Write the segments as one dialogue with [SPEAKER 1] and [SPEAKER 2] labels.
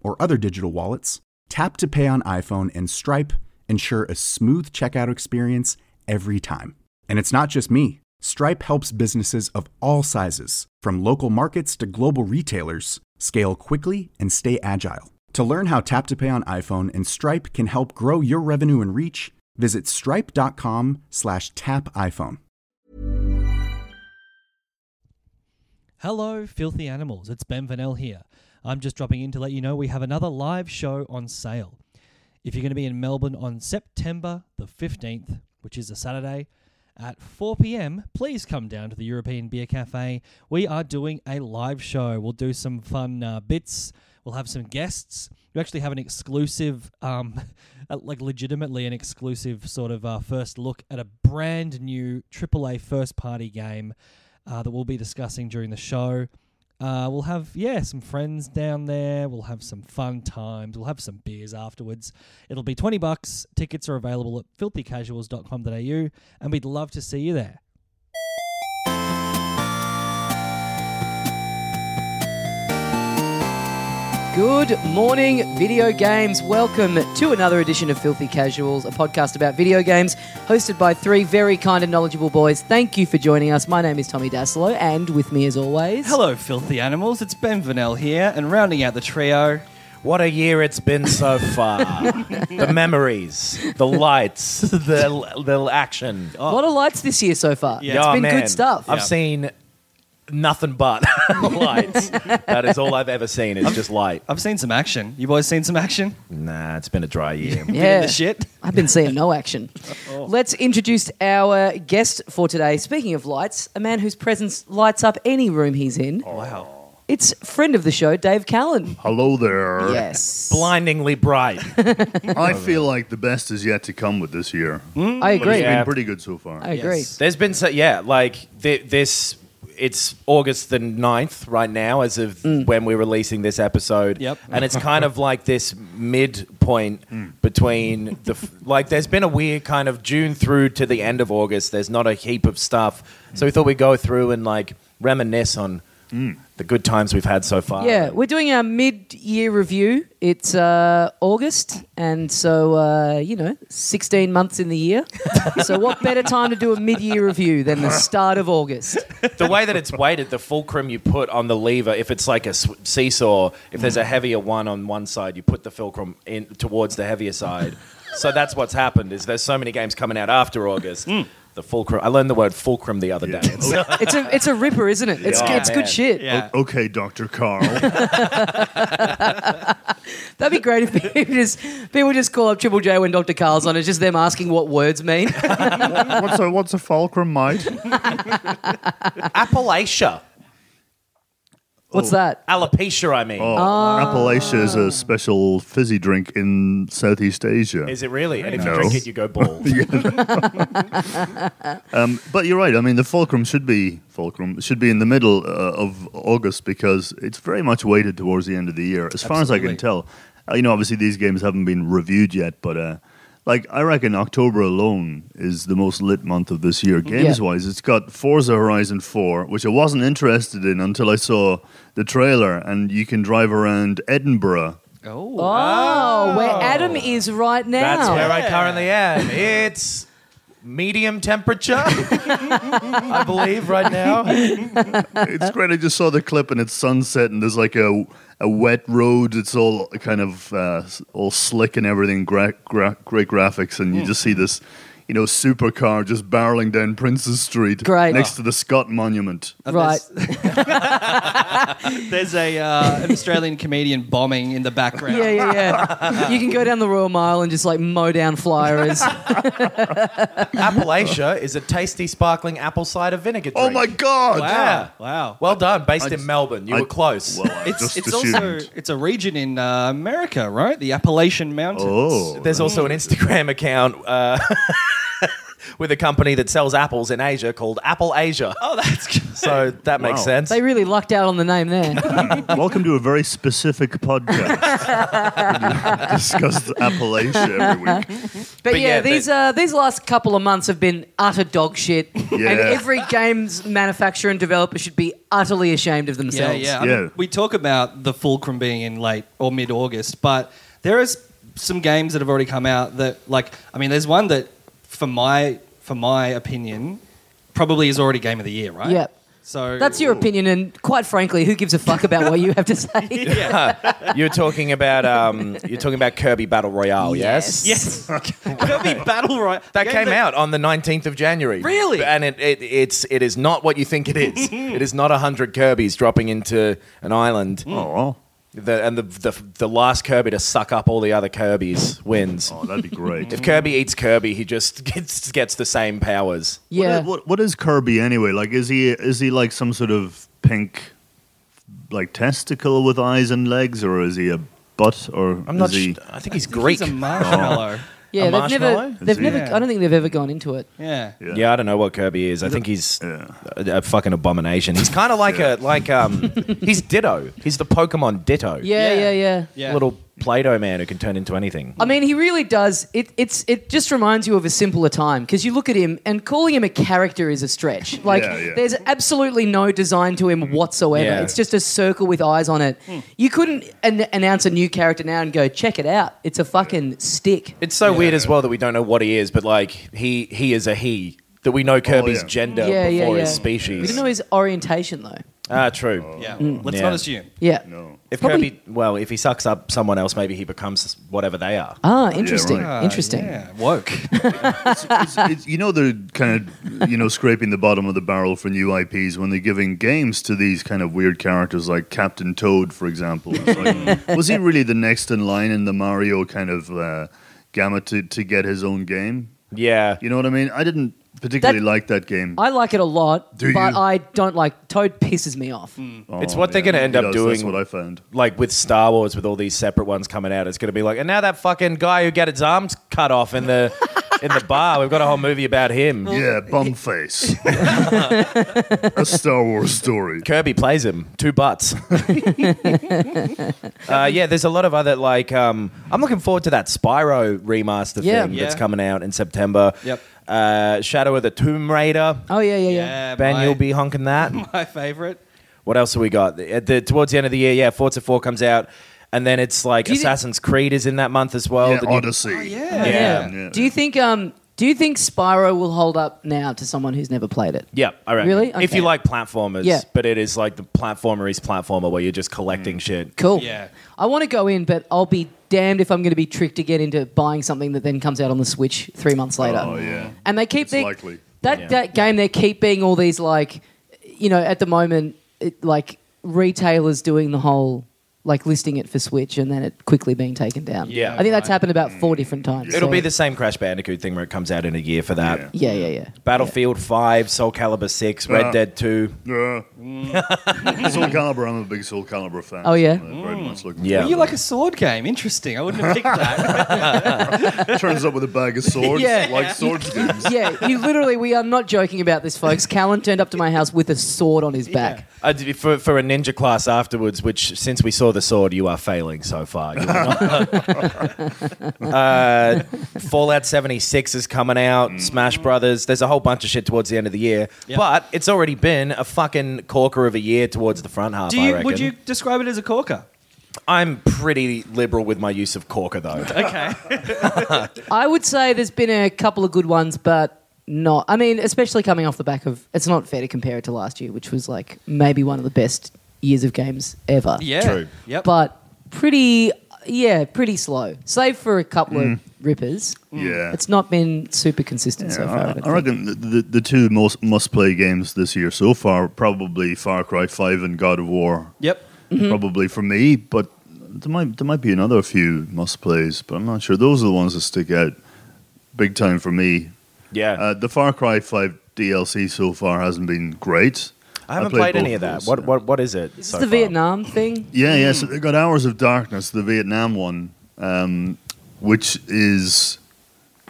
[SPEAKER 1] or other digital wallets, Tap to Pay on iPhone and Stripe ensure a smooth checkout experience every time. And it's not just me. Stripe helps businesses of all sizes, from local markets to global retailers, scale quickly and stay agile. To learn how Tap to Pay on iPhone and Stripe can help grow your revenue and reach, visit stripe.com slash tap iPhone.
[SPEAKER 2] Hello, filthy animals. It's Ben Vanel here. I'm just dropping in to let you know we have another live show on sale. If you're going to be in Melbourne on September the 15th, which is a Saturday, at 4 p.m., please come down to the European Beer Cafe. We are doing a live show. We'll do some fun uh, bits. We'll have some guests. We actually have an exclusive, um, uh, like legitimately an exclusive sort of uh, first look at a brand new AAA first party game uh, that we'll be discussing during the show. Uh, we'll have yeah some friends down there. We'll have some fun times. We'll have some beers afterwards. It'll be twenty bucks. Tickets are available at filthycasuals.com.au, and we'd love to see you there.
[SPEAKER 3] Good morning, video games. Welcome to another edition of Filthy Casuals, a podcast about video games hosted by three very kind and knowledgeable boys. Thank you for joining us. My name is Tommy Dasilo, and with me, as always,
[SPEAKER 2] Hello, filthy animals. It's Ben Vanel here, and rounding out the trio.
[SPEAKER 4] What a year it's been so far. the memories, the lights, the the action.
[SPEAKER 3] A
[SPEAKER 4] Oh,
[SPEAKER 3] lot of lights this year so far. It's
[SPEAKER 4] oh,
[SPEAKER 3] been
[SPEAKER 4] man.
[SPEAKER 3] good stuff.
[SPEAKER 4] I've seen nothing but lights. that is all I've ever seen. It's just light.
[SPEAKER 2] I've seen some action. You boys seen some action?
[SPEAKER 4] Nah, it's been a dry year.
[SPEAKER 2] Been in
[SPEAKER 3] yeah,
[SPEAKER 2] the shit. Oh.
[SPEAKER 3] I've been seeing no action. Let's introduce our guest for today. Speaking of lights, a man whose presence lights up any room he's in.
[SPEAKER 2] Oh, Wow.
[SPEAKER 3] It's friend of the show, Dave Callan.
[SPEAKER 5] Hello there.
[SPEAKER 3] Yes,
[SPEAKER 4] Blindingly bright.
[SPEAKER 5] I feel like the best is yet to come with this year.
[SPEAKER 3] I agree.
[SPEAKER 4] Hmm?
[SPEAKER 5] It's
[SPEAKER 4] Yeah.
[SPEAKER 5] been pretty good so far.
[SPEAKER 3] I agree.
[SPEAKER 4] There's been so yeah, like th- this. It's August the 9th right now, as of when we're releasing this episode.
[SPEAKER 2] Yep.
[SPEAKER 4] And it's kind of like this midpoint between the f- like. There's been a weird kind of June through to the end of August. There's not a heap of stuff, so we thought we'd go through and like reminisce on the good times we've had so far.
[SPEAKER 3] Yeah, we're doing our mid-year review. It's uh, August, and so uh, you know, sixteen months in the year. so, what better time to do a mid-year review than the start of August?
[SPEAKER 4] the way that it's weighted, the fulcrum you put on the lever, if it's like a s- seesaw, if there's
[SPEAKER 5] Mm.
[SPEAKER 4] a heavier one on one side, you put the fulcrum in towards the heavier side. so that's what's happened. Is there's so many games coming out after August.
[SPEAKER 5] Mm.
[SPEAKER 4] The fulcrum. I learned the word fulcrum the other day. It's-
[SPEAKER 3] It's a it's a ripper, isn't it? It's
[SPEAKER 4] Yeah,
[SPEAKER 3] it's good
[SPEAKER 4] man.
[SPEAKER 3] shit.
[SPEAKER 2] Yeah.
[SPEAKER 5] Okay, Dr. Carl.
[SPEAKER 3] That'd be great if people just people just call up Triple J when Dr. Carl's on. It's just them asking what words mean.
[SPEAKER 5] what's a what's a fulcrum mate?
[SPEAKER 4] Appalachia.
[SPEAKER 3] What's that?
[SPEAKER 4] Alopecia, I mean.
[SPEAKER 5] Oh.
[SPEAKER 3] Ah.
[SPEAKER 5] Appalachia is a special fizzy drink in Southeast Asia.
[SPEAKER 4] Is it really? And if
[SPEAKER 5] No.
[SPEAKER 4] you drink it, you go bald.
[SPEAKER 5] Um, but you're right. I mean, the fulcrum should be fulcrum should be in the middle uh, of August because it's very much weighted towards the end of the year, as far as I
[SPEAKER 4] Absolutely.
[SPEAKER 5] can tell. Uh, you know, obviously these games haven't been reviewed yet, but uh, like I reckon October alone is the most lit month of this year, games wise. It's got Forza Horizon Four, which I wasn't interested in until I saw the trailer, and you can drive around Edinburgh.
[SPEAKER 3] Oh, where Adam is right now.
[SPEAKER 4] That's where I currently am. It's medium temperature, I believe, right now.
[SPEAKER 5] it's great. I just saw the clip and it's sunset and there's like a a wet road. It's all kind of uh, s- all slick and everything. Gra- gra- great graphics and you just see this. you know, supercar just barreling down Prince's Street
[SPEAKER 3] Great.
[SPEAKER 5] next to the Scott Monument.
[SPEAKER 6] Uh,
[SPEAKER 3] Right.
[SPEAKER 6] There's, there's a uh, an Australian comedian bombing in the background.
[SPEAKER 3] Yeah, yeah, yeah. you can go down the Royal Mile and just like mow down flyers.
[SPEAKER 4] Appalachia is a tasty, sparkling apple cider vinegar drink.
[SPEAKER 5] Oh my God!
[SPEAKER 4] Yeah.
[SPEAKER 6] Wow. Wow.
[SPEAKER 4] Well done. Based
[SPEAKER 5] just-
[SPEAKER 4] in Melbourne, you
[SPEAKER 5] I-
[SPEAKER 4] were close.
[SPEAKER 5] Well, I
[SPEAKER 6] It's,
[SPEAKER 5] just
[SPEAKER 6] it's
[SPEAKER 5] assumed.
[SPEAKER 6] also it's a region in uh, America, right? The Appalachian Mountains.
[SPEAKER 5] Oh,
[SPEAKER 4] There's also an Instagram account uh, with a company that sells apples in Asia called Apple Asia.
[SPEAKER 6] Oh, that's good.
[SPEAKER 4] So that makes
[SPEAKER 5] Wow.
[SPEAKER 4] sense.
[SPEAKER 3] they really lucked out on the name there.
[SPEAKER 5] welcome to a very specific podcast. We discussed Appalachia every week.
[SPEAKER 3] But,
[SPEAKER 4] But
[SPEAKER 3] yeah,
[SPEAKER 4] yeah,
[SPEAKER 3] these
[SPEAKER 4] they-
[SPEAKER 3] uh, these last couple of months have been utter dog shit,
[SPEAKER 5] Yeah.
[SPEAKER 3] and every games manufacturer and developer should be utterly ashamed of
[SPEAKER 6] Yeah,
[SPEAKER 3] themselves.
[SPEAKER 6] yeah. I mean,
[SPEAKER 5] Yeah.
[SPEAKER 6] we talk about the fulcrum being in late or mid August, but there is some games that have already come out that, like, I mean, there's one that, for my for my opinion, probably is already game of the year, right?
[SPEAKER 3] Yep.
[SPEAKER 6] So
[SPEAKER 3] That's your opinion, and quite frankly, who gives a fuck about what you have to say?
[SPEAKER 4] You're talking about um, you're talking about Kirby Battle Royale, yes?
[SPEAKER 6] yes. Kirby Battle Royale
[SPEAKER 4] That
[SPEAKER 6] Game
[SPEAKER 4] came out on the 19th of January.
[SPEAKER 6] Really?
[SPEAKER 4] And it, it it's it is not what you think it is. it is not 100 Kirbys dropping into an island.
[SPEAKER 5] Oh, wow.
[SPEAKER 4] The, and the, the the last Kirby to suck up all the other Kirbys wins.
[SPEAKER 5] oh that'd be great.
[SPEAKER 4] If Kirby eats Kirby, he just gets gets the same powers.
[SPEAKER 5] What
[SPEAKER 3] Yeah.
[SPEAKER 5] is- what, what is Kirby anyway? Like, is he is he like some sort of pink, like testicle with eyes and legs, or is he a butt? Or
[SPEAKER 4] I'm not.
[SPEAKER 5] is he?
[SPEAKER 4] Sh- I think he's
[SPEAKER 6] I think
[SPEAKER 4] Greek.
[SPEAKER 6] He's a marshmallow.
[SPEAKER 3] Yeah,
[SPEAKER 4] A
[SPEAKER 3] they've never,
[SPEAKER 4] marshmallow?
[SPEAKER 3] they've
[SPEAKER 5] Is it?
[SPEAKER 3] never.
[SPEAKER 6] Yeah.
[SPEAKER 3] I don't think they've ever gone into it.
[SPEAKER 6] yeah.
[SPEAKER 4] yeah. I don't know what Kirby is. I think he's
[SPEAKER 5] Yeah.
[SPEAKER 4] a, a fucking abomination. He's kind of like a
[SPEAKER 5] Yeah.
[SPEAKER 4] like um. he's Ditto. He's the Pokemon Ditto.
[SPEAKER 3] Yeah, yeah,
[SPEAKER 6] Yeah.
[SPEAKER 3] yeah.
[SPEAKER 6] Yeah.
[SPEAKER 4] Little Play-Doh man who can turn into anything.
[SPEAKER 3] I mean, he really does. It, it's it just reminds you of a simpler time because you look at him and calling him a character is a stretch. Like
[SPEAKER 5] Yeah, yeah.
[SPEAKER 3] there's absolutely no design to him whatsoever.
[SPEAKER 4] Yeah.
[SPEAKER 3] It's just a circle with eyes on it.
[SPEAKER 5] Hmm.
[SPEAKER 3] You couldn't an- announce a new character now and go check it out. It's a fucking stick.
[SPEAKER 4] It's so weird as well that we don't know what he is, but like he he is a he. That we know Kirby's
[SPEAKER 5] Oh, yeah.
[SPEAKER 4] gender
[SPEAKER 3] Yeah, yeah,
[SPEAKER 4] before
[SPEAKER 3] yeah.
[SPEAKER 4] his
[SPEAKER 3] We
[SPEAKER 4] species.
[SPEAKER 3] didn't know his orientation though.
[SPEAKER 4] Ah, true.
[SPEAKER 5] Oh.
[SPEAKER 6] Yeah. Let's
[SPEAKER 4] Yeah.
[SPEAKER 6] not assume.
[SPEAKER 3] Yeah.
[SPEAKER 5] No.
[SPEAKER 4] If
[SPEAKER 3] Probably-
[SPEAKER 4] Kirby, well, if he sucks up someone else, maybe he becomes whatever they are.
[SPEAKER 3] Ah, interesting.
[SPEAKER 5] right.
[SPEAKER 3] Interesting.
[SPEAKER 6] Yeah. Woke.
[SPEAKER 5] it's, it's, you know they're kind of you know scraping the bottom of the barrel for new IPs when they're giving games to these kind of weird characters like Captain Toad, for example. It's like, was he really the next in line in the Mario kind of uh, gamut to, to get his own game?
[SPEAKER 4] Yeah.
[SPEAKER 5] You know what I mean? I didn't particularly like that game.
[SPEAKER 3] I like it a lot,
[SPEAKER 5] Do
[SPEAKER 3] but
[SPEAKER 5] you?
[SPEAKER 3] I don't like Toad. Pisses me off.
[SPEAKER 5] Oh,
[SPEAKER 4] It's what they're gonna end
[SPEAKER 5] He
[SPEAKER 4] up
[SPEAKER 5] does,
[SPEAKER 4] doing.
[SPEAKER 5] That's what I found.
[SPEAKER 4] like with Star Wars, with all these separate ones coming out, it's going to be like, and now that fucking guy who got his arms cut off in the in the bar, we've got a whole movie about him.
[SPEAKER 5] Yeah, bum face. a Star Wars story.
[SPEAKER 4] Kirby plays him, two butts. uh, yeah, there's a lot of other like. Um, I'm looking forward to that Spyro remaster
[SPEAKER 3] Yeah.
[SPEAKER 4] thing that's
[SPEAKER 6] Yeah.
[SPEAKER 4] coming out in September.
[SPEAKER 6] Yep.
[SPEAKER 4] Uh, Shadow of the Tomb Raider.
[SPEAKER 3] Oh yeah, yeah, yeah.
[SPEAKER 6] Yeah.
[SPEAKER 4] Ben,
[SPEAKER 6] my,
[SPEAKER 4] you'll be honking that.
[SPEAKER 6] my favorite.
[SPEAKER 4] What else have we got? At the, towards the end of the year, yeah, Forza 4 comes out, and then it's like
[SPEAKER 3] you thi-
[SPEAKER 4] Assassin's Creed is in that month as well.
[SPEAKER 5] Yeah,
[SPEAKER 4] The new-
[SPEAKER 3] Oh,
[SPEAKER 5] Odyssey.
[SPEAKER 6] Yeah.
[SPEAKER 4] Yeah.
[SPEAKER 5] Yeah.
[SPEAKER 3] Do you think um do you think Spyro will hold up now to someone who's never played it?
[SPEAKER 4] Yeah, I reckon.
[SPEAKER 3] Really?
[SPEAKER 4] If
[SPEAKER 3] Okay.
[SPEAKER 4] you like platformers,
[SPEAKER 3] Yeah.
[SPEAKER 4] but it is like the platformer is platformer where you're just
[SPEAKER 6] Mm.
[SPEAKER 4] collecting shit.
[SPEAKER 3] Cool.
[SPEAKER 6] Yeah.
[SPEAKER 3] I want to go in, but I'll be damned if I'm going to be tricked again into buying something that then comes out on the Switch three months later.
[SPEAKER 5] Oh yeah.
[SPEAKER 3] And they keep
[SPEAKER 5] It's
[SPEAKER 3] they-
[SPEAKER 5] likely.
[SPEAKER 3] that
[SPEAKER 4] Yeah.
[SPEAKER 3] that game. They keep being all these like, you know, at the moment, it, like retailers doing the whole like listing it for Switch and then it quickly being taken down.
[SPEAKER 4] Yeah.
[SPEAKER 3] I think that's
[SPEAKER 6] Right.
[SPEAKER 3] happened about
[SPEAKER 5] Mm.
[SPEAKER 3] four different times.
[SPEAKER 4] It'll
[SPEAKER 3] so-
[SPEAKER 4] be the same Crash Bandicoot thing where it comes out in a year for that.
[SPEAKER 5] Yeah.
[SPEAKER 3] Yeah, yeah, yeah.
[SPEAKER 4] Battlefield 5, Soul Calibur 6, Red
[SPEAKER 5] Uh.
[SPEAKER 4] Dead 2.
[SPEAKER 5] Yeah. Soul Calibur. I'm a big Soul Calibur fan.
[SPEAKER 3] Oh, yeah?
[SPEAKER 5] so I'm very much looking.
[SPEAKER 4] Yeah.
[SPEAKER 5] Yeah.
[SPEAKER 6] Well, you like a sword game. Interesting. I wouldn't have picked that.
[SPEAKER 5] Turns up with a bag of swords.
[SPEAKER 3] Yeah.
[SPEAKER 5] Like swords games.
[SPEAKER 3] yeah, you literally, we are not joking about this, folks. Callan turned up to my house with a sword on his back.
[SPEAKER 4] I did, Uh, for, for a ninja class afterwards, which since we saw the sword, you are failing so far. You are not- uh, Fallout 76 is coming out, Smash Brothers. There's a whole bunch of shit towards the end of the year,
[SPEAKER 6] Mm. Yeah.
[SPEAKER 4] but it's already been a fucking corker of a year towards the front half.
[SPEAKER 6] Do
[SPEAKER 4] I
[SPEAKER 6] you,
[SPEAKER 4] reckon.
[SPEAKER 6] would you describe it as a corker?
[SPEAKER 4] I'm pretty liberal with my use of corker, though.
[SPEAKER 6] Okay.
[SPEAKER 3] I would say there's been a couple of good ones, but not. I mean, especially coming off the back of. It's not fair to compare it to last year, which was like maybe one of the best years of games ever.
[SPEAKER 6] Yeah.
[SPEAKER 4] True.
[SPEAKER 6] Yep.
[SPEAKER 3] But pretty, yeah, pretty slow. Save for a couple of rippers.
[SPEAKER 5] Mm. Yeah.
[SPEAKER 3] It's not been super consistent so
[SPEAKER 5] Yeah,
[SPEAKER 3] far. I,
[SPEAKER 5] I,
[SPEAKER 3] don't
[SPEAKER 5] I
[SPEAKER 3] think.
[SPEAKER 5] reckon the, the, the two most must play games this year so far probably Far Cry 5 and God of War.
[SPEAKER 4] Yep.
[SPEAKER 3] Mm-hmm.
[SPEAKER 5] Probably for me, but there might, there might be another few must plays, but I'm not sure. Those are the ones that stick out big time for me.
[SPEAKER 4] Yeah.
[SPEAKER 5] Uh, the Far Cry 5 DLC so far hasn't been great.
[SPEAKER 4] I haven't
[SPEAKER 5] played
[SPEAKER 4] played, any
[SPEAKER 5] both
[SPEAKER 4] of that.
[SPEAKER 5] those,
[SPEAKER 4] what,
[SPEAKER 5] yeah.
[SPEAKER 4] what what is it?
[SPEAKER 3] Is
[SPEAKER 4] so
[SPEAKER 3] this the
[SPEAKER 4] far?
[SPEAKER 3] Vietnam thing?
[SPEAKER 5] Yeah, yeah. So they got Hours of Darkness, the Vietnam one, um, which is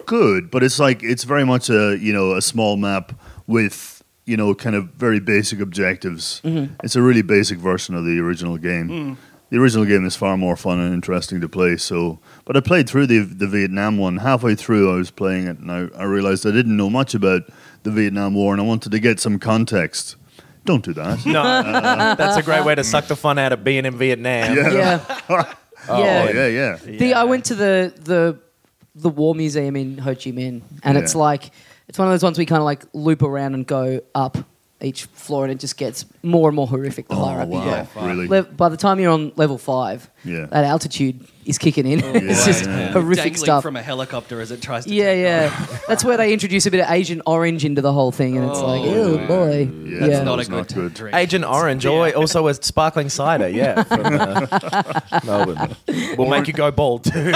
[SPEAKER 5] good, but it's like it's very much a you know a small map with you know kind of very basic objectives. It's a really basic version of the original game. The original game is far more fun and interesting to play. So, but I played through the the Vietnam one halfway through. I was playing it, and I, I realized I didn't know much about the Vietnam War, and I wanted to get some context. Don't do that.
[SPEAKER 4] No, that's a great way to suck the fun out of being in Vietnam.
[SPEAKER 5] Yeah.
[SPEAKER 3] Yeah. yeah.
[SPEAKER 5] Oh yeah, yeah.
[SPEAKER 3] The I went to the the the war museum in Ho Chi Minh, and it's
[SPEAKER 5] Yeah.
[SPEAKER 3] like it's one of those ones we kind of like loop around and go up each floor, and it just gets more and more horrific
[SPEAKER 5] Oh,
[SPEAKER 3] the higher up you go.
[SPEAKER 5] Really?
[SPEAKER 3] Le- by the time you're on level five,
[SPEAKER 5] Yeah.
[SPEAKER 3] that altitude is kicking in. it's
[SPEAKER 5] yeah,
[SPEAKER 3] just
[SPEAKER 5] yeah.
[SPEAKER 3] horrific
[SPEAKER 6] Dangling
[SPEAKER 3] stuff.
[SPEAKER 6] from a helicopter as it tries to.
[SPEAKER 3] yeah,
[SPEAKER 6] take off.
[SPEAKER 3] yeah. That's where they introduce a bit of Asian orange into the whole thing, and it's like, oh boy,
[SPEAKER 5] Yeah,
[SPEAKER 3] yeah.
[SPEAKER 5] That
[SPEAKER 6] Not a
[SPEAKER 5] was
[SPEAKER 6] good,
[SPEAKER 5] not good.
[SPEAKER 6] drink.
[SPEAKER 4] Agent Orange, al- also a sparkling cider, yeah, from uh, Melbourne. Will make you go bald too.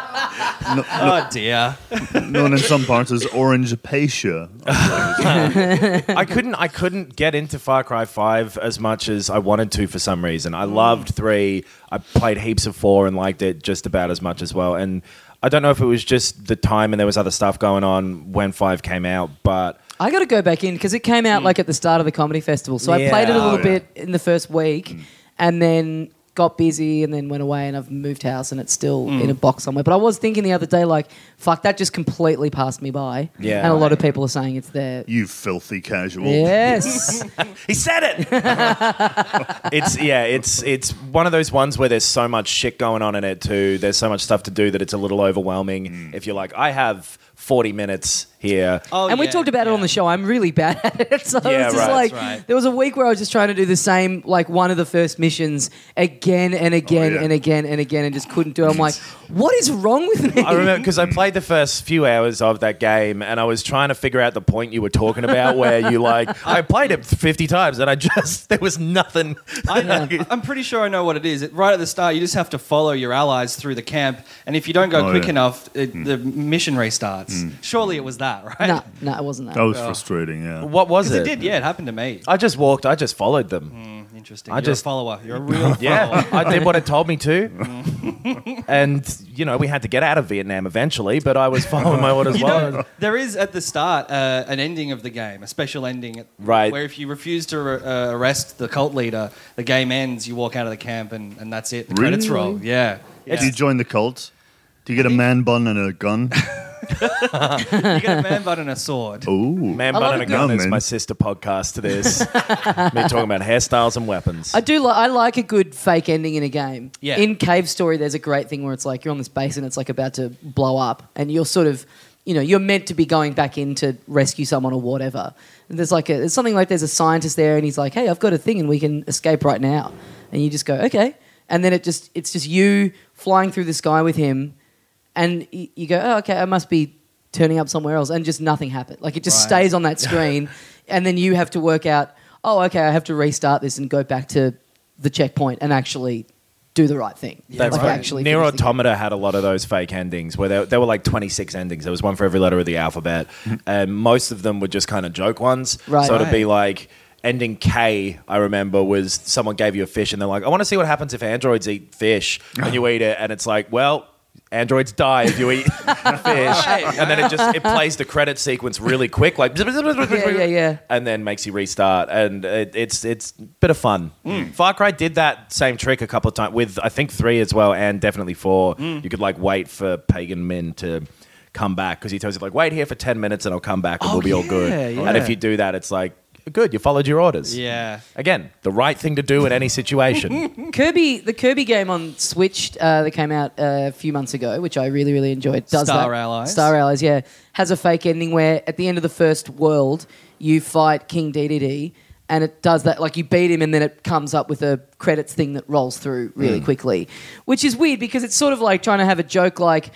[SPEAKER 6] oh dear.
[SPEAKER 5] known in some parts as Orange Apatia.
[SPEAKER 4] I couldn't I couldn't get into Far Cry 5 as much as I wanted to for some reason. I loved 3. I played heaps of 4 and liked it just about as much as well. And I don't know if it was just the time and there was other stuff going on when 5 came out, but
[SPEAKER 3] I got to go back in because it came out like at the start of the comedy festival. So I
[SPEAKER 4] Yeah.
[SPEAKER 3] played it a little
[SPEAKER 5] Oh, yeah.
[SPEAKER 3] bit in the first week and then got busy and then went away and I've moved house and it's still in a box somewhere. But I was thinking the other day, like, fuck, that just completely passed me by.
[SPEAKER 4] Yeah.
[SPEAKER 3] And a lot of people are saying it's there.
[SPEAKER 5] You filthy casual.
[SPEAKER 3] Yes.
[SPEAKER 4] He said it. it's yeah, it's it's one of those ones where there's so much shit going on in it too. There's so much stuff to do that it's a little overwhelming. If you're like, I have 40 minutes here.
[SPEAKER 6] Oh,
[SPEAKER 3] and we
[SPEAKER 6] yeah,
[SPEAKER 3] talked about it on
[SPEAKER 6] yeah.
[SPEAKER 3] the show. I'm really bad at it. So I
[SPEAKER 4] Yeah,
[SPEAKER 3] was just
[SPEAKER 4] right.
[SPEAKER 3] like,
[SPEAKER 6] That's right.
[SPEAKER 3] there was a week where I was just trying to do the same, like one of the first missions again and again
[SPEAKER 5] yeah.
[SPEAKER 3] and again and again and just couldn't do it. I'm like, what is wrong with me?
[SPEAKER 4] I remember because I played the first few hours of that game, and I was trying to figure out the point you were talking about, where you like I played it fifty times, and I just there was nothing.
[SPEAKER 2] I, I'm pretty sure I know what it is. It, right at the start, you just have to follow your allies through the camp, and if you don't go
[SPEAKER 5] Oh,
[SPEAKER 2] quick
[SPEAKER 5] yeah.
[SPEAKER 2] enough, it,
[SPEAKER 4] Hmm.
[SPEAKER 2] the mission restarts. Surely it was that, right?
[SPEAKER 3] no, no, it wasn't that.
[SPEAKER 5] That was
[SPEAKER 6] Oh.
[SPEAKER 5] frustrating, yeah.
[SPEAKER 4] What was
[SPEAKER 2] 'Cause
[SPEAKER 4] it? Hmm.
[SPEAKER 2] it did. Yeah, it happened to me.
[SPEAKER 4] I just walked. I just followed them.
[SPEAKER 2] Interesting.
[SPEAKER 4] I
[SPEAKER 2] You're
[SPEAKER 4] just-
[SPEAKER 2] a follower. You're a real follower.
[SPEAKER 4] Yeah, I did what it told me to, and you know we had to get out of Vietnam eventually, but I was following my orders.
[SPEAKER 2] You
[SPEAKER 4] well.
[SPEAKER 2] know, there is at the start uh, an ending of the game, a special ending, at,
[SPEAKER 4] Right.
[SPEAKER 2] Where if you refuse to uh, arrest the cult leader, the game ends. You walk out of the camp, and, and that's it. The credits
[SPEAKER 5] Really?
[SPEAKER 2] roll. Yeah,
[SPEAKER 5] Do you
[SPEAKER 2] yeah.
[SPEAKER 5] join the cult? Do you get a man bun and a gun?
[SPEAKER 2] you get a man bun and a sword.
[SPEAKER 5] Ooh.
[SPEAKER 4] Man,
[SPEAKER 3] I
[SPEAKER 4] bun
[SPEAKER 3] love
[SPEAKER 4] and a
[SPEAKER 3] it.
[SPEAKER 4] gun
[SPEAKER 5] No,
[SPEAKER 4] is
[SPEAKER 5] man.
[SPEAKER 4] my sister podcast to this. Me talking about hairstyles and weapons.
[SPEAKER 3] I do. Li- I like a good fake ending in a game.
[SPEAKER 2] Yeah.
[SPEAKER 3] In Cave Story, there's a great thing where it's like you're on this base and it's like about to blow up, and you're sort of, you know, you're meant to be going back in to rescue someone or whatever. And there's like a, there's something like there's a scientist there, and he's like, "Hey, I've got a thing, and we can escape right now." And you just go, "Okay," and then it just it's just you flying through the sky with him, and y- you go, "Oh, okay, I must be." Turning up somewhere else and just nothing happened. Like it just
[SPEAKER 2] Right.
[SPEAKER 3] stays on that screen, and then you have to work out, oh, okay, I have to restart this and go back to the checkpoint and actually do the right thing.
[SPEAKER 4] That's
[SPEAKER 3] like
[SPEAKER 4] right.
[SPEAKER 3] actually
[SPEAKER 4] Near
[SPEAKER 3] finish the game.
[SPEAKER 4] Automata had a lot of those fake endings where there, there were like 26 endings. There was one for every letter of the alphabet. and most of them were just kind of joke ones.
[SPEAKER 3] Right.
[SPEAKER 4] So it'd be like ending K, I remember, was someone gave you a fish and they're like, I want to see what happens if androids eat fish. And you eat it and it's like, well, androids die if you eat fish. And then it just it plays the credit sequence really quick, like
[SPEAKER 3] Yeah, yeah, yeah.
[SPEAKER 4] and then makes you restart. And it, it's it's a bit of fun. Far Cry did that same trick a couple of times with I think three as well, and definitely four. You could like wait for Pagan Min to come back because he tells you like wait here for ten minutes and I'll come back and
[SPEAKER 2] Oh,
[SPEAKER 4] we'll be all good.
[SPEAKER 2] yeah,
[SPEAKER 4] And
[SPEAKER 2] yeah.
[SPEAKER 4] if you do that, it's like good. You followed your orders.
[SPEAKER 2] Yeah.
[SPEAKER 4] Again, the right thing to do in any situation.
[SPEAKER 3] Kirby, the Kirby game on Switch uh, that came out uh, a few months ago, which I really, really enjoyed. Does
[SPEAKER 2] Star
[SPEAKER 3] that.
[SPEAKER 2] Allies.
[SPEAKER 3] Star Allies, yeah, has a fake ending where at the end of the first world you fight King DDD, and it does that. Like you beat him, and then it comes up with a credits
[SPEAKER 2] Hmm.
[SPEAKER 3] thing that rolls through really quickly, which is weird because it's sort of like trying to have a joke like.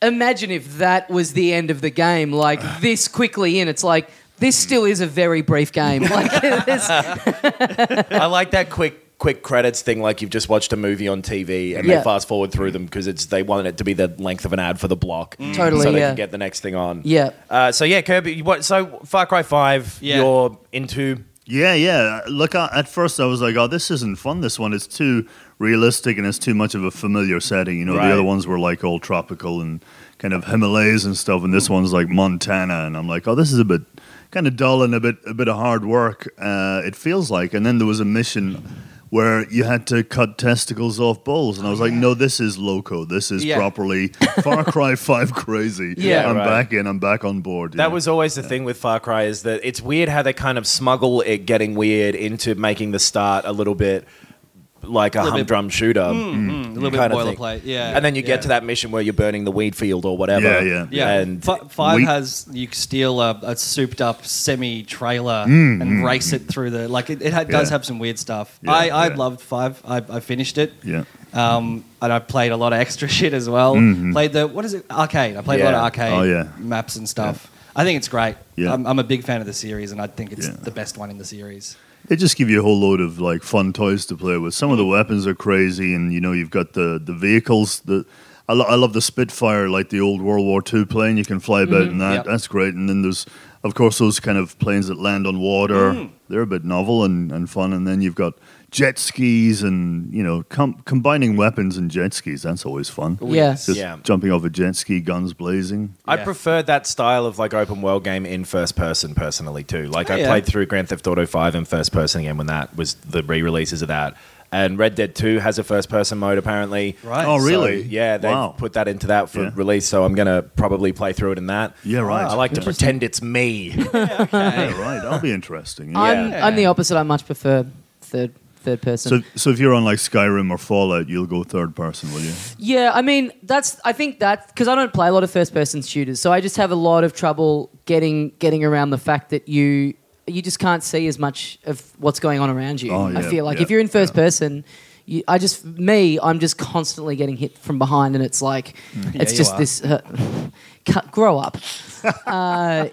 [SPEAKER 3] Imagine if that was the end of the game, like this quickly in. It's like this still is a very brief game. Like it's-
[SPEAKER 4] I like that quick quick credits thing like you've just watched a movie on TV and
[SPEAKER 3] Yeah.
[SPEAKER 4] they fast forward through them because it's they want it to be the length of an ad for the block.
[SPEAKER 3] Mm. Totally,
[SPEAKER 4] So they
[SPEAKER 3] yeah.
[SPEAKER 4] can get the next thing on.
[SPEAKER 3] Yeah.
[SPEAKER 4] Uh, so yeah, Kirby you what so Far Cry five
[SPEAKER 2] Yeah.
[SPEAKER 4] you're into
[SPEAKER 5] Yeah, yeah. Look, I, at first I was like, "Oh, this isn't fun. This one is too realistic and it's too much of a familiar setting." You know,
[SPEAKER 4] Right.
[SPEAKER 5] the other ones were like all tropical and kind of Himalayas and stuff, and this one's like Montana, and I'm like, "Oh, this is a bit kind of dull and a bit a bit of hard work." Uh, it feels like. And then there was a mission where you had to cut testicles off bulls,
[SPEAKER 4] Oh,
[SPEAKER 5] and I was like, "No, this is loco. This is
[SPEAKER 2] Yeah.
[SPEAKER 5] properly Far Cry Five crazy."
[SPEAKER 3] Yeah.
[SPEAKER 5] I'm
[SPEAKER 4] Right.
[SPEAKER 5] back in. I'm back on board.
[SPEAKER 4] That
[SPEAKER 5] yeah.
[SPEAKER 4] was always the thing with Far Cry is that it's weird how they kind of smuggle it getting weird into making the start a little bit like a,
[SPEAKER 2] bit-
[SPEAKER 4] humdrum shooter, hmm,
[SPEAKER 2] A little bit
[SPEAKER 4] kind of thing.
[SPEAKER 2] boilerplate, yeah.
[SPEAKER 4] And then you
[SPEAKER 2] Yeah.
[SPEAKER 4] get to that mission where you're burning the weed field or whatever.
[SPEAKER 5] Yeah, yeah.
[SPEAKER 2] Yeah,
[SPEAKER 4] And
[SPEAKER 2] F- five
[SPEAKER 5] we-
[SPEAKER 2] has you steal a, a souped up semi trailer and race it through the like it, it ha- does
[SPEAKER 5] Mm, Yeah.
[SPEAKER 2] have some weird stuff.
[SPEAKER 5] Yeah,
[SPEAKER 2] I, I
[SPEAKER 5] yeah.
[SPEAKER 2] loved five. I, I finished it.
[SPEAKER 5] Yeah.
[SPEAKER 2] Um, and I played a lot of extra shit as well. Played the what is it arcade? I played a lot of
[SPEAKER 4] Yeah.
[SPEAKER 2] arcade
[SPEAKER 5] Oh, Mm-hmm. yeah.
[SPEAKER 2] maps and stuff. I think it's great.
[SPEAKER 5] Yeah.
[SPEAKER 2] I'm, I'm a big fan of the series, and I think it's
[SPEAKER 5] Yeah.
[SPEAKER 2] the best one in the series.
[SPEAKER 5] They just give you a whole load of like fun toys to play with. Some of the weapons are crazy, and you know you've got the the vehicles. The I, lo- I love the Spitfire, like the old World War II plane. You can fly about in that.
[SPEAKER 2] Yep.
[SPEAKER 5] That's great. And then there's of course those kind of planes that land on water. They're a bit novel and, and fun. And then you've got jet skis and you know com- combining weapons and jet skis. That's always fun.
[SPEAKER 3] yeah.
[SPEAKER 5] Just
[SPEAKER 4] Yeah.
[SPEAKER 5] jumping off a jet ski, guns blazing.
[SPEAKER 4] I
[SPEAKER 2] Yeah.
[SPEAKER 4] preferred that style of like open world game in first person personally too. Like I
[SPEAKER 2] Oh, yeah.
[SPEAKER 4] played through Grand Theft Auto 5 in first person again when that was the re-releases of that. And Red Dead 2 has a first person mode apparently.
[SPEAKER 2] Right.
[SPEAKER 5] Oh,
[SPEAKER 4] So,
[SPEAKER 5] really?
[SPEAKER 4] yeah, they
[SPEAKER 5] Wow.
[SPEAKER 4] put that into that for
[SPEAKER 5] Yeah.
[SPEAKER 4] release, so I'm going to probably play through it in that.
[SPEAKER 5] Yeah, right.
[SPEAKER 4] I like to pretend it's me.
[SPEAKER 5] yeah, right. That'll be interesting. yeah.
[SPEAKER 3] I'm
[SPEAKER 4] Yeah.
[SPEAKER 3] I'm the opposite. I much prefer third third person.
[SPEAKER 5] So, so if you're on like Skyrim or Fallout, you'll go third person, will you?
[SPEAKER 3] Yeah, I mean that's I think that because I don't play a lot of first person shooters, so I just have a lot of trouble getting getting around the fact that you you just can't see as much of what's going on around you.
[SPEAKER 5] Oh,
[SPEAKER 3] I
[SPEAKER 5] yeah,
[SPEAKER 3] feel like
[SPEAKER 5] yeah,
[SPEAKER 3] if you're in first
[SPEAKER 5] yeah.
[SPEAKER 3] person, you, I just me I'm just constantly getting hit from behind, and it's like
[SPEAKER 5] Mm.
[SPEAKER 3] it's
[SPEAKER 2] you
[SPEAKER 3] just
[SPEAKER 2] are.
[SPEAKER 3] this. Uh, cut, grow up. uh,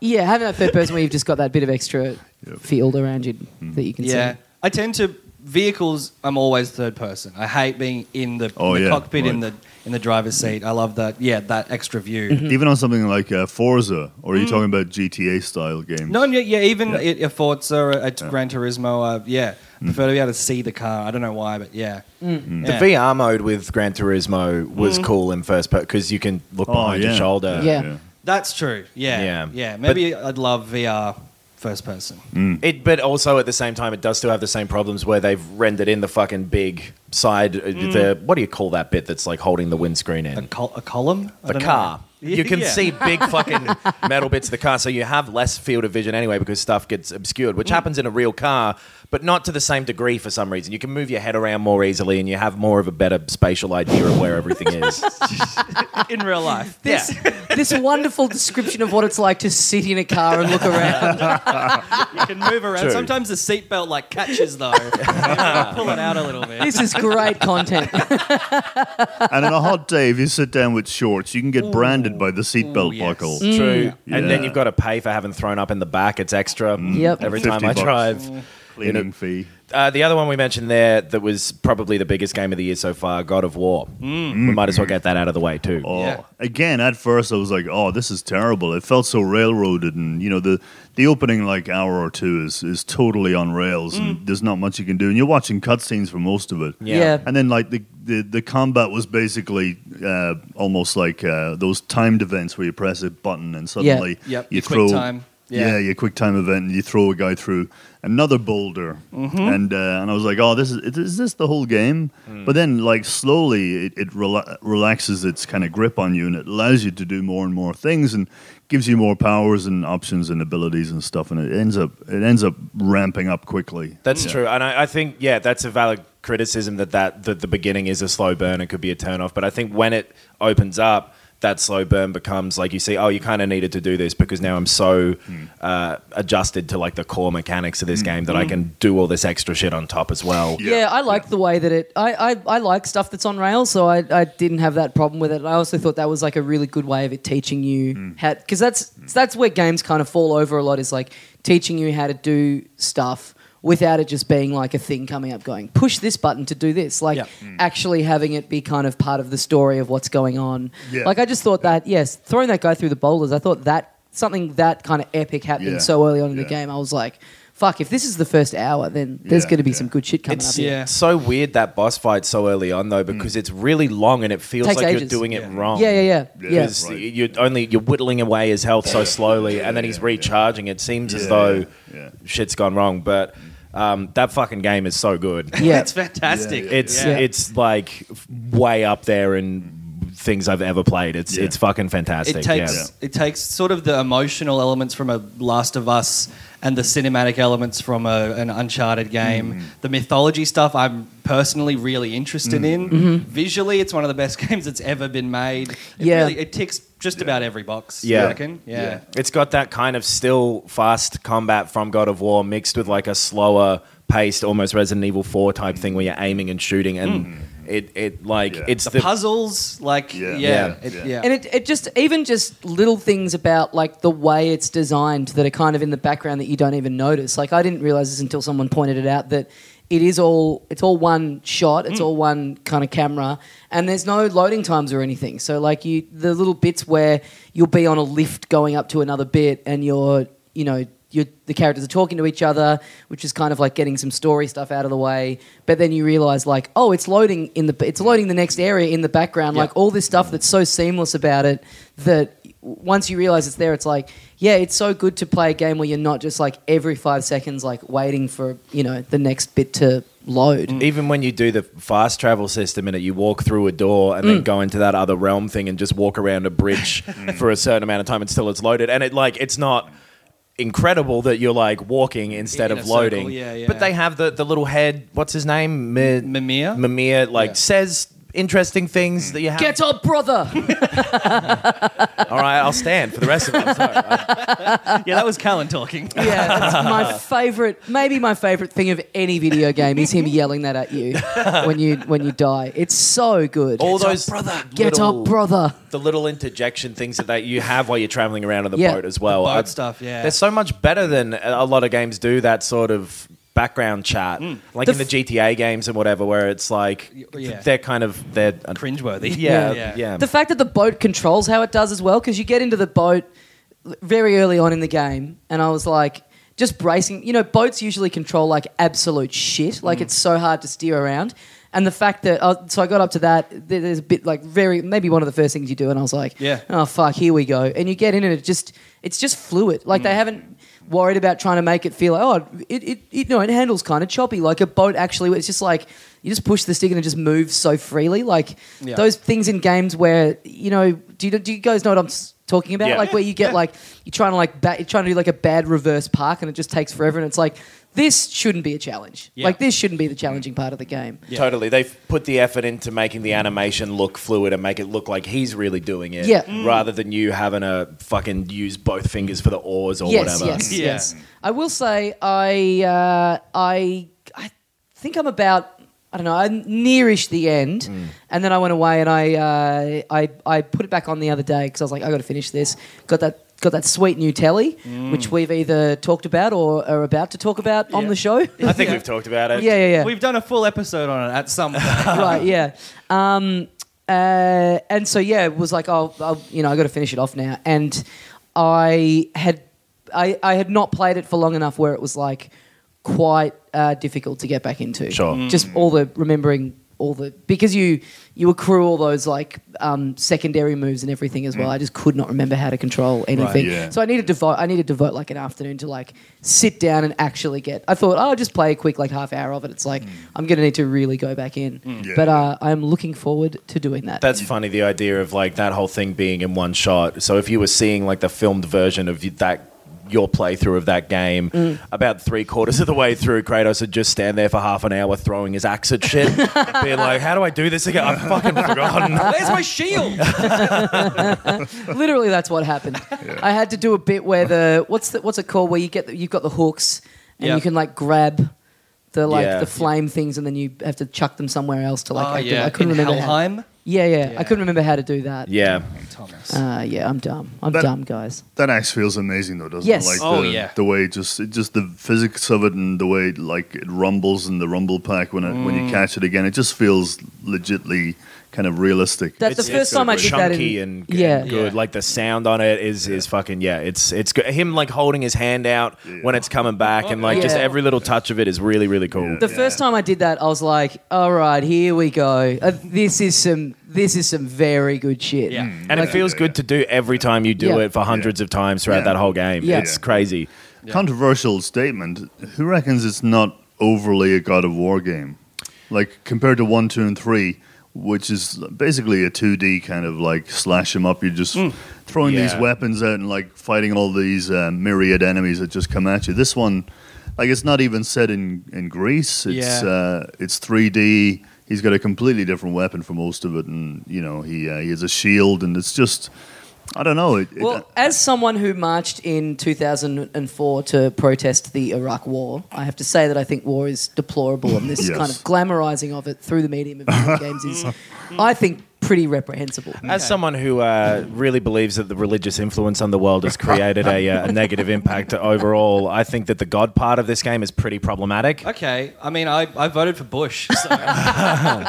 [SPEAKER 3] yeah, having that third person where you've just got that bit of extra field around you that you can
[SPEAKER 2] Yeah,
[SPEAKER 3] see.
[SPEAKER 2] I tend to vehicles. I'm always third person. I hate being in the,
[SPEAKER 5] Oh,
[SPEAKER 2] in the
[SPEAKER 5] yeah,
[SPEAKER 2] cockpit in the
[SPEAKER 5] right.
[SPEAKER 2] in the driver's seat. I love that. Yeah, that extra view.
[SPEAKER 5] Even on something like uh, Forza, or are
[SPEAKER 2] Mm.
[SPEAKER 5] you talking about GTA style games?
[SPEAKER 2] No, yeah, yeah even
[SPEAKER 5] Yeah.
[SPEAKER 2] a- a Forza, a, a Gran Turismo, uh, yeah.
[SPEAKER 4] Mm.
[SPEAKER 2] Prefer to be able to see the car. I don't know why, but yeah. Mm-hmm.
[SPEAKER 4] The VR mode with Gran Turismo was cool in first person because you can look
[SPEAKER 5] Oh,
[SPEAKER 4] behind your
[SPEAKER 5] yeah.
[SPEAKER 4] shoulder.
[SPEAKER 3] Yeah.
[SPEAKER 2] That's true. Yeah. Yeah.
[SPEAKER 4] Yeah.
[SPEAKER 2] Maybe I'd love VR first person.
[SPEAKER 4] It, but also at the same time, it does still have the same problems where they've rendered in the fucking big side. uh The what do you call that bit that's like holding the windscreen in?
[SPEAKER 2] A, col- a column? I
[SPEAKER 4] the
[SPEAKER 2] don't know.
[SPEAKER 4] car.
[SPEAKER 2] Yeah,
[SPEAKER 4] You can
[SPEAKER 2] yeah.
[SPEAKER 4] see big fucking metal bits of the car, so you have less field of vision anyway because stuff gets obscured, which happens in a real car, but not to the same degree for some reason. You can move your head around more easily, and you have more of a better spatial idea of where everything is.
[SPEAKER 2] in real life.
[SPEAKER 4] yeah,
[SPEAKER 3] This wonderful description of what it's like to sit in a car and look around.
[SPEAKER 2] You can move around.
[SPEAKER 4] True.
[SPEAKER 2] Sometimes the seatbelt like catches though. You gotta pull it out a little bit.
[SPEAKER 3] This is great content.
[SPEAKER 5] and on a hot day, if you sit down with shorts, you can get branded by the seatbelt
[SPEAKER 2] Ooh, yes.
[SPEAKER 5] buckle.
[SPEAKER 4] true. And then
[SPEAKER 5] Yeah.
[SPEAKER 4] you've got to pay for having thrown up in the back. It's extra
[SPEAKER 3] Yep.
[SPEAKER 4] every time
[SPEAKER 5] 50
[SPEAKER 4] I
[SPEAKER 5] bucks.
[SPEAKER 4] drive.
[SPEAKER 5] Cleaning fee.
[SPEAKER 4] Uh, the other one we mentioned there that was probably the biggest game of the year so far, God of War. We might as well get that out of the way too.
[SPEAKER 5] Mm. Oh,
[SPEAKER 2] Yeah.
[SPEAKER 5] again, at first I was like, "Oh, this is terrible." It felt so railroaded, and you know the the opening like hour or two is is totally on rails,
[SPEAKER 2] Mm.
[SPEAKER 5] and there's not much you can do, and you're watching cutscenes for most of it.
[SPEAKER 4] Yeah.
[SPEAKER 5] And then like the the, the combat was basically uh, almost like uh, those timed events where you press a button and suddenly
[SPEAKER 2] Yep,
[SPEAKER 5] you
[SPEAKER 2] your quick
[SPEAKER 5] throw
[SPEAKER 2] time. Yeah.
[SPEAKER 5] Yeah. your quick time event and you throw a guy through another boulder
[SPEAKER 2] Mm-hmm.
[SPEAKER 5] and uh, and I was like oh this is is this the whole game
[SPEAKER 2] Mm.
[SPEAKER 5] but then like slowly it, it rela- relaxes its kind of grip on you and it allows you to do more and more things and gives you more powers and options and abilities and stuff and it ends up it ends up ramping up quickly
[SPEAKER 4] That's
[SPEAKER 5] Yeah.
[SPEAKER 4] true, and I, I think yeah, that's a valid criticism that that, that the beginning is a slow burn and could be a turn off. But I think when it opens up, that slow burn becomes like you see, oh, you kind of needed to do this because now I'm so
[SPEAKER 5] Hmm.
[SPEAKER 4] uh, adjusted to like the core mechanics of this game
[SPEAKER 5] Hmm.
[SPEAKER 4] that I can do all this extra shit on top as well.
[SPEAKER 3] Yeah, I like the way that it. I, I, I like stuff that's on rails, so I, I didn't have that problem with it. And I also thought that was like a really good way of it teaching you
[SPEAKER 5] Mm.
[SPEAKER 3] how because that's that's where games kind of fall over a lot is like teaching you how to do stuff without it just being like a thing coming up going push this button to do this like
[SPEAKER 6] Yeah.
[SPEAKER 5] Mm.
[SPEAKER 3] actually having it be kind of part of the story of what's going on
[SPEAKER 5] Yeah.
[SPEAKER 3] like i just thought that yes throwing that guy through the boulders i thought that something that kind of epic happening
[SPEAKER 5] Yeah.
[SPEAKER 3] so early on in the
[SPEAKER 5] Yeah.
[SPEAKER 3] game i was like fuck if this is the first hour then there's
[SPEAKER 5] Yeah,
[SPEAKER 3] going to be
[SPEAKER 5] yeah.
[SPEAKER 3] some good shit coming up
[SPEAKER 4] It's
[SPEAKER 3] here. Mm.
[SPEAKER 2] Yeah.
[SPEAKER 4] so weird that boss fight so early on though because it's really long and it feels
[SPEAKER 3] Takes
[SPEAKER 4] like
[SPEAKER 3] ages.
[SPEAKER 4] you're doing it
[SPEAKER 2] Yeah.
[SPEAKER 4] wrong.
[SPEAKER 3] Yeah, yeah, yeah. Yeah.
[SPEAKER 4] Because
[SPEAKER 5] Right.
[SPEAKER 4] you're only you're whittling away his health so slowly, and then he's recharging. It seems as
[SPEAKER 5] Yeah,
[SPEAKER 4] though
[SPEAKER 5] yeah, yeah.
[SPEAKER 4] shit's gone wrong, but um, that fucking game is so good.
[SPEAKER 3] Yeah.
[SPEAKER 2] It's fantastic.
[SPEAKER 4] It's
[SPEAKER 3] Yeah.
[SPEAKER 4] it's like way up there in things I've ever played. It's
[SPEAKER 5] Yeah.
[SPEAKER 4] it's fucking fantastic.
[SPEAKER 2] it takes
[SPEAKER 4] yeah.
[SPEAKER 2] it takes sort of the emotional elements from a Last of Us and the cinematic elements from a, an Uncharted game. The mythology stuff I'm personally really interested in. Visually, it's one of the best games that's ever been made. It
[SPEAKER 3] Mm-hmm. Yeah.
[SPEAKER 2] really, it ticks just about every box. I
[SPEAKER 4] Yeah.
[SPEAKER 2] reckon. Yeah.
[SPEAKER 5] Yeah.
[SPEAKER 4] It's got that kind of still fast combat from God of War mixed with like a slower paced, almost Resident Evil Four type thing where you're aiming and shooting, and
[SPEAKER 2] Hmm.
[SPEAKER 4] it it like
[SPEAKER 5] Yeah.
[SPEAKER 4] it's
[SPEAKER 2] The,
[SPEAKER 4] the,
[SPEAKER 2] puzzles, like yeah,
[SPEAKER 5] Yeah.
[SPEAKER 4] Yeah.
[SPEAKER 2] it-
[SPEAKER 5] Yeah.
[SPEAKER 2] yeah.
[SPEAKER 3] And it, it just even just little things about like the way it's designed that are kind of in the background that you don't even notice. Like I didn't realize this until someone pointed it out that it is all it's all one shot, it's all one kind of camera, and there's no loading times or anything. So like you the little bits where you'll be on a lift going up to another bit and you're you know you're, the characters are talking to each other, which is kind of like getting some story stuff out of the way. But then you realize, like, oh, it's loading in the it's loading the next area in the background. Like all this stuff that's so seamless about it that once you realize it's there, it's like, yeah, it's so good to play a game where you're not just like every five seconds like waiting for you know the next bit to load.
[SPEAKER 4] even when you do the fast travel system in it, you walk through a door and then go into that other realm thing and just walk around a bridge
[SPEAKER 2] Hmm.
[SPEAKER 4] for a certain amount of time until it's loaded. And it like it's not incredible that you're like walking instead
[SPEAKER 2] In
[SPEAKER 4] of
[SPEAKER 2] a circle,
[SPEAKER 4] loading.
[SPEAKER 2] yeah, yeah.
[SPEAKER 4] But they have the the little head. What's his name? Mi-
[SPEAKER 2] Mimir?
[SPEAKER 4] Mimir like
[SPEAKER 2] Yeah.
[SPEAKER 4] says. Interesting things that you have.
[SPEAKER 3] Mm. Get up, brother!
[SPEAKER 4] All right, I'll stand for the rest of it. I'm sorry.
[SPEAKER 2] Yeah, that was Callan talking.
[SPEAKER 3] yeah, that's my favorite. Maybe my favorite thing of any video game is him yelling that at you when you when you die. It's so good.
[SPEAKER 4] all those
[SPEAKER 3] Get
[SPEAKER 4] little-
[SPEAKER 3] up, brother.
[SPEAKER 4] The little interjection things that they, you have while you're traveling around on the
[SPEAKER 3] Yeah.
[SPEAKER 4] boat as well.
[SPEAKER 2] The boat
[SPEAKER 4] I'd-
[SPEAKER 2] stuff, yeah.
[SPEAKER 4] They're so much better than a lot of games do that sort of background chat,
[SPEAKER 2] Mm.
[SPEAKER 4] like
[SPEAKER 3] The
[SPEAKER 4] in the
[SPEAKER 3] f-
[SPEAKER 4] GTA games and whatever, where it's like
[SPEAKER 2] yeah.
[SPEAKER 4] they're kind of they're uh,
[SPEAKER 2] Cringeworthy.
[SPEAKER 4] Yeah, yeah.
[SPEAKER 2] Yeah.
[SPEAKER 3] The fact that the boat controls how it does as well, because you get into the boat very early on in the game, and I was like, just bracing. You know, boats usually control like absolute shit.
[SPEAKER 2] Mm.
[SPEAKER 3] Like it's so hard to steer around. And the fact that uh, so I got up to that, there- there's a bit like very maybe one of the first things you do, and I was like,
[SPEAKER 2] Yeah.
[SPEAKER 3] oh fuck, here we go. And you get in, and it just it's just fluid. Like
[SPEAKER 2] Mm.
[SPEAKER 3] they haven't worried about trying to make it feel like oh it it, it no it handles kind of choppy like a boat actually. It's just like you just push the stick and it just moves so freely. Like
[SPEAKER 2] Yeah.
[SPEAKER 3] those things in games where you know do you, do you guys know what I'm s- talking about?
[SPEAKER 4] Yeah.
[SPEAKER 3] Like where you get like you're trying to like ba- you're trying to do like a bad reverse park and it just takes forever and it's like this shouldn't be a challenge.
[SPEAKER 2] Yeah.
[SPEAKER 3] Like this shouldn't be the challenging part of the game.
[SPEAKER 4] Totally. They've put the effort into making the animation look fluid and make it look like he's really doing it.
[SPEAKER 3] Yeah.
[SPEAKER 4] Rather than you having to fucking use both fingers for the oars or
[SPEAKER 3] yes,
[SPEAKER 4] whatever.
[SPEAKER 3] yes,
[SPEAKER 2] Yeah.
[SPEAKER 3] yes. I will say I uh, I I think I'm about I don't know I'm nearish the end,
[SPEAKER 4] Mm.
[SPEAKER 3] and then I went away and I uh, I I put it back on the other day because I was like I got to finish this. Got that. Got that sweet new telly, which we've either talked about or are about to talk about on
[SPEAKER 2] Yeah.
[SPEAKER 3] the show. yeah,
[SPEAKER 4] I think we've talked about it.
[SPEAKER 3] yeah, yeah.
[SPEAKER 2] We've done a full episode on it at some point.
[SPEAKER 3] right, yeah. Um, uh, and so yeah, it was like, oh, I'll, you know, I got to finish it off now. And I had, I, I had not played it for long enough where it was like quite uh, difficult to get back into. Mm.
[SPEAKER 4] Sure.
[SPEAKER 3] Just all the remembering all the because you you accrue all those like um, secondary moves and everything as well. I just could not remember how to control anything.
[SPEAKER 5] yeah.
[SPEAKER 3] So I needed to devote I needed to devote like an afternoon to like sit down and actually get. I thought oh, I'll just play a quick like half hour of it. It's
[SPEAKER 2] Mm.
[SPEAKER 3] like I'm gonna need to really go back in.
[SPEAKER 5] Yeah.
[SPEAKER 3] But uh, I'm looking forward to doing that.
[SPEAKER 4] That's funny, the idea of like that whole thing being in one shot. So if you were seeing like the filmed version of that your playthrough of that game.
[SPEAKER 3] Mm.
[SPEAKER 4] About three quarters of the way through, Kratos would just stand there for half an hour throwing his axe at shit, being like, "How do I do this again? I've fucking forgotten."
[SPEAKER 2] Where's my shield?
[SPEAKER 3] Literally, that's what happened. I had to do a bit where the what's the, what's it called? Where you get the, you've got the hooks and
[SPEAKER 2] Yeah.
[SPEAKER 3] you can like grab the like
[SPEAKER 4] Yeah.
[SPEAKER 3] the flame things, and then you have to chuck them somewhere else to like.
[SPEAKER 2] oh
[SPEAKER 3] activate-
[SPEAKER 2] yeah,
[SPEAKER 3] I couldn't
[SPEAKER 2] in
[SPEAKER 3] remember. How,
[SPEAKER 2] Helheim.
[SPEAKER 3] yeah, yeah,
[SPEAKER 2] Yeah.
[SPEAKER 3] I couldn't remember how to do that.
[SPEAKER 4] yeah,
[SPEAKER 2] Thomas.
[SPEAKER 3] Uh, yeah, I'm dumb. I'm
[SPEAKER 5] That-
[SPEAKER 3] dumb, guys.
[SPEAKER 5] That axe feels amazing though, doesn't
[SPEAKER 3] Yes.
[SPEAKER 5] it? Like
[SPEAKER 2] Oh,
[SPEAKER 5] the,
[SPEAKER 2] yeah.
[SPEAKER 5] the way it just it just the physics of it and the way it, like it rumbles in the rumble pack when it, when
[SPEAKER 2] Mm.
[SPEAKER 5] you catch it again, it just feels legitly kind of realistic.
[SPEAKER 3] That's
[SPEAKER 4] It's-
[SPEAKER 3] the first
[SPEAKER 4] it's
[SPEAKER 3] time I did that.
[SPEAKER 4] chunky
[SPEAKER 3] in-
[SPEAKER 4] and,
[SPEAKER 3] yeah.
[SPEAKER 4] and good.
[SPEAKER 2] Yeah.
[SPEAKER 4] Like the sound on it is is fucking yeah. It's it's good. him like holding his hand out when it's coming back and like just
[SPEAKER 3] Yeah.
[SPEAKER 4] every little touch of it is really really cool.
[SPEAKER 3] The first time I did that, I was like, "All right, here we go. Uh, this is some this is some very good shit."
[SPEAKER 2] Yeah.
[SPEAKER 5] Mm.
[SPEAKER 4] And it feels good to do every time you do
[SPEAKER 3] Yeah.
[SPEAKER 4] it for hundreds of times throughout
[SPEAKER 5] Yeah.
[SPEAKER 4] that whole game.
[SPEAKER 3] Yeah.
[SPEAKER 4] It's crazy.
[SPEAKER 5] Controversial statement. Who reckons it's not overly a God of War game? Like compared to one, two, and three, which is basically a two D kind of like slash 'em up. You're just throwing these
[SPEAKER 4] Yeah.
[SPEAKER 5] weapons out and like fighting all these uh, myriad enemies that just come at you. This one, like it's not even set in in Greece. It's
[SPEAKER 2] Yeah.
[SPEAKER 5] uh, it's three D. He's got a completely different weapon for most of it, and you know he uh, he has a shield, and it's just. I don't know. It, it-
[SPEAKER 3] Well, as someone who marched in 2004 to protest the Iraq War, I have to say that I think war is deplorable, and this
[SPEAKER 5] Yes.
[SPEAKER 3] kind of glamorizing of it through the medium of video games is, I think, pretty reprehensible.
[SPEAKER 4] As someone who uh, really believes that the religious influence on the world has created a, uh, a negative impact overall, I think that the God part of this game is pretty problematic.
[SPEAKER 2] Okay, I mean, I, I voted for Bush. So.
[SPEAKER 5] as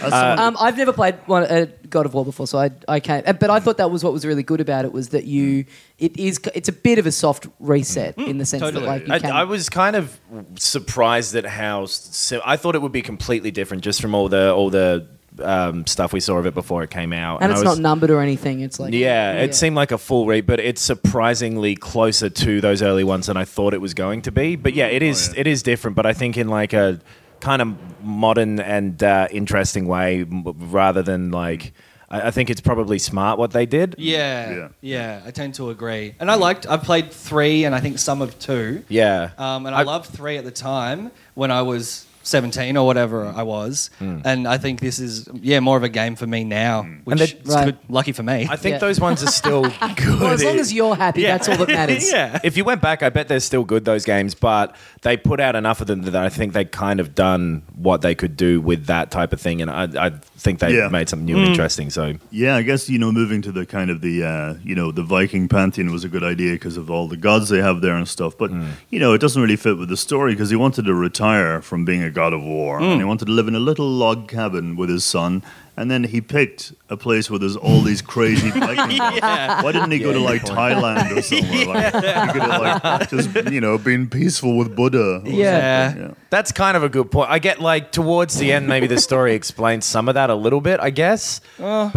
[SPEAKER 5] someone-
[SPEAKER 3] Um, I've never played one uh, God of War before, so I, I can't. uh, But I thought that was what was really good about it was that
[SPEAKER 5] Mm.
[SPEAKER 3] you it is c- it's a bit of a soft reset in the sense
[SPEAKER 2] totally.
[SPEAKER 3] that like you can.
[SPEAKER 4] I, I was kind of surprised at how si- I thought it would be completely different just from all the all the um, stuff we saw of it before it came out.
[SPEAKER 3] and it's
[SPEAKER 4] I
[SPEAKER 3] not
[SPEAKER 4] was-
[SPEAKER 3] numbered or anything. It's like
[SPEAKER 4] Yeah, it seemed like a full read, but it's surprisingly closer to those early ones than I thought it was going to be. But yeah,
[SPEAKER 2] Oh,
[SPEAKER 4] it is
[SPEAKER 5] yeah.
[SPEAKER 4] it is different. But I think in like a kind of modern and uh, interesting way, m- rather than like I, I think it's probably smart what they did.
[SPEAKER 2] yeah,
[SPEAKER 5] Yeah.
[SPEAKER 2] yeah, I tend to agree. And I liked. I played three, and I think some of two.
[SPEAKER 4] Yeah,
[SPEAKER 2] Um, and I, loved three at the time when I was 17 or whatever I was. And I think this is, yeah, more of a game for me now, which
[SPEAKER 4] they-
[SPEAKER 2] is
[SPEAKER 3] Right.
[SPEAKER 2] good, lucky for me.
[SPEAKER 4] I think
[SPEAKER 3] Yeah.
[SPEAKER 4] those ones are still good.
[SPEAKER 3] Well, as long as you're happy,
[SPEAKER 4] Yeah.
[SPEAKER 3] that's all that matters.
[SPEAKER 4] yeah. If you went back, I bet they're still good those games, but they put out enough of them that I think they kind of done what they could do with that type of thing, and I, I think they
[SPEAKER 5] Yeah.
[SPEAKER 4] made something new and interesting. So
[SPEAKER 5] Yeah, I guess you know moving to the kind of the uh, you know the Viking pantheon was a good idea because of all the gods they have there and stuff. But
[SPEAKER 4] Mm.
[SPEAKER 5] you know it doesn't really fit with the story because he wanted to retire from being a god of war and
[SPEAKER 4] Mm.
[SPEAKER 5] he wanted to live in a little log cabin with his son. And then he picked a place where there's all these crazy Viking. gods. Why didn't he go to
[SPEAKER 4] Yeah,
[SPEAKER 5] like
[SPEAKER 4] good
[SPEAKER 5] Thailand or somewhere? Like, he could have like just you know been peaceful with Buddha. or
[SPEAKER 3] Yeah.
[SPEAKER 5] something, yeah.
[SPEAKER 4] That's kind of a good point. I get like towards the end, maybe the story explains some of that a little bit, I guess.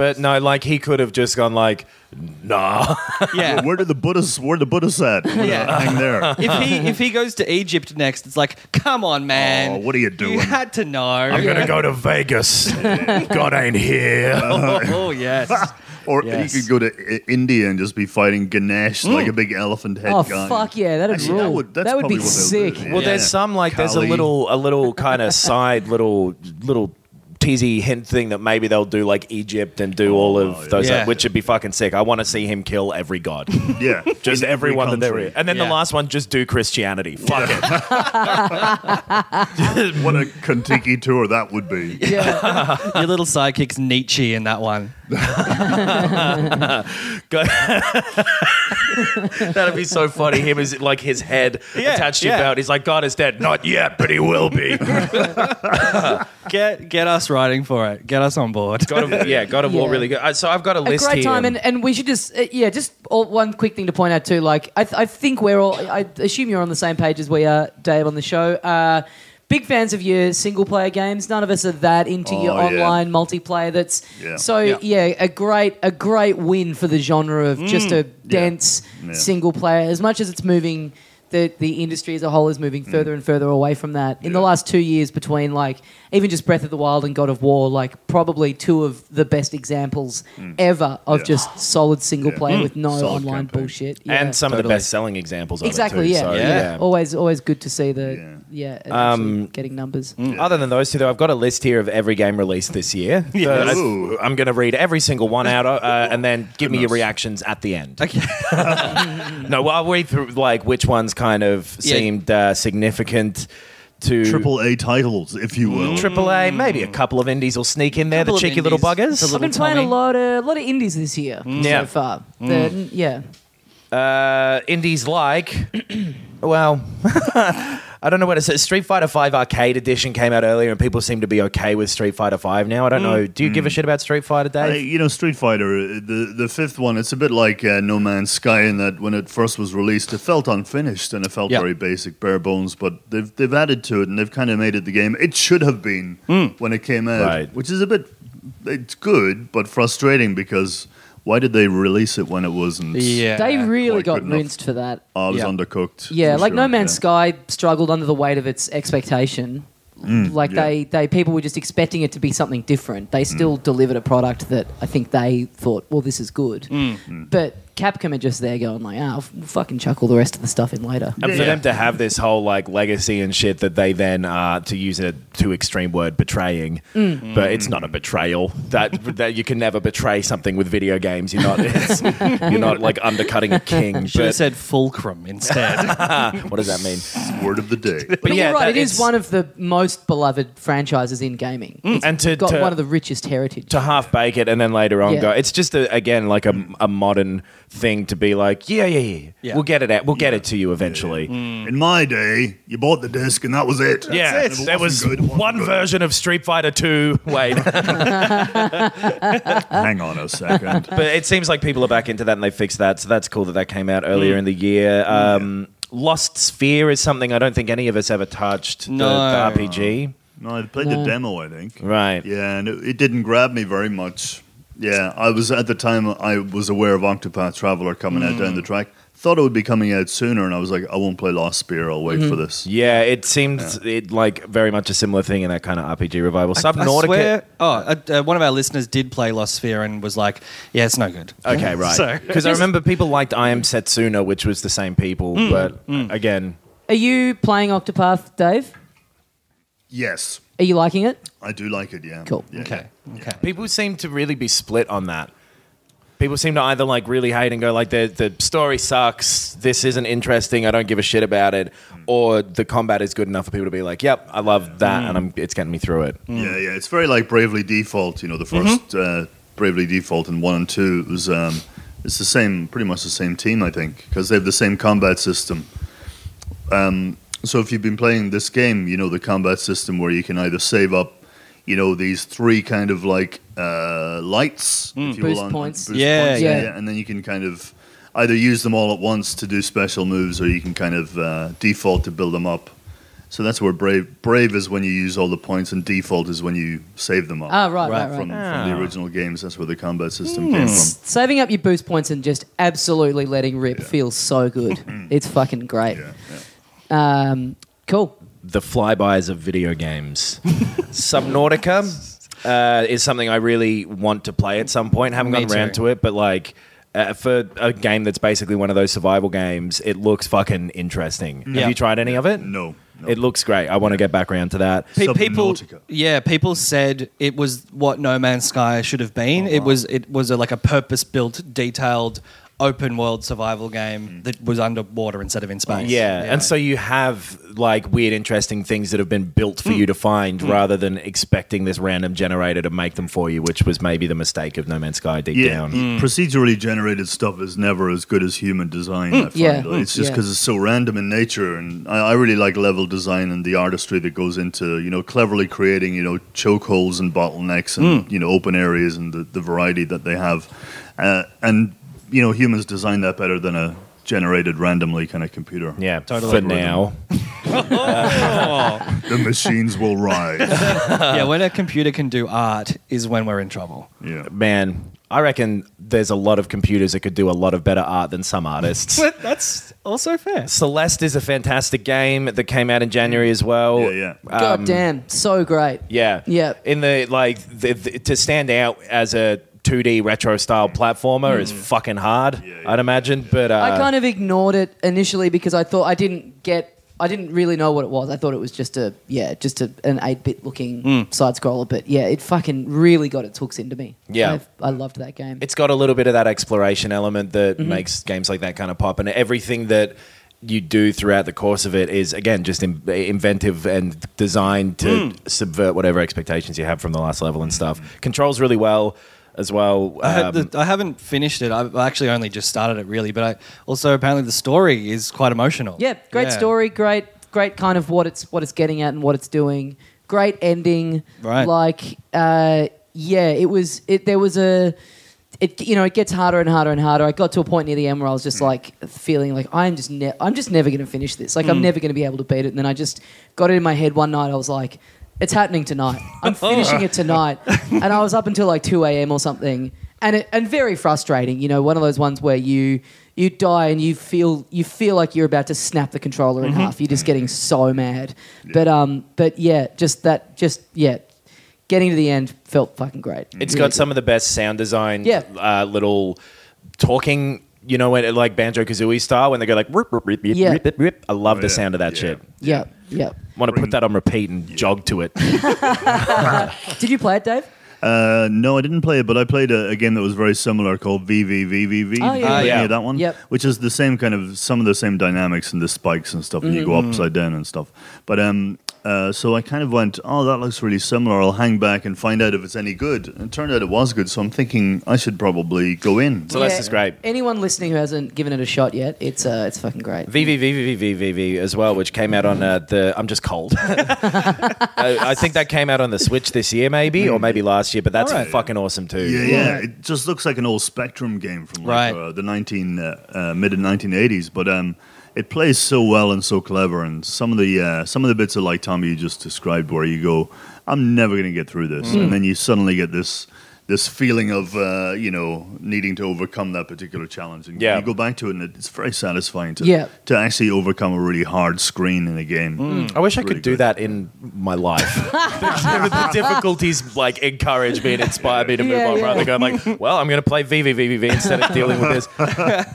[SPEAKER 4] but no, like he could have just gone like, nah.
[SPEAKER 2] yeah.
[SPEAKER 5] Where did the Buddhists? Where the Buddhists at? I'm gonna
[SPEAKER 2] Yeah.
[SPEAKER 5] hang there.
[SPEAKER 2] if he if he goes to Egypt next, it's like, come on, man.
[SPEAKER 5] Oh, what are you doing?
[SPEAKER 2] You had to know.
[SPEAKER 4] I'm gonna go to Vegas. God ain't here.
[SPEAKER 2] oh, oh, yes.
[SPEAKER 5] Or
[SPEAKER 2] Yes.
[SPEAKER 5] you could go to I- India and just be fighting Ganesh like
[SPEAKER 4] Mm.
[SPEAKER 5] a big elephant head
[SPEAKER 3] Oh
[SPEAKER 5] guy.
[SPEAKER 3] fuck yeah, that'd
[SPEAKER 5] Actually,
[SPEAKER 3] rule. That
[SPEAKER 5] that would-
[SPEAKER 3] would,
[SPEAKER 5] that's
[SPEAKER 3] be
[SPEAKER 5] probably what they'll
[SPEAKER 3] sick.
[SPEAKER 5] do.
[SPEAKER 4] Well,
[SPEAKER 5] Yeah.
[SPEAKER 4] there's some like there's a
[SPEAKER 5] Kali.
[SPEAKER 4] little a little kind of side little little teasy hint thing that maybe they'll do like Egypt and do all of those,
[SPEAKER 2] yeah.
[SPEAKER 4] which would be fucking sick. I want to see him kill every god,
[SPEAKER 5] Yeah,
[SPEAKER 4] just
[SPEAKER 5] In every
[SPEAKER 4] everyone that there
[SPEAKER 5] country.
[SPEAKER 4] is, and then the
[SPEAKER 2] Yeah.
[SPEAKER 4] last one just do Christianity. Fuck it.
[SPEAKER 5] What a Kentucky tour that would be.
[SPEAKER 3] Yeah.
[SPEAKER 2] Your little sidekick's Nietzsche in that one.
[SPEAKER 4] Go- That'd be so funny. Him is like his head
[SPEAKER 2] Yeah,
[SPEAKER 4] attached to your
[SPEAKER 2] yeah.
[SPEAKER 4] belt. He's like, God is dead. Not yet, but he will be.
[SPEAKER 2] Get get us writing for it. Get us on board.
[SPEAKER 4] God of, yeah, God of War
[SPEAKER 3] Yeah.
[SPEAKER 4] really good. Uh, So I've got a,
[SPEAKER 3] a
[SPEAKER 4] list
[SPEAKER 3] great
[SPEAKER 4] here.
[SPEAKER 3] time, and, and we should just uh, yeah, just all, one quick thing to point out too. Like I, th- I think we're all. I assume you're on the same page as we are, Dave, on the show. Uh, big fans of your single player games. None of us are that into your
[SPEAKER 5] Oh, yeah.
[SPEAKER 3] online multiplayer. That's
[SPEAKER 5] Yeah.
[SPEAKER 3] so
[SPEAKER 2] Yeah.
[SPEAKER 3] yeah. a great a great win for the genre of just a dense
[SPEAKER 5] Yeah.
[SPEAKER 3] single player. As much as it's moving. that the industry as a whole is moving further and further away from that. In the last two years, between like even just Breath of the Wild and God of War, like probably two of the best examples ever of
[SPEAKER 5] Yeah.
[SPEAKER 3] just solid single
[SPEAKER 5] Yeah.
[SPEAKER 3] player with no
[SPEAKER 5] Solid
[SPEAKER 3] online
[SPEAKER 5] campaign.
[SPEAKER 3] bullshit. Yeah.
[SPEAKER 4] and some of
[SPEAKER 2] totally.
[SPEAKER 4] the best-selling examples of
[SPEAKER 3] exactly,
[SPEAKER 4] it
[SPEAKER 3] yeah,
[SPEAKER 4] too. so,
[SPEAKER 3] yeah. Always, always good to see the yeah, and actually
[SPEAKER 4] Um,
[SPEAKER 3] getting numbers.
[SPEAKER 4] Other than those two, though, I've got a list here of every game released this year.
[SPEAKER 5] Yes.
[SPEAKER 4] So I, am going to read every single one out, uh, and then give me your reactions at the end. Okay. no, well, I'll read through like which ones kind of
[SPEAKER 2] Yeah.
[SPEAKER 4] seemed uh, significant to
[SPEAKER 5] Triple A titles, if you will.
[SPEAKER 4] Triple A. Maybe a couple Mm. of indies will sneak in there. The
[SPEAKER 2] Couple of
[SPEAKER 4] cheeky little
[SPEAKER 2] indies.
[SPEAKER 4] buggers.
[SPEAKER 2] The
[SPEAKER 3] I've been
[SPEAKER 2] Little
[SPEAKER 3] playing a
[SPEAKER 2] Tommy.
[SPEAKER 3] lot of lot of indies this year
[SPEAKER 4] Yeah.
[SPEAKER 3] so far. The, yeah,
[SPEAKER 4] uh, indies like, well, I don't know what it says. Street Fighter V Arcade Edition came out earlier, and people seem to be okay with Street Fighter V now. I don't know. Do you give a shit about Street Fighter,
[SPEAKER 5] I,
[SPEAKER 4] Dave?
[SPEAKER 5] you know, Street Fighter, uh, the the fifth one, it's a bit like uh, No Man's Sky in that when it first was released, it felt unfinished and it felt
[SPEAKER 2] Yeah.
[SPEAKER 5] very basic, bare bones. But they've they've added to it and they've kind of made it the game it should have been when it came out,
[SPEAKER 4] Right.
[SPEAKER 5] which is a bit it's good but frustrating because why did they release it when it wasn't?
[SPEAKER 2] Yeah.
[SPEAKER 3] they really
[SPEAKER 5] quite
[SPEAKER 3] got
[SPEAKER 5] good enough.
[SPEAKER 3] rinsed for that.
[SPEAKER 5] I was
[SPEAKER 2] Yeah.
[SPEAKER 5] undercooked.
[SPEAKER 3] Yeah,
[SPEAKER 5] for
[SPEAKER 3] like
[SPEAKER 5] sure,
[SPEAKER 3] No Man's
[SPEAKER 5] yeah.
[SPEAKER 3] Sky struggled under the weight of its expectation. like
[SPEAKER 5] Mm, yeah. Mm.
[SPEAKER 3] they, they people were just expecting it to be something different. They still delivered a product that I think they thought, well, this is good.
[SPEAKER 4] Mm.
[SPEAKER 5] Mm.
[SPEAKER 3] But Capcom are just there going like, ah, we'll fucking chuck all the rest of the stuff in later.
[SPEAKER 4] And for them to have this whole like legacy and shit that they then, uh, to use a too extreme word, betraying,
[SPEAKER 3] Mm.
[SPEAKER 4] but it's not a betrayal. That that you can never betray something with video games. You're not. It's, you're not like undercutting a king.
[SPEAKER 2] Should have
[SPEAKER 4] But,
[SPEAKER 2] said fulcrum instead.
[SPEAKER 4] what does that mean?
[SPEAKER 5] Word of the day.
[SPEAKER 3] But,
[SPEAKER 4] yeah,
[SPEAKER 3] you're right, it
[SPEAKER 4] that
[SPEAKER 3] is
[SPEAKER 4] it's- Mm.
[SPEAKER 3] one of the most beloved franchises in gaming. It's
[SPEAKER 4] And to,
[SPEAKER 3] got
[SPEAKER 4] to
[SPEAKER 3] one of the richest heritage.
[SPEAKER 4] to half bake it and then later on
[SPEAKER 3] Yeah.
[SPEAKER 4] go. It's just a, again like a, a modern thing to be like, yeah, yeah, yeah,
[SPEAKER 2] Yeah.
[SPEAKER 4] We'll get it out. We'll get it to you eventually. Yeah,
[SPEAKER 5] In my day, you bought the disc and that was it. And if it
[SPEAKER 4] there
[SPEAKER 5] wasn't
[SPEAKER 4] was
[SPEAKER 5] good, it wasn't
[SPEAKER 4] one
[SPEAKER 5] good.
[SPEAKER 4] version of Street Fighter Two. Wait, but
[SPEAKER 5] Hang on a second.
[SPEAKER 4] it seems like people are back into that and they fixed that, so that's cool that that came out
[SPEAKER 2] Mm.
[SPEAKER 4] earlier in the year. Um, Lost Sphere is something I don't think any of us ever touched. the-
[SPEAKER 2] No.
[SPEAKER 4] the, RPG,
[SPEAKER 5] No, I played the demo, I think.
[SPEAKER 4] right?
[SPEAKER 5] Yeah, and it, it didn't grab me very much. Yeah, I was at the time I was aware of Octopath Traveler coming out down the track. Thought it would be coming out sooner, and I was like, I won't play Lost Spear. I'll wait for this.
[SPEAKER 4] Yeah, it seemed it like very much a similar thing in that kind of RPG revival.
[SPEAKER 2] I
[SPEAKER 4] Subnautica.
[SPEAKER 2] swear, oh, uh, uh, one of our listeners did play Lost Sphere and was like, "Yeah, it's no good."
[SPEAKER 4] Okay, right.
[SPEAKER 2] So-
[SPEAKER 4] Because I remember people liked I Am Setsuna, which was the same people,
[SPEAKER 2] Mm.
[SPEAKER 4] but again,
[SPEAKER 3] Are you playing Octopath, Dave?
[SPEAKER 5] Yes,
[SPEAKER 3] Are you liking it?
[SPEAKER 5] I do like it. Yeah.
[SPEAKER 3] Cool.
[SPEAKER 5] Yeah.
[SPEAKER 2] Okay. Okay.
[SPEAKER 4] people seem to really be split on that. People seem to either like really hate and go like the the story sucks, this isn't interesting, I don't give a shit about it, or the combat is good enough for people to be like, yep, I love that, and I'm it's getting me through it.
[SPEAKER 5] Yeah, yeah. It's very like Bravely Default. You know, the 1st uh, Bravely Default and one and two it was um, it's the same, pretty much the same team, I think, because they have the same combat system. Um, so if you've been playing this game, you know the combat system where you can either save up, you know, these three kind of like uh, lights, if you
[SPEAKER 3] Boost
[SPEAKER 5] on-
[SPEAKER 3] points.
[SPEAKER 2] Yeah,
[SPEAKER 3] yeah.
[SPEAKER 5] and then you can kind of either use them all at once to do special moves, or you can kind of uh, default to build them up. So that's where brave brave is when you use all the points, and default is when you save them up.
[SPEAKER 3] Ah, right, Ah. Hmm. right,
[SPEAKER 2] Right,
[SPEAKER 3] right.
[SPEAKER 5] From, from the original games, that's where the combat system came from.
[SPEAKER 3] Saving up your boost points and just absolutely letting rip feels so good. it's fucking great. Um, cool.
[SPEAKER 4] the flybys of video games. Subnautica uh, is something I really want to play at some point. Haven't
[SPEAKER 2] Me
[SPEAKER 4] gotten around
[SPEAKER 2] too.
[SPEAKER 4] to it, but like uh, for a game that's basically one of those survival games, it looks fucking interesting.
[SPEAKER 2] Yeah.
[SPEAKER 4] Have you tried any of it?
[SPEAKER 5] No, no.
[SPEAKER 4] It looks great. I want to get back around to that.
[SPEAKER 2] Pe- people,
[SPEAKER 5] Subnautica.
[SPEAKER 2] yeah, people said it was what No Man's Sky should have been. It was it was a, like a purpose-built, detailed, open-world survival game that was underwater instead of in space.
[SPEAKER 4] Yeah. and so you have like weird, interesting things that have been built for you to find, rather than expecting this random generator to make them for you, which was maybe the mistake of No Man's Sky deep
[SPEAKER 5] Yeah,
[SPEAKER 4] down.
[SPEAKER 3] Mm.
[SPEAKER 5] procedurally generated stuff is never as good as human design. I find.
[SPEAKER 3] Mm, Yeah.
[SPEAKER 5] Like, it's just
[SPEAKER 3] Yeah.
[SPEAKER 5] because it's so random in nature, and I, I really like level design and the artistry that goes into you know cleverly creating you know chokeholds and
[SPEAKER 3] Mm.
[SPEAKER 5] bottlenecks and you know open areas and the, the variety that they have, uh, and you know humans design that better than a generated randomly kind of computer.
[SPEAKER 4] Yeah,
[SPEAKER 2] Totally.
[SPEAKER 4] for now.
[SPEAKER 5] The machines will rise.
[SPEAKER 2] yeah, when a computer can do art is when we're in trouble.
[SPEAKER 5] Yeah.
[SPEAKER 4] Man, I reckon there's a lot of computers that could do a lot of better art than some artists.
[SPEAKER 2] But that's also fair.
[SPEAKER 4] Celeste is a fantastic game that came out in January as well.
[SPEAKER 5] Yeah, yeah.
[SPEAKER 3] God damn, so great.
[SPEAKER 4] Um, Yeah.
[SPEAKER 3] Yeah.
[SPEAKER 4] In the like the, the, to stand out as a 2D retro style platformer is fucking hard.
[SPEAKER 5] yeah.
[SPEAKER 4] I'd imagine, but uh,
[SPEAKER 3] I kind of ignored it initially because I thought I didn't get. I didn't really know what it was. I thought it was just a yeah, just a, an eight bit looking
[SPEAKER 4] Mm.
[SPEAKER 3] side scroller. But yeah, it fucking really got its hooks into me.
[SPEAKER 4] Yeah.
[SPEAKER 3] I've- I, loved that game.
[SPEAKER 4] it's got a little bit of that exploration element that
[SPEAKER 2] Mm-hmm.
[SPEAKER 4] makes games like that kind of pop, and everything that you do throughout the course of it is again just in, inventive and designed to
[SPEAKER 2] Mm.
[SPEAKER 4] subvert whatever expectations you have from the last level and stuff. Controls really well as well.
[SPEAKER 2] I, had
[SPEAKER 4] Um,
[SPEAKER 2] the, I haven't finished it. I've actually only just started it, really. But I also apparently the story is quite emotional.
[SPEAKER 3] yeah, great story, great great kind of what it's what it's getting at and what it's doing. Great ending.
[SPEAKER 2] Right.
[SPEAKER 3] Like uh, yeah, it was it there was a it you know, it gets harder and harder and harder. I got to a point near the end where I was just like feeling like I'm just ne- I'm just never going to finish this. Like I'm never going to be able to beat it. And then I just got it in my head one night. I was like it's happening tonight. I'm finishing it tonight. And I was up until like 2 a.m. or something. And it, and very frustrating, you know, one of those ones where you you die and you feel you feel like you're about to snap the controller in
[SPEAKER 4] Mm-hmm.
[SPEAKER 3] half. You're just getting so mad. But um but yeah, just that just yeah, getting to the end felt fucking great.
[SPEAKER 4] It's
[SPEAKER 3] Really
[SPEAKER 4] got some of the best sound design.
[SPEAKER 3] Yeah.
[SPEAKER 4] Uh, little talking. You know, when it, like Banjo Kazooie style, when they go like rip, rip, rip, rip,
[SPEAKER 3] Yeah.
[SPEAKER 4] rip, rip, rip. I love
[SPEAKER 5] Oh,
[SPEAKER 4] the
[SPEAKER 5] yeah.
[SPEAKER 4] sound of that
[SPEAKER 5] Yeah.
[SPEAKER 4] shit.
[SPEAKER 3] Yeah, yeah.
[SPEAKER 4] Want to put that on repeat and jog to it.
[SPEAKER 3] Did you play it, Dave?
[SPEAKER 5] Uh, no, I didn't play it, but I played a, a game that was very similar called VVVVV.
[SPEAKER 3] Oh, yeah.
[SPEAKER 5] Did you
[SPEAKER 3] Ah,
[SPEAKER 5] play any
[SPEAKER 4] yeah.
[SPEAKER 5] of that one?
[SPEAKER 3] Yep.
[SPEAKER 5] Which is the same kind of some of the same dynamics and the spikes and stuff, and you go
[SPEAKER 3] Mm-hmm.
[SPEAKER 5] upside down and stuff. But um, uh, so I kind of went, oh, that looks really similar. I'll hang back and find out if it's any good. And it turned out it was good. So I'm thinking I should probably go in.
[SPEAKER 4] So that's just great.
[SPEAKER 3] Anyone listening who hasn't given it a shot yet, it's uh, it's fucking great.
[SPEAKER 4] VVVVVVV as well, which came out on uh, the. I'm just cold. I, I think that came out on the Switch this year, maybe, or maybe last year, but that's
[SPEAKER 2] Alright.
[SPEAKER 4] fucking awesome too.
[SPEAKER 5] Yeah, yeah. It just looks like an old Spectrum game from like
[SPEAKER 2] Right.
[SPEAKER 5] uh, the nineteen uh, uh, mid nineteen eighties, but um, it plays so well and so clever. And some of the uh, some of the bits of like Tommy you just described, where you go, "I'm never going to get through this," and then you suddenly get this this feeling of uh, you know needing to overcome that particular challenge, and
[SPEAKER 4] Yeah.
[SPEAKER 5] you go back to it, and it's very satisfying to
[SPEAKER 3] Yeah.
[SPEAKER 5] to actually overcome a really hard screen in a game.
[SPEAKER 4] I wish I
[SPEAKER 5] Really
[SPEAKER 4] could do
[SPEAKER 5] good.
[SPEAKER 4] that in my life. the, the difficulties like encourage me and inspire me to move
[SPEAKER 3] Yeah,
[SPEAKER 4] on
[SPEAKER 3] yeah.
[SPEAKER 4] rather than going like, well, I'm going to play VVVVV instead of dealing with this.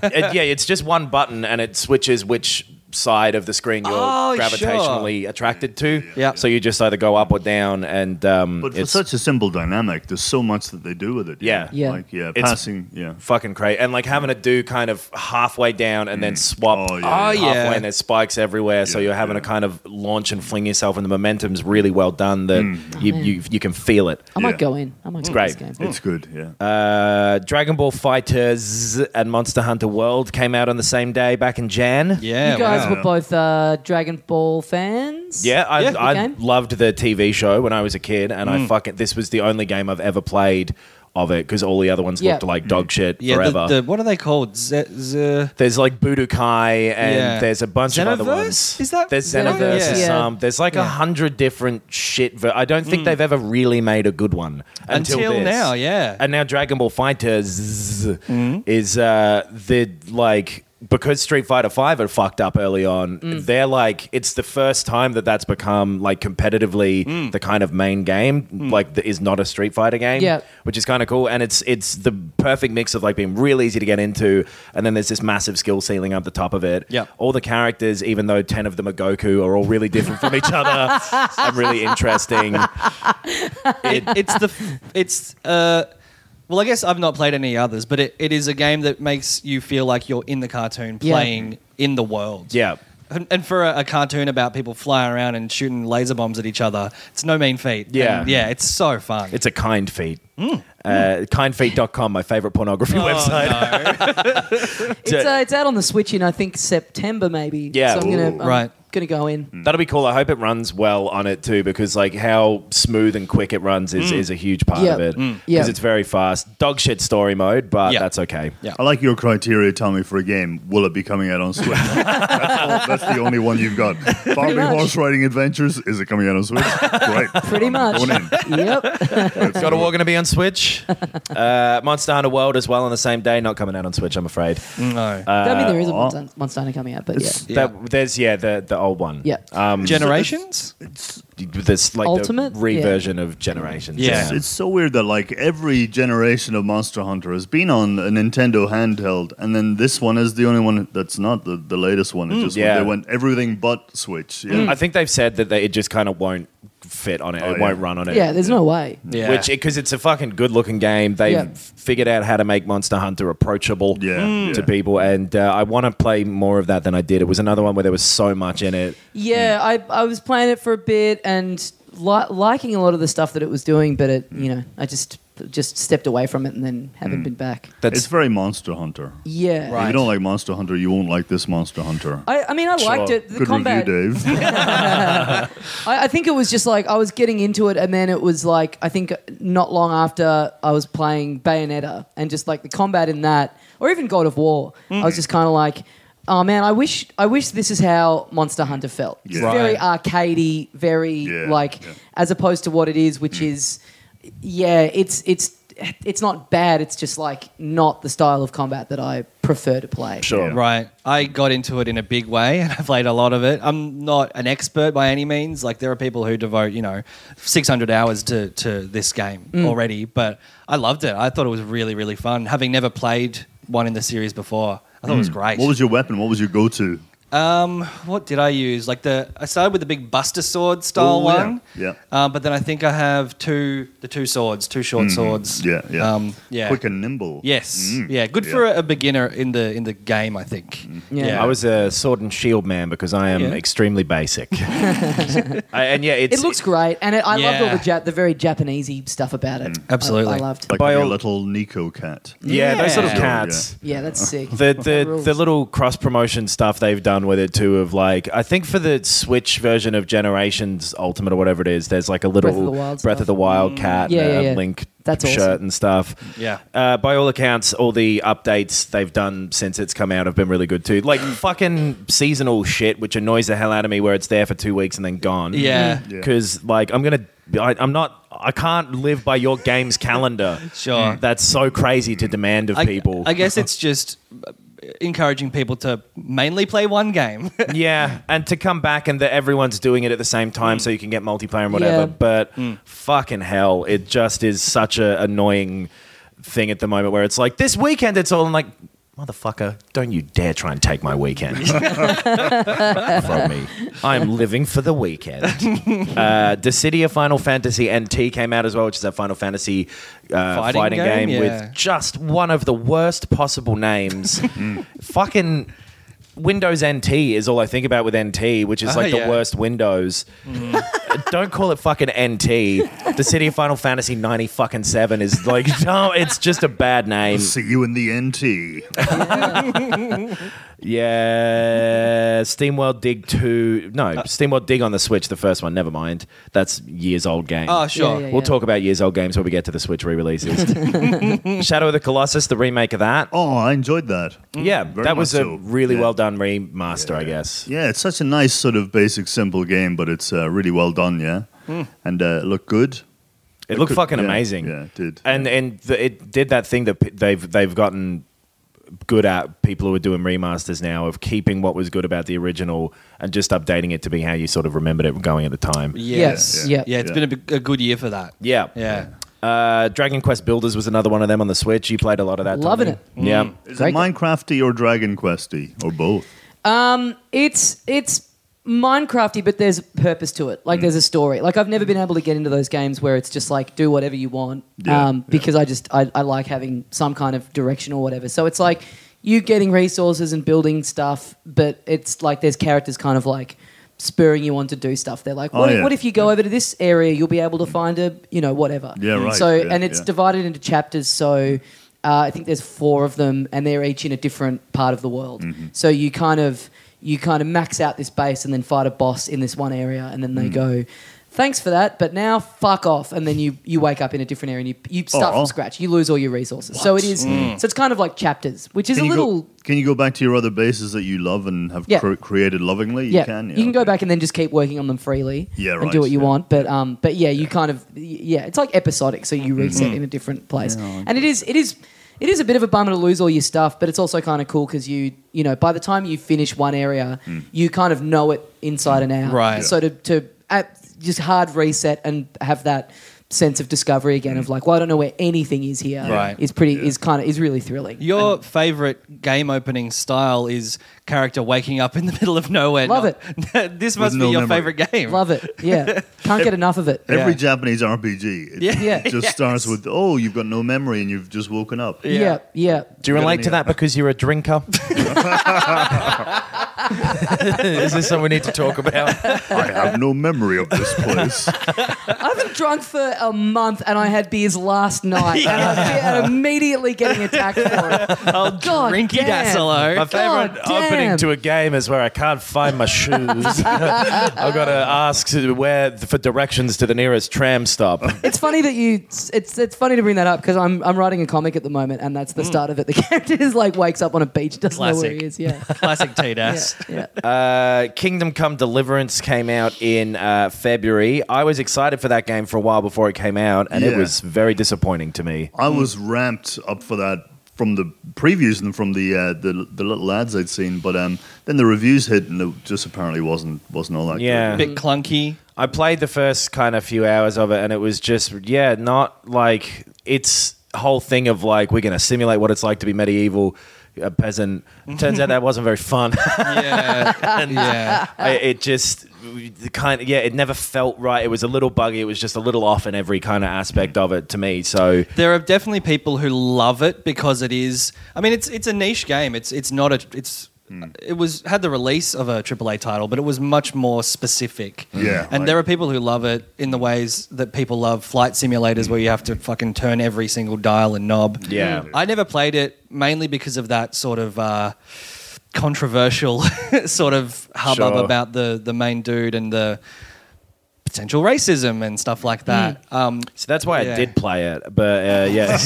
[SPEAKER 4] And yeah, it's just one button and it switches which side of the screen you're
[SPEAKER 2] Oh, sure.
[SPEAKER 4] gravitationally attracted to.
[SPEAKER 2] Yeah.
[SPEAKER 4] So you just either go up or down and um,
[SPEAKER 5] But for
[SPEAKER 4] it's
[SPEAKER 5] such a simple dynamic, there's so much that they do with it. you
[SPEAKER 4] Yeah.
[SPEAKER 5] know?
[SPEAKER 3] Yeah.
[SPEAKER 5] like yeah,
[SPEAKER 4] It's-
[SPEAKER 5] passing, yeah.
[SPEAKER 4] fucking crazy. And like having to do kind of halfway down and then swap
[SPEAKER 5] Oh, yeah.
[SPEAKER 2] Oh,
[SPEAKER 4] halfway
[SPEAKER 2] yeah.
[SPEAKER 4] and there's spikes everywhere. so
[SPEAKER 5] Yeah,
[SPEAKER 4] you're having
[SPEAKER 5] yeah.
[SPEAKER 4] to kind of launch and fling yourself and the momentum's really well done that
[SPEAKER 5] Mm.
[SPEAKER 4] you, you you can feel it.
[SPEAKER 3] I might
[SPEAKER 5] Yeah.
[SPEAKER 3] go in. I might it's
[SPEAKER 4] great.
[SPEAKER 3] This game.
[SPEAKER 5] It's good, yeah.
[SPEAKER 4] Uh, Dragon Ball Fighters and Monster Hunter World came out on the same day back in Jan.
[SPEAKER 2] Yeah,
[SPEAKER 3] you guys
[SPEAKER 2] wow.
[SPEAKER 3] were both uh, Dragon Ball fans.
[SPEAKER 4] Yeah, I,
[SPEAKER 2] Yeah.
[SPEAKER 4] I
[SPEAKER 3] Good game.
[SPEAKER 4] loved the TV show when I was a kid, and
[SPEAKER 5] Mm.
[SPEAKER 4] I fucking this was the only game I've ever played of it because all the other ones
[SPEAKER 3] Yeah.
[SPEAKER 4] looked like dog shit
[SPEAKER 2] yeah,
[SPEAKER 4] forever.
[SPEAKER 2] the, the, what are they called? Z- z-
[SPEAKER 4] There's like Budokai and
[SPEAKER 2] Yeah.
[SPEAKER 4] there's a bunch of other
[SPEAKER 2] Xenoverse?
[SPEAKER 4] ones.
[SPEAKER 2] Is that-
[SPEAKER 4] there's
[SPEAKER 3] Xenoverse,
[SPEAKER 4] Xenoverse
[SPEAKER 2] yeah.
[SPEAKER 4] or
[SPEAKER 2] Yeah. Hmm.
[SPEAKER 4] some. There's like a hundred different shit. Ver- I don't think they've ever really made a good one until,
[SPEAKER 2] Until
[SPEAKER 4] this.
[SPEAKER 2] now, yeah. Hmm.
[SPEAKER 4] And now Dragon Ball Fighters is uh the like. Because Street Fighter Five had fucked up early on,
[SPEAKER 2] Hmm.
[SPEAKER 4] they're like it's the first time that that's become like competitively
[SPEAKER 2] Hmm.
[SPEAKER 4] the kind of main game like that is not a Street Fighter game
[SPEAKER 3] Yeah.
[SPEAKER 4] which is kind of cool. And it's it's the perfect mix of like being real easy to get into, and then there's this massive skill ceiling up the top of it.
[SPEAKER 2] Yeah.
[SPEAKER 4] all the characters, even though ten of them are Goku, are all really different from each other and really interesting.
[SPEAKER 2] it, it's the f- it's uh well i guess i've not played any others but it, it is a game that makes you feel like you're in the cartoon
[SPEAKER 3] Yeah.
[SPEAKER 2] playing in the world
[SPEAKER 4] Yeah.
[SPEAKER 2] and, and for a, a cartoon about people flying around and shooting laser bombs at each other it's no mean feat
[SPEAKER 4] Yeah.
[SPEAKER 2] And yeah it's so fun
[SPEAKER 4] It's a kind feat.
[SPEAKER 2] Hmm.
[SPEAKER 4] Uh, Kindfeet.com, my favorite pornography
[SPEAKER 2] Oh,
[SPEAKER 4] website.
[SPEAKER 3] It's, uh, it's out on the Switch in I think September maybe.
[SPEAKER 4] Yeah.
[SPEAKER 3] so I'm gonna,
[SPEAKER 4] Ooh.
[SPEAKER 3] I'm
[SPEAKER 2] Right.
[SPEAKER 3] going to go in.
[SPEAKER 4] That'll be cool. I hope it runs well on it too, because like how smooth and quick it runs
[SPEAKER 2] Hmm.
[SPEAKER 4] is, is a huge part
[SPEAKER 3] Yeah.
[SPEAKER 4] of it.
[SPEAKER 3] Mm.
[SPEAKER 4] Because
[SPEAKER 3] Yeah.
[SPEAKER 4] it's very fast. Dog shit story mode, but
[SPEAKER 2] Yeah.
[SPEAKER 4] that's okay.
[SPEAKER 2] Yeah.
[SPEAKER 5] I like your criteria, Tommy, for a game. Will it be coming out on Switch? that's, all, that's the only one you've got. Barbie
[SPEAKER 3] much.
[SPEAKER 5] Horse Riding Adventures. Is it coming out on Switch? Great.
[SPEAKER 3] Pretty much.
[SPEAKER 5] Going in.
[SPEAKER 3] yep.
[SPEAKER 4] God of War going to be on Switch. uh, Monster Hunter World as well on the same day. Not coming out on Switch, I'm afraid.
[SPEAKER 2] No.
[SPEAKER 3] I mean, there is a
[SPEAKER 5] Uh,
[SPEAKER 3] Monster, Monster Hunter coming out, but yeah.
[SPEAKER 5] It's-
[SPEAKER 2] Yeah.
[SPEAKER 4] That, there's yeah the the old one.
[SPEAKER 3] Yeah.
[SPEAKER 4] Um,
[SPEAKER 2] Generations?
[SPEAKER 4] this like
[SPEAKER 3] Ultimate?
[SPEAKER 4] the re
[SPEAKER 3] Yeah.
[SPEAKER 4] version of Generations.
[SPEAKER 2] Yeah.
[SPEAKER 5] It's, it's so weird that like every generation of Monster Hunter has been on a Nintendo handheld, and then this one is the only one that's not the, the latest one. It just
[SPEAKER 4] Mm, yeah. Mm.
[SPEAKER 5] they went everything but Switch. Yeah.
[SPEAKER 4] I think they've said that they, it just kind of won't fit on it.
[SPEAKER 5] Oh,
[SPEAKER 4] it
[SPEAKER 5] yeah.
[SPEAKER 4] won't run on it.
[SPEAKER 3] Yeah, there's no way.
[SPEAKER 2] Yeah.
[SPEAKER 4] Which because it's a fucking good looking game. They've
[SPEAKER 3] Yeah.
[SPEAKER 4] figured out how to make Monster Hunter approachable
[SPEAKER 5] Yeah, Mm.
[SPEAKER 4] to
[SPEAKER 5] yeah.
[SPEAKER 4] people, and uh, I want to play more of that than I did. It was another one where there was so much in it.
[SPEAKER 3] Yeah, I, I was playing it for a bit and li- liking a lot of the stuff that it was doing, but it, you know, I just just stepped away from it and then
[SPEAKER 5] Mm.
[SPEAKER 3] haven't been back.
[SPEAKER 4] That's
[SPEAKER 5] It's very Monster Hunter.
[SPEAKER 3] Yeah.
[SPEAKER 5] If you don't like Monster Hunter, you won't like this Monster Hunter.
[SPEAKER 3] I, I mean, I liked it. The
[SPEAKER 5] Good
[SPEAKER 3] combat.
[SPEAKER 5] review, Dave.
[SPEAKER 3] I, I think it was just like I was getting into it, and then it was like I think not long after I was playing Bayonetta, and just like the combat in that, or even God of War, I
[SPEAKER 5] Mm.
[SPEAKER 3] was just kind of like, oh man, I wish I wish this is how Monster Hunter felt. It's
[SPEAKER 5] Yeah.
[SPEAKER 3] very arcadey, very
[SPEAKER 5] Yeah, Mm.
[SPEAKER 3] like
[SPEAKER 5] yeah.
[SPEAKER 3] as opposed to what it is, which is yeah, it's it's. It's not bad. It's just like not the style of combat that I prefer to play.
[SPEAKER 4] sure.
[SPEAKER 2] Right. I got into it in a big way and I played a lot of it. I'm not an expert by any means. Like, there are people who devote, you know, 600 hours to, to this game already, but I loved it. I thought it was really, really fun. Having never played one in the series before, I thought it was great.
[SPEAKER 5] Mm. what was your weapon? What was your go-to?
[SPEAKER 2] Um, what did I use? Like the I started with the big Buster Sword style
[SPEAKER 5] Ooh, yeah.
[SPEAKER 2] one.
[SPEAKER 5] Yeah.
[SPEAKER 2] Uh, but then I think I have two the two swords, two short swords.
[SPEAKER 5] Mm-hmm. Yeah, yeah.
[SPEAKER 2] Um, yeah.
[SPEAKER 5] Quick and nimble.
[SPEAKER 2] Yes.
[SPEAKER 5] Mm.
[SPEAKER 2] Yeah. Good
[SPEAKER 5] Yeah. Mm.
[SPEAKER 2] for a, a beginner in the in the game. I think.
[SPEAKER 3] Yeah.
[SPEAKER 4] I was a sword and shield man because I am
[SPEAKER 2] Yeah.
[SPEAKER 4] extremely basic. I- and yeah, it's,
[SPEAKER 3] It looks great, and it, I loved all the
[SPEAKER 2] Yeah.
[SPEAKER 3] ja- the very Japanesey stuff about
[SPEAKER 5] Mm.
[SPEAKER 3] it. I-
[SPEAKER 2] Absolutely.
[SPEAKER 3] I, loved.
[SPEAKER 5] Like
[SPEAKER 4] By
[SPEAKER 5] your
[SPEAKER 4] all-
[SPEAKER 5] little Nico cat.
[SPEAKER 4] Yeah, those little
[SPEAKER 2] Yeah.
[SPEAKER 4] cats.
[SPEAKER 3] Yeah, that's sick.
[SPEAKER 4] The
[SPEAKER 3] That
[SPEAKER 4] the,
[SPEAKER 3] rules.
[SPEAKER 4] the little cross promotion stuff they've done with it too of like I think for the Switch version of Generations Ultimate or whatever it is, there's like a little
[SPEAKER 3] Breath of the Wild
[SPEAKER 4] Breath
[SPEAKER 3] stuff.
[SPEAKER 4] of
[SPEAKER 3] Mm.
[SPEAKER 4] the Wild cat
[SPEAKER 3] Yeah,
[SPEAKER 4] and
[SPEAKER 3] yeah,
[SPEAKER 4] a
[SPEAKER 3] yeah.
[SPEAKER 4] Link
[SPEAKER 3] That's awesome.
[SPEAKER 4] shirt and stuff.
[SPEAKER 2] Yeah.
[SPEAKER 4] Uh, by all accounts, all the updates they've done since it's come out have been really good too. Like
[SPEAKER 2] Mm.
[SPEAKER 4] fucking seasonal shit, which annoys the hell out of me, where it's there for two weeks and then gone.
[SPEAKER 2] Yeah.
[SPEAKER 3] Mm.
[SPEAKER 5] Yeah.
[SPEAKER 4] Because like I'm gonna, I, I'm not, I can't live by your game's calendar.
[SPEAKER 2] Sure.
[SPEAKER 4] That's so crazy to demand of
[SPEAKER 2] I,
[SPEAKER 4] people.
[SPEAKER 2] I guess it's just uh, encouraging people to mainly play one game.
[SPEAKER 4] Yeah, and to come back and that everyone's doing it at the same time, so you can get multiplayer and whatever.
[SPEAKER 3] Yeah.
[SPEAKER 4] But fucking hell, it just is such a annoying thing at the moment where it's like this weekend it's all and like. Motherfucker, don't you dare try and take my weekend from me. I'm living for the weekend. Uh, Dissidia Final Fantasy NT came out as well, which is that Final Fantasy uh,
[SPEAKER 2] Fighting
[SPEAKER 4] fighting,
[SPEAKER 2] game,
[SPEAKER 4] game,
[SPEAKER 2] yeah.
[SPEAKER 4] with just one of the worst possible names.
[SPEAKER 2] Hmm.
[SPEAKER 4] Fucking Windows NT is all I think about with NT, which is
[SPEAKER 2] Oh,
[SPEAKER 4] like
[SPEAKER 2] yeah. Hmm.
[SPEAKER 4] the worst Windows. Don't call it fucking NT. The City of Final Fantasy 90 fucking 7 is like, no, it's just a bad name.
[SPEAKER 5] See you in the NT.
[SPEAKER 4] Yeah, SteamWorld Dig 2. No,
[SPEAKER 2] Uh.
[SPEAKER 4] SteamWorld Dig on the Switch, the first one, never mind. That's years old game.
[SPEAKER 2] oh, sure.
[SPEAKER 3] Yeah, yeah,
[SPEAKER 4] We'll talk about years old games when we get to the Switch re releases. Shadow of the Colossus, the remake of that.
[SPEAKER 5] Oh, I enjoyed that.
[SPEAKER 4] yeah,
[SPEAKER 5] Mm. very
[SPEAKER 4] that was
[SPEAKER 5] much
[SPEAKER 4] a
[SPEAKER 5] so.
[SPEAKER 4] really
[SPEAKER 5] Yeah.
[SPEAKER 4] well done remaster, I guess.
[SPEAKER 5] Yeah, it's such a nice sort of basic, simple game, but it's uh, really well done. Yeah, and uh, it looked good.
[SPEAKER 4] It looked
[SPEAKER 5] could-
[SPEAKER 4] fucking
[SPEAKER 5] yeah,
[SPEAKER 4] amazing.
[SPEAKER 5] yeah, it did.
[SPEAKER 4] And and the, it did that thing that p- they've they've gotten good at people who are doing remasters now of keeping what was good about the original and just updating it to be how you sort of remembered it going at the time.
[SPEAKER 2] Yes.
[SPEAKER 3] Yeah.
[SPEAKER 2] Yeah.
[SPEAKER 3] Yeah.
[SPEAKER 2] it's
[SPEAKER 5] Yeah.
[SPEAKER 2] been a, big- a good year for that.
[SPEAKER 4] Yeah.
[SPEAKER 2] Yeah.
[SPEAKER 4] Uh, Dragon Quest Builders was another one of them on the Switch. You played a lot of that.
[SPEAKER 3] Loving
[SPEAKER 4] Tommy. Yeah.
[SPEAKER 5] Is
[SPEAKER 3] Great
[SPEAKER 5] it Minecrafty or Dragon Questy or both?
[SPEAKER 3] it's it's Minecrafty, but there's purpose to it. Like there's a story. Like I've never been able to get into those games where it's just like do whatever you want.
[SPEAKER 5] Yeah,
[SPEAKER 3] um, because I just I, I like having some kind of direction or whatever. So it's like you getting resources and building stuff, but it's like there's characters kind of like spurring you on to do stuff. They're like,
[SPEAKER 5] Oh,
[SPEAKER 3] what,
[SPEAKER 5] yeah.
[SPEAKER 3] what if you go over to this area? You'll be able to find a you know whatever.
[SPEAKER 5] Yeah, right.
[SPEAKER 3] So
[SPEAKER 5] Yeah,
[SPEAKER 3] and it's
[SPEAKER 5] yeah.
[SPEAKER 3] divided into chapters. So
[SPEAKER 5] Mm-hmm.
[SPEAKER 3] uh, I think there's four of them, and they're each in a different part of the world. So you kind of you kind of max out this base and then fight a boss in this one area, and then
[SPEAKER 5] Mm.
[SPEAKER 3] they go, "Thanks for that, but now fuck off." And then you you wake up in a different area and you you start
[SPEAKER 5] Aw.
[SPEAKER 3] from scratch. You lose all your resources. So it is. So it's kind of like chapters, which is
[SPEAKER 5] Mm. Can
[SPEAKER 3] a
[SPEAKER 5] you go-
[SPEAKER 3] little.
[SPEAKER 5] can you go back to your other bases that you love and have
[SPEAKER 3] Yeah.
[SPEAKER 5] cre- created lovingly? You
[SPEAKER 3] yeah,
[SPEAKER 5] can. Yeah,
[SPEAKER 3] you can go
[SPEAKER 5] okay.
[SPEAKER 3] back and then just keep working on them freely.
[SPEAKER 5] Yeah,
[SPEAKER 3] and
[SPEAKER 5] right,
[SPEAKER 3] do what you
[SPEAKER 5] yeah.
[SPEAKER 3] want. But um, but yeah, you kind of yeah, it's like episodic, so you
[SPEAKER 5] Mm-hmm.
[SPEAKER 3] reset in a different place. and it is it is it is a bit of a bummer to lose all your stuff, but it's also kind of cool because you you know by the time you finish one area,
[SPEAKER 5] Mm.
[SPEAKER 3] you kind of know it inside and out.
[SPEAKER 2] Right.
[SPEAKER 3] So to to uh, just hard reset and have that sense of discovery again
[SPEAKER 5] Mm.
[SPEAKER 3] of like, well, I don't know where anything is here.
[SPEAKER 2] Right.
[SPEAKER 3] Is pretty is kind of is really thrilling.
[SPEAKER 2] Your favorite game opening style is character waking up in the middle of nowhere.
[SPEAKER 3] Love
[SPEAKER 2] it. this must
[SPEAKER 5] With
[SPEAKER 2] be
[SPEAKER 5] no
[SPEAKER 2] your
[SPEAKER 5] memory.
[SPEAKER 2] favorite game.
[SPEAKER 3] Love it. Yeah. Can't get enough of it.
[SPEAKER 5] Every
[SPEAKER 2] Yeah.
[SPEAKER 5] Japanese RPG, it
[SPEAKER 2] Yeah.
[SPEAKER 3] Yeah.
[SPEAKER 5] just starts with "Oh, you've got no memory and you've just woken up."
[SPEAKER 2] Yeah.
[SPEAKER 3] Yeah. Yeah.
[SPEAKER 4] Do you relate to that because you're a drinker? Is this something we need to talk about?
[SPEAKER 5] I have no memory of this place.
[SPEAKER 3] I haven't drunk for a month and I had beers last night and I'm immediately getting attacked for it. Oh, God
[SPEAKER 2] Rinky
[SPEAKER 3] damn.
[SPEAKER 4] My
[SPEAKER 2] Dassolo.
[SPEAKER 4] favorite
[SPEAKER 3] God damn.
[SPEAKER 4] opening to a game is where I can't find my shoes. I've got to ask to where for directions to the nearest tram stop. Uh,
[SPEAKER 3] It's funny that you. It's it's funny to bring that up because I'm I'm writing a comic at the moment and that's the start of it. The character is like wakes up on a beach, doesn't know where
[SPEAKER 2] Classic.
[SPEAKER 3] he is. Yeah.
[SPEAKER 2] Classic T
[SPEAKER 3] Yeah,
[SPEAKER 2] Das.
[SPEAKER 3] yeah.
[SPEAKER 4] Uh, Kingdom Come Deliverance came out in uh, February. I was excited for that game for a while before it came out, and it
[SPEAKER 5] Yeah.
[SPEAKER 4] was very disappointing to me.
[SPEAKER 5] I was ramped up for that from the previews and from the uh, the, the little lads I'd seen, but um, then the reviews hit and it just apparently wasn't wasn't all that.
[SPEAKER 4] Yeah.
[SPEAKER 5] good.
[SPEAKER 3] Mm-hmm.
[SPEAKER 2] Bit clunky.
[SPEAKER 4] I played the first kind of few hours of it, and it was just yeah, not like its whole thing of like we're going to simulate what it's like to be medieval. A peasant. Turns out that wasn't very fun.
[SPEAKER 2] Yeah. yeah.
[SPEAKER 4] I, it just the kind of yeah it never felt right it was a little buggy it was just a little off in every kind of aspect of it to me so
[SPEAKER 2] There are definitely people who love it because it is. I mean, it's it's a niche game. It's it's not a it's.
[SPEAKER 5] Hmm.
[SPEAKER 2] It was had the release of a AAA title, but it was much more specific.
[SPEAKER 5] Yeah,
[SPEAKER 2] and
[SPEAKER 5] like-
[SPEAKER 2] there are people who love it in the ways that people love flight simulators, where you have to fucking turn every single dial and knob.
[SPEAKER 4] Yeah.
[SPEAKER 2] I never played it mainly because of that sort of uh, controversial sort of hubbub
[SPEAKER 4] Sure.
[SPEAKER 2] about the the main dude and the potential racism and stuff like that. Um,
[SPEAKER 4] so that's why
[SPEAKER 2] Yeah.
[SPEAKER 4] I did play it but uh, yeah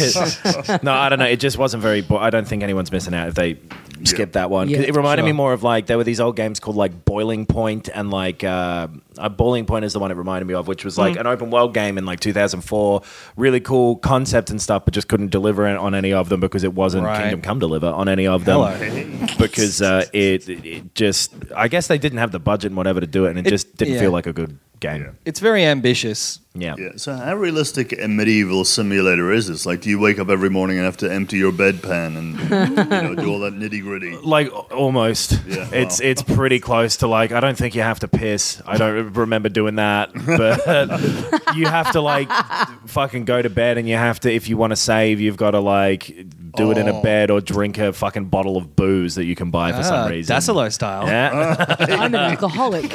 [SPEAKER 4] no I don't know it just wasn't very bo- I don't think anyone's missing out if they skip that one 'Cause
[SPEAKER 3] Yeah,
[SPEAKER 4] it reminded me
[SPEAKER 2] sure.
[SPEAKER 4] more of like there were these old games called like Boiling Point and like uh, uh, Boiling Point is the one it reminded me of which was
[SPEAKER 2] Mm.
[SPEAKER 4] like an open world game in like 2004 really cool concept and stuff but just couldn't deliver it on any of them because it wasn't
[SPEAKER 2] Right.
[SPEAKER 4] Kingdom Come Deliver on any of them
[SPEAKER 2] hello.
[SPEAKER 4] because uh, it, it just I guess they didn't have the budget and whatever to do it, and it,
[SPEAKER 2] It-
[SPEAKER 4] just didn't
[SPEAKER 2] yeah.
[SPEAKER 4] feel like a good game.
[SPEAKER 2] It's very ambitious.
[SPEAKER 4] Yeah.
[SPEAKER 5] Yeah. So how realistic a medieval simulator is this? Like, do you wake up every morning and have to empty your bedpan and you know, do all that nitty gritty?
[SPEAKER 4] Like a- almost,
[SPEAKER 5] Yeah,
[SPEAKER 4] it's
[SPEAKER 5] wow.
[SPEAKER 4] it's pretty close to like I don't think you have to piss. I don't remember doing that, but you have to like fucking go to bed, and you have to if you want to save, you've got to like do it in
[SPEAKER 5] Oh.
[SPEAKER 4] a bed or drink a fucking bottle of booze that you can buy for
[SPEAKER 2] Ah,
[SPEAKER 4] some reason.
[SPEAKER 2] Dassolo style.
[SPEAKER 4] Yeah.
[SPEAKER 3] I'm an alcoholic.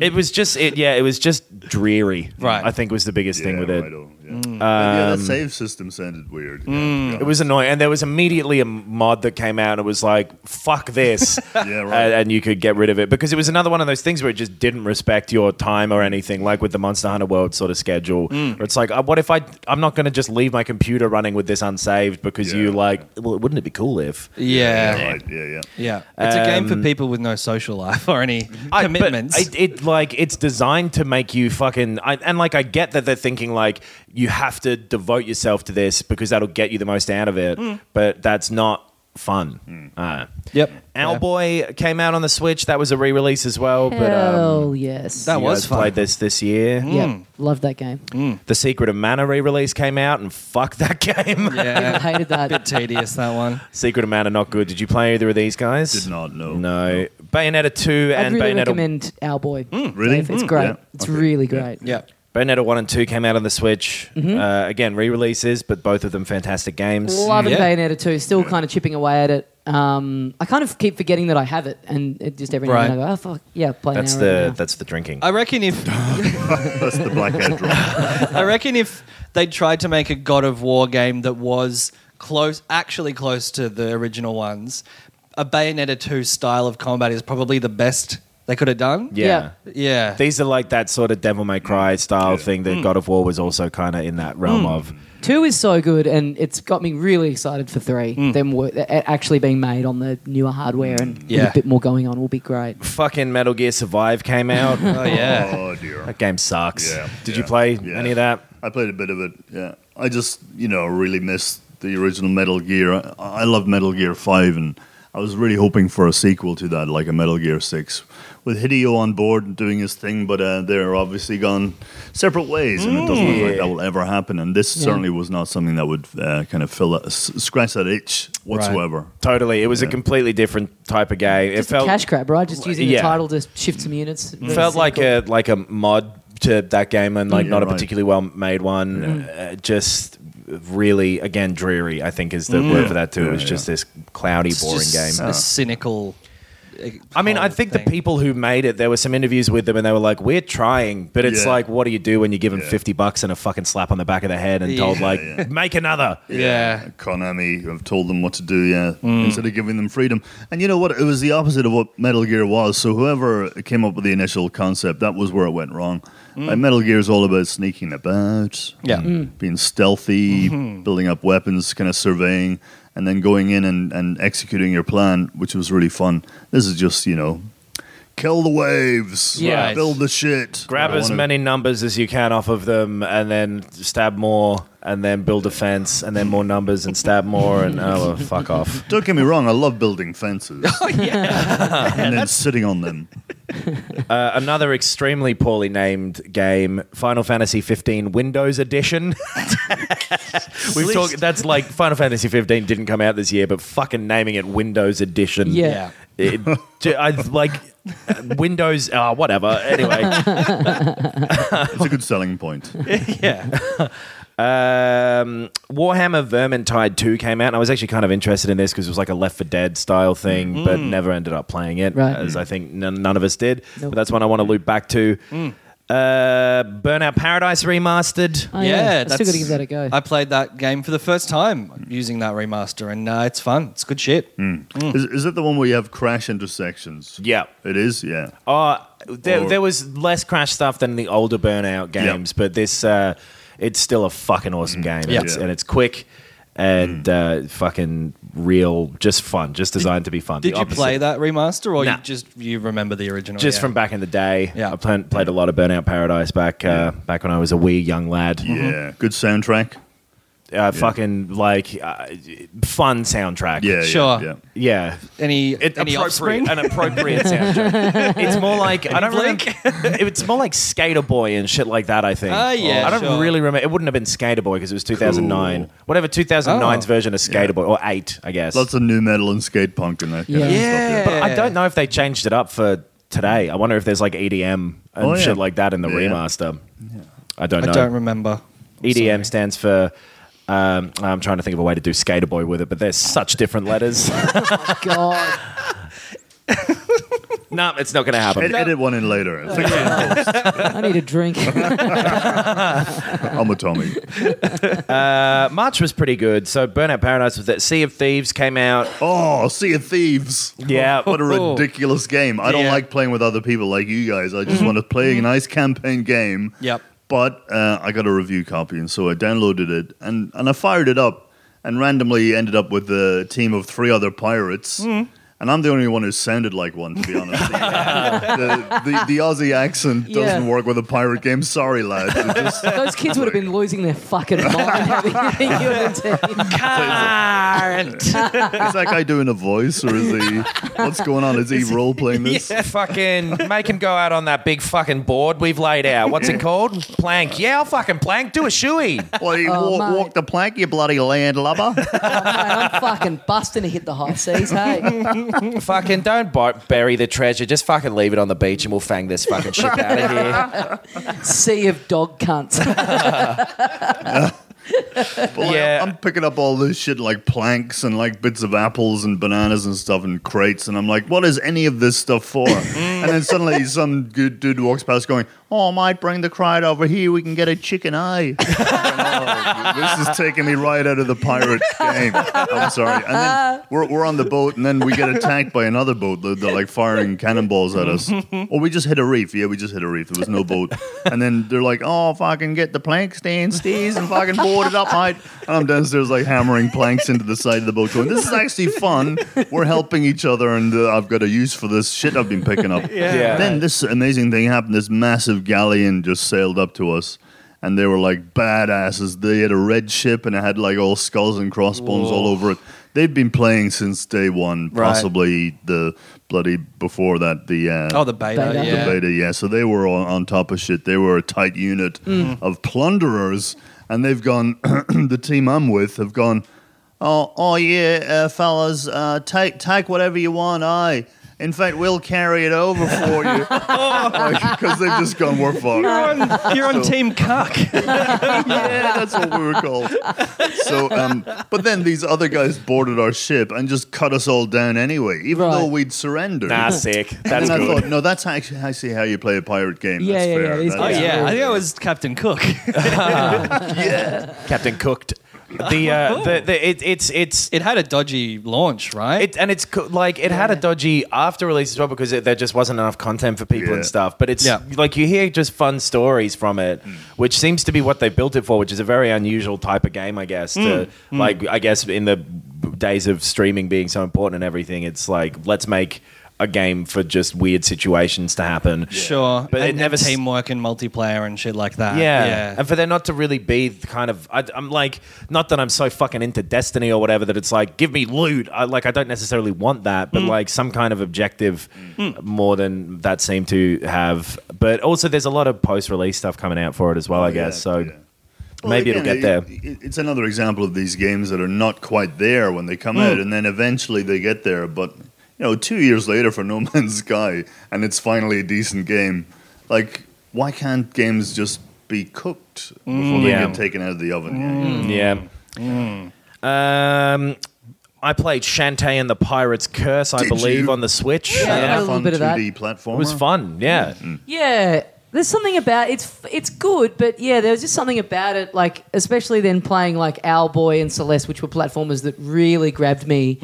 [SPEAKER 4] it was just it. Yeah, it was just dreary.
[SPEAKER 2] Right.
[SPEAKER 4] I think was the biggest thing with it. Hmm. Um,
[SPEAKER 5] right on, yeah. And yeah, that save system sounded weird. yeah, to be
[SPEAKER 4] It was annoying, and there was immediately a mod that came out, and it was like, "Fuck this,"
[SPEAKER 5] Yeah, right.
[SPEAKER 4] and, and you could get rid of it because it was another one of those things where it just didn't respect your time or anything, like with the Monster Hunter World sort of schedule.
[SPEAKER 5] Mm.
[SPEAKER 4] Where it's like, uh, what if I? I'm not going to just leave my computer running with this unsaved because
[SPEAKER 5] Yeah.
[SPEAKER 4] you like, well, wouldn't it be cool if?
[SPEAKER 2] Yeah. Um,
[SPEAKER 5] honest.
[SPEAKER 2] Yeah.
[SPEAKER 5] Right, yeah, yeah.
[SPEAKER 2] It's a game for
[SPEAKER 4] Um,
[SPEAKER 2] people with no social life or any
[SPEAKER 4] I- but
[SPEAKER 2] commitments.
[SPEAKER 4] it, it like it's designed to make you fucking. I, and like I get that they're thinking like you have to devote yourself to this because that'll get you the most out of it.
[SPEAKER 5] Mm.
[SPEAKER 4] But that's not fun. Uh,
[SPEAKER 2] yep.
[SPEAKER 4] Owlboy came out on the Switch. That was a re-release as well. But um,
[SPEAKER 3] Hell yes.
[SPEAKER 2] That
[SPEAKER 4] you
[SPEAKER 2] was
[SPEAKER 4] guys
[SPEAKER 2] fun. Mm.
[SPEAKER 4] played this this year.
[SPEAKER 3] yeah. Love that game.
[SPEAKER 4] The Secret of Mana re-release came out, and fuck that game.
[SPEAKER 3] I
[SPEAKER 2] Yeah.
[SPEAKER 3] hated that.
[SPEAKER 2] Bit tedious that one.
[SPEAKER 4] Secret of Mana not good. Did you play either of these guys?
[SPEAKER 5] Did not know.
[SPEAKER 4] No. Bayonetta two
[SPEAKER 3] I'd
[SPEAKER 4] and
[SPEAKER 3] really
[SPEAKER 4] Bayonetta
[SPEAKER 3] recommend Our Boy.
[SPEAKER 5] Really?
[SPEAKER 3] Dave, It's
[SPEAKER 5] Mm,
[SPEAKER 3] great.
[SPEAKER 5] yeah.
[SPEAKER 3] It's
[SPEAKER 5] Okay,
[SPEAKER 3] really
[SPEAKER 5] yeah.
[SPEAKER 3] great.
[SPEAKER 2] Yeah.
[SPEAKER 4] Bayonetta one and two came out on the Switch.
[SPEAKER 3] Mm-hmm.
[SPEAKER 4] Uh, again, re-releases, but both of them fantastic games.
[SPEAKER 3] Love and
[SPEAKER 2] Yeah.
[SPEAKER 3] Bayonetta 2. Still kind of chipping away at it. Um, I kind of keep forgetting that I have it, and it just every now and then I go, oh, fuck, yeah, play
[SPEAKER 4] That's
[SPEAKER 3] now,
[SPEAKER 4] the
[SPEAKER 3] right now.
[SPEAKER 4] that's the drinking.
[SPEAKER 2] I reckon if
[SPEAKER 5] That's the black hat drop.
[SPEAKER 2] I reckon if they tried to make a God of War game that was close actually close to the original ones a Bayonetta 2 style of combat is probably the best they could have done.
[SPEAKER 4] Yeah.
[SPEAKER 2] Yeah.
[SPEAKER 4] These are like that sort of Devil May
[SPEAKER 2] Mm.
[SPEAKER 4] Cry style thing that God of War was also kind of in that realm of.
[SPEAKER 3] Two is so good, and it's got me really excited for three.
[SPEAKER 4] Mm.
[SPEAKER 3] Them wor- it actually being made on the newer hardware and with
[SPEAKER 2] Yeah.
[SPEAKER 3] a bit more going on will be great.
[SPEAKER 4] Fucking Metal Gear Survive came out.
[SPEAKER 2] oh, yeah.
[SPEAKER 5] Oh dear.
[SPEAKER 4] that game sucks.
[SPEAKER 5] Yeah.
[SPEAKER 4] Did you
[SPEAKER 5] Yeah.
[SPEAKER 4] play
[SPEAKER 5] Yeah.
[SPEAKER 4] any of that?
[SPEAKER 5] I played a bit of it. Yeah, I just you know really missed the original Metal Gear. I, I love Metal Gear Five, and I was really hoping for a sequel to that, like a Metal Gear Six, with Hideo on board and doing his thing. But uh, they're obviously gone separate ways, and it doesn't look like that will ever happen. And this certainly was not something that would uh, kind of fill that, s- scratch that itch whatsoever.
[SPEAKER 4] Totally. It was a completely different type of game.
[SPEAKER 3] Just
[SPEAKER 4] it felt
[SPEAKER 3] a cash grab, right? Just using
[SPEAKER 4] yeah.
[SPEAKER 3] the title to shift some units.
[SPEAKER 4] felt like a like a mod to that game and like
[SPEAKER 5] Yeah,
[SPEAKER 4] not a
[SPEAKER 5] Mm, right.
[SPEAKER 4] particularly well made one. Uh, just really again dreary. I think is the word for that too.
[SPEAKER 5] Yeah,
[SPEAKER 4] it's
[SPEAKER 5] Mm. yeah.
[SPEAKER 4] just this cloudy,
[SPEAKER 2] It's
[SPEAKER 4] boring
[SPEAKER 2] just
[SPEAKER 4] game.
[SPEAKER 2] A cynical. uh,
[SPEAKER 4] I mean, I
[SPEAKER 2] whole
[SPEAKER 4] think
[SPEAKER 2] thing.
[SPEAKER 4] the people who made it, there were some interviews with them, and they were like, "We're trying," but it's
[SPEAKER 5] Yeah.
[SPEAKER 4] like, what do you do when you give them
[SPEAKER 5] Yeah.
[SPEAKER 4] fifty bucks and a fucking slap on the back of the head and told
[SPEAKER 2] Yeah,
[SPEAKER 4] like,
[SPEAKER 5] yeah.
[SPEAKER 4] "Make another."
[SPEAKER 2] Yeah.
[SPEAKER 5] Konami have told them what to do, yeah, instead of giving them freedom. And you know what? It was the opposite of what Metal Gear was. So whoever came up with the initial concept, that was where it went wrong. Like Metal Gear is all about sneaking about,
[SPEAKER 2] Yeah.
[SPEAKER 5] being stealthy, building up weapons, kind of surveying, and then going in and, and executing your plan, which was really fun. This is just, you know, kill the waves,
[SPEAKER 2] Yeah.
[SPEAKER 5] right, build the shit.
[SPEAKER 4] Grab
[SPEAKER 5] I
[SPEAKER 4] as
[SPEAKER 5] wanna-
[SPEAKER 4] many numbers as you can off of them, and then stab more, and then build a fence, and then more numbers, and stab more, and oh, well, fuck off.
[SPEAKER 5] Don't get me wrong, I love building fences and then sitting on them.
[SPEAKER 4] Uh, another extremely poorly named game, Final Fantasy 15 Windows Edition. We've talked. That's like Final Fantasy 15 didn't come out this year, but fucking naming it Windows Edition.
[SPEAKER 3] Yeah.
[SPEAKER 2] Yeah.
[SPEAKER 4] It, j- I like Windows. Uh, whatever. Anyway,
[SPEAKER 5] It's a good selling point.
[SPEAKER 2] Yeah.
[SPEAKER 4] um, Warhammer Vermintide 2 came out, and I was actually kind of interested in this because it was like a Left for Dead style thing, but
[SPEAKER 2] Mm.
[SPEAKER 4] never ended up playing it,
[SPEAKER 3] Right.
[SPEAKER 4] as I think n- none of us did.
[SPEAKER 3] Nope.
[SPEAKER 4] But that's one I want to loop back to.
[SPEAKER 2] Mm.
[SPEAKER 4] Uh, Burnout Paradise remastered.
[SPEAKER 3] Oh,
[SPEAKER 2] yeah,
[SPEAKER 3] I still got to give that a go.
[SPEAKER 2] I played that game for the first time using that remaster, and uh, it's fun. It's good shit.
[SPEAKER 4] Mm,
[SPEAKER 5] Is, is it the one where you have crash intersections?
[SPEAKER 4] Yeah.
[SPEAKER 5] It is, yeah.
[SPEAKER 4] Uh, there,
[SPEAKER 5] Or-
[SPEAKER 4] there was less crash stuff than the older Burnout
[SPEAKER 5] Yeah.
[SPEAKER 4] games, but this uh, it's still a fucking awesome game.
[SPEAKER 2] Mm. Yeah. Mm.
[SPEAKER 4] It's,
[SPEAKER 5] Yeah.
[SPEAKER 4] and it's quick and uh, fucking real, just fun, just designed to be fun.
[SPEAKER 2] Did
[SPEAKER 4] The
[SPEAKER 2] you
[SPEAKER 4] opposite-
[SPEAKER 2] play that remaster, or
[SPEAKER 4] Nah.
[SPEAKER 2] you just you remember the original?
[SPEAKER 4] Just
[SPEAKER 2] Yeah.
[SPEAKER 4] from back in the day,
[SPEAKER 2] Yeah.
[SPEAKER 4] I played, played a lot of Burnout Paradise back uh, back when I was a wee young lad.
[SPEAKER 2] Mm-hmm.
[SPEAKER 5] Yeah. Good soundtrack.
[SPEAKER 4] Uh, Fucking like uh, fun soundtrack.
[SPEAKER 5] Yeah. yeah,
[SPEAKER 2] Sure.
[SPEAKER 5] Yeah.
[SPEAKER 4] yeah.
[SPEAKER 2] any
[SPEAKER 4] It,
[SPEAKER 2] any
[SPEAKER 4] appropriate-
[SPEAKER 2] offspring?
[SPEAKER 4] an appropriate soundtrack. it's more like I don't
[SPEAKER 2] Blink?
[SPEAKER 4] remember. It's more like Skater Boy and shit like that. I think.
[SPEAKER 2] Ah, yeah,
[SPEAKER 4] I don't
[SPEAKER 2] sure.
[SPEAKER 4] really remember. It wouldn't have been Skater Boy because it was 2009. Whatever 2009's
[SPEAKER 2] Oh.
[SPEAKER 4] version of Skater Boy or eight, I guess.
[SPEAKER 5] Lots of new metal and skate punk and that kind
[SPEAKER 3] Yeah.
[SPEAKER 5] of
[SPEAKER 2] Yeah.
[SPEAKER 5] stuff.
[SPEAKER 4] but I don't know if they changed it up for today. I wonder if there's like EDM and
[SPEAKER 5] Oh, yeah.
[SPEAKER 4] shit like that in the
[SPEAKER 5] Yeah.
[SPEAKER 4] remaster. I don't
[SPEAKER 2] I
[SPEAKER 4] know.
[SPEAKER 2] don't remember.
[SPEAKER 4] EDM E stands for. Um, I'm trying to think of a way to do Skater Boy with it, but there's such different letters.
[SPEAKER 3] God.
[SPEAKER 4] no, it's not going to happen.
[SPEAKER 5] Ed- edit one in later. I think
[SPEAKER 3] I need a drink.
[SPEAKER 5] I'm a Tommy.
[SPEAKER 4] Uh, March was pretty good. So Burnout Paradise was that. Sea of Thieves came out.
[SPEAKER 5] Oh, Sea of Thieves.
[SPEAKER 4] Yeah.
[SPEAKER 5] What a ridiculous game. I don't
[SPEAKER 2] Yeah.
[SPEAKER 5] like playing with other people like you guys. I just want to play a nice campaign game.
[SPEAKER 2] Yep.
[SPEAKER 5] But uh, I got a review copy, and so I downloaded it and, and I fired it up and randomly ended up with a team of three other pirates. And I'm the only one who sounded like one, to be honest. the, the, the Aussie accent
[SPEAKER 3] Yeah.
[SPEAKER 5] doesn't work with a pirate game. Sorry, lads. It just-
[SPEAKER 3] Those kids would have been losing their fucking mind. having you on the team.
[SPEAKER 5] is that guy doing a voice, or is he? What's going on? Is he role playing this?
[SPEAKER 4] Yeah, fucking make him go out on that big fucking board we've laid out. What's it called? Plank. Yeah, I'll fucking plank. Do a shoey.
[SPEAKER 5] Well, you
[SPEAKER 3] Oh,
[SPEAKER 5] walk,
[SPEAKER 3] mate.
[SPEAKER 5] walk the plank, you bloody landlubber.
[SPEAKER 3] I'm fucking busting to hit the high seas. Hey,
[SPEAKER 4] fucking don't bu- bury the treasure. Just fucking leave it on the beach and we'll fang this fucking ship out of here.
[SPEAKER 3] sea of dog cunts.
[SPEAKER 5] Well,
[SPEAKER 4] Yeah.
[SPEAKER 5] I'm picking up all this shit like planks and like bits of apples and bananas and stuff in crates, and I'm like, what is any of this stuff for? and then suddenly some good dude walks past going, oh, I might bring the crowd over here. We can get a chicken eye. Oh, this is taking me right out of the pirate game. I'm sorry. And then we're, we're on the boat, and then we get attacked by another boat. They're, they're like firing cannonballs at us. or we just hit a reef. Yeah, we just hit a reef. There was no boat. And then they're like, oh, fucking get the plank stand, Steez, and fucking board it up, mate. And I'm downstairs like hammering planks into the side of the boat, going, this is actually fun. We're helping each other, and uh, I've got a use for this shit I've been picking up.
[SPEAKER 4] Yeah.
[SPEAKER 5] Then this amazing thing happened. This massive galleon just sailed up to us, and they were like badasses. They had a red ship, and it had like all skulls and crossbones all over it. They'd been playing since day one,
[SPEAKER 2] Right.
[SPEAKER 5] possibly the bloody before that the uh,
[SPEAKER 2] Oh, the beta.
[SPEAKER 3] Beta. The
[SPEAKER 2] Yeah.
[SPEAKER 5] beta, yeah. So they were on, on top of shit. They were a tight unit of plunderers, and they've gone. the team I'm with have gone. Oh, oh yeah, uh, fellas, uh, take take whatever you want. I, in fact, we'll carry it over for you because they've just gone. We're fucked.
[SPEAKER 2] You're on Team Cuck.
[SPEAKER 5] yeah, that's what we were called. So, um, but then these other guys boarded our ship and just cut us all down anyway, even
[SPEAKER 3] Right.
[SPEAKER 5] though we'd surrendered.
[SPEAKER 4] Nah, sick. That's
[SPEAKER 5] and then I
[SPEAKER 4] good.
[SPEAKER 5] thought, no, that's actually, actually how you play a pirate game.
[SPEAKER 3] Yeah,
[SPEAKER 5] that's
[SPEAKER 3] yeah, yeah,
[SPEAKER 5] fair.
[SPEAKER 3] these
[SPEAKER 5] That's
[SPEAKER 2] Oh
[SPEAKER 3] guys
[SPEAKER 5] fair.
[SPEAKER 2] yeah, I think I was Captain Cook.
[SPEAKER 4] Captain Cooked. The, uh, the, the it, it's it's
[SPEAKER 2] It had a dodgy launch, right?
[SPEAKER 4] It, and it's co- like it had a dodgy after release as well because it, there just wasn't enough content for people
[SPEAKER 5] Yeah.
[SPEAKER 4] and stuff. But it's
[SPEAKER 2] Yeah.
[SPEAKER 4] like you hear just fun stories from it, which seems to be what they built it for, which is a very unusual type of game, I guess.
[SPEAKER 2] Mm.
[SPEAKER 4] To, Like I guess in the days of streaming being so important and everything, it's like let's make a game for just weird situations to happen.
[SPEAKER 2] sure,
[SPEAKER 4] but
[SPEAKER 2] and,
[SPEAKER 4] it never
[SPEAKER 2] and
[SPEAKER 4] s-
[SPEAKER 2] teamwork and multiplayer and shit like that.
[SPEAKER 4] Yeah. and for there not to really be the kind of I, I'm like not that I'm so fucking into Destiny or whatever that it's like give me loot. I, like I don't necessarily want that,
[SPEAKER 2] Mm.
[SPEAKER 4] but like some kind of objective more than that seemed to have. But also, there's a lot of post-release stuff coming out for it as well. I guess so.
[SPEAKER 5] Oh, yeah. Well,
[SPEAKER 4] Maybe
[SPEAKER 5] again,
[SPEAKER 4] it'll get there.
[SPEAKER 5] it- it- it's another example of these games that are not quite there when they come
[SPEAKER 3] Hmm.
[SPEAKER 5] out, and then eventually they get there. But you know, two years later for No Man's Sky, and it's finally a decent game. Like, why can't games just be cooked before they
[SPEAKER 4] Hmm. Yeah.
[SPEAKER 5] get taken out of the oven?
[SPEAKER 3] Hmm.
[SPEAKER 5] Yeah, yeah.
[SPEAKER 2] Mm.
[SPEAKER 4] Yeah. Um. I played Shantae and the Pirate's Curse, I
[SPEAKER 5] Did
[SPEAKER 4] believe,
[SPEAKER 5] you?
[SPEAKER 4] on the Switch.
[SPEAKER 3] Yeah.
[SPEAKER 4] I don't
[SPEAKER 3] had a
[SPEAKER 4] know
[SPEAKER 5] Fun
[SPEAKER 3] little bit of that.
[SPEAKER 5] 2D platform.
[SPEAKER 4] It was fun, yeah.
[SPEAKER 5] Mm-hmm.
[SPEAKER 3] Yeah, there's something about it's it's good, but yeah, there was just something about it, like especially then playing like Owlboy and Celeste, which were platformers that really grabbed me.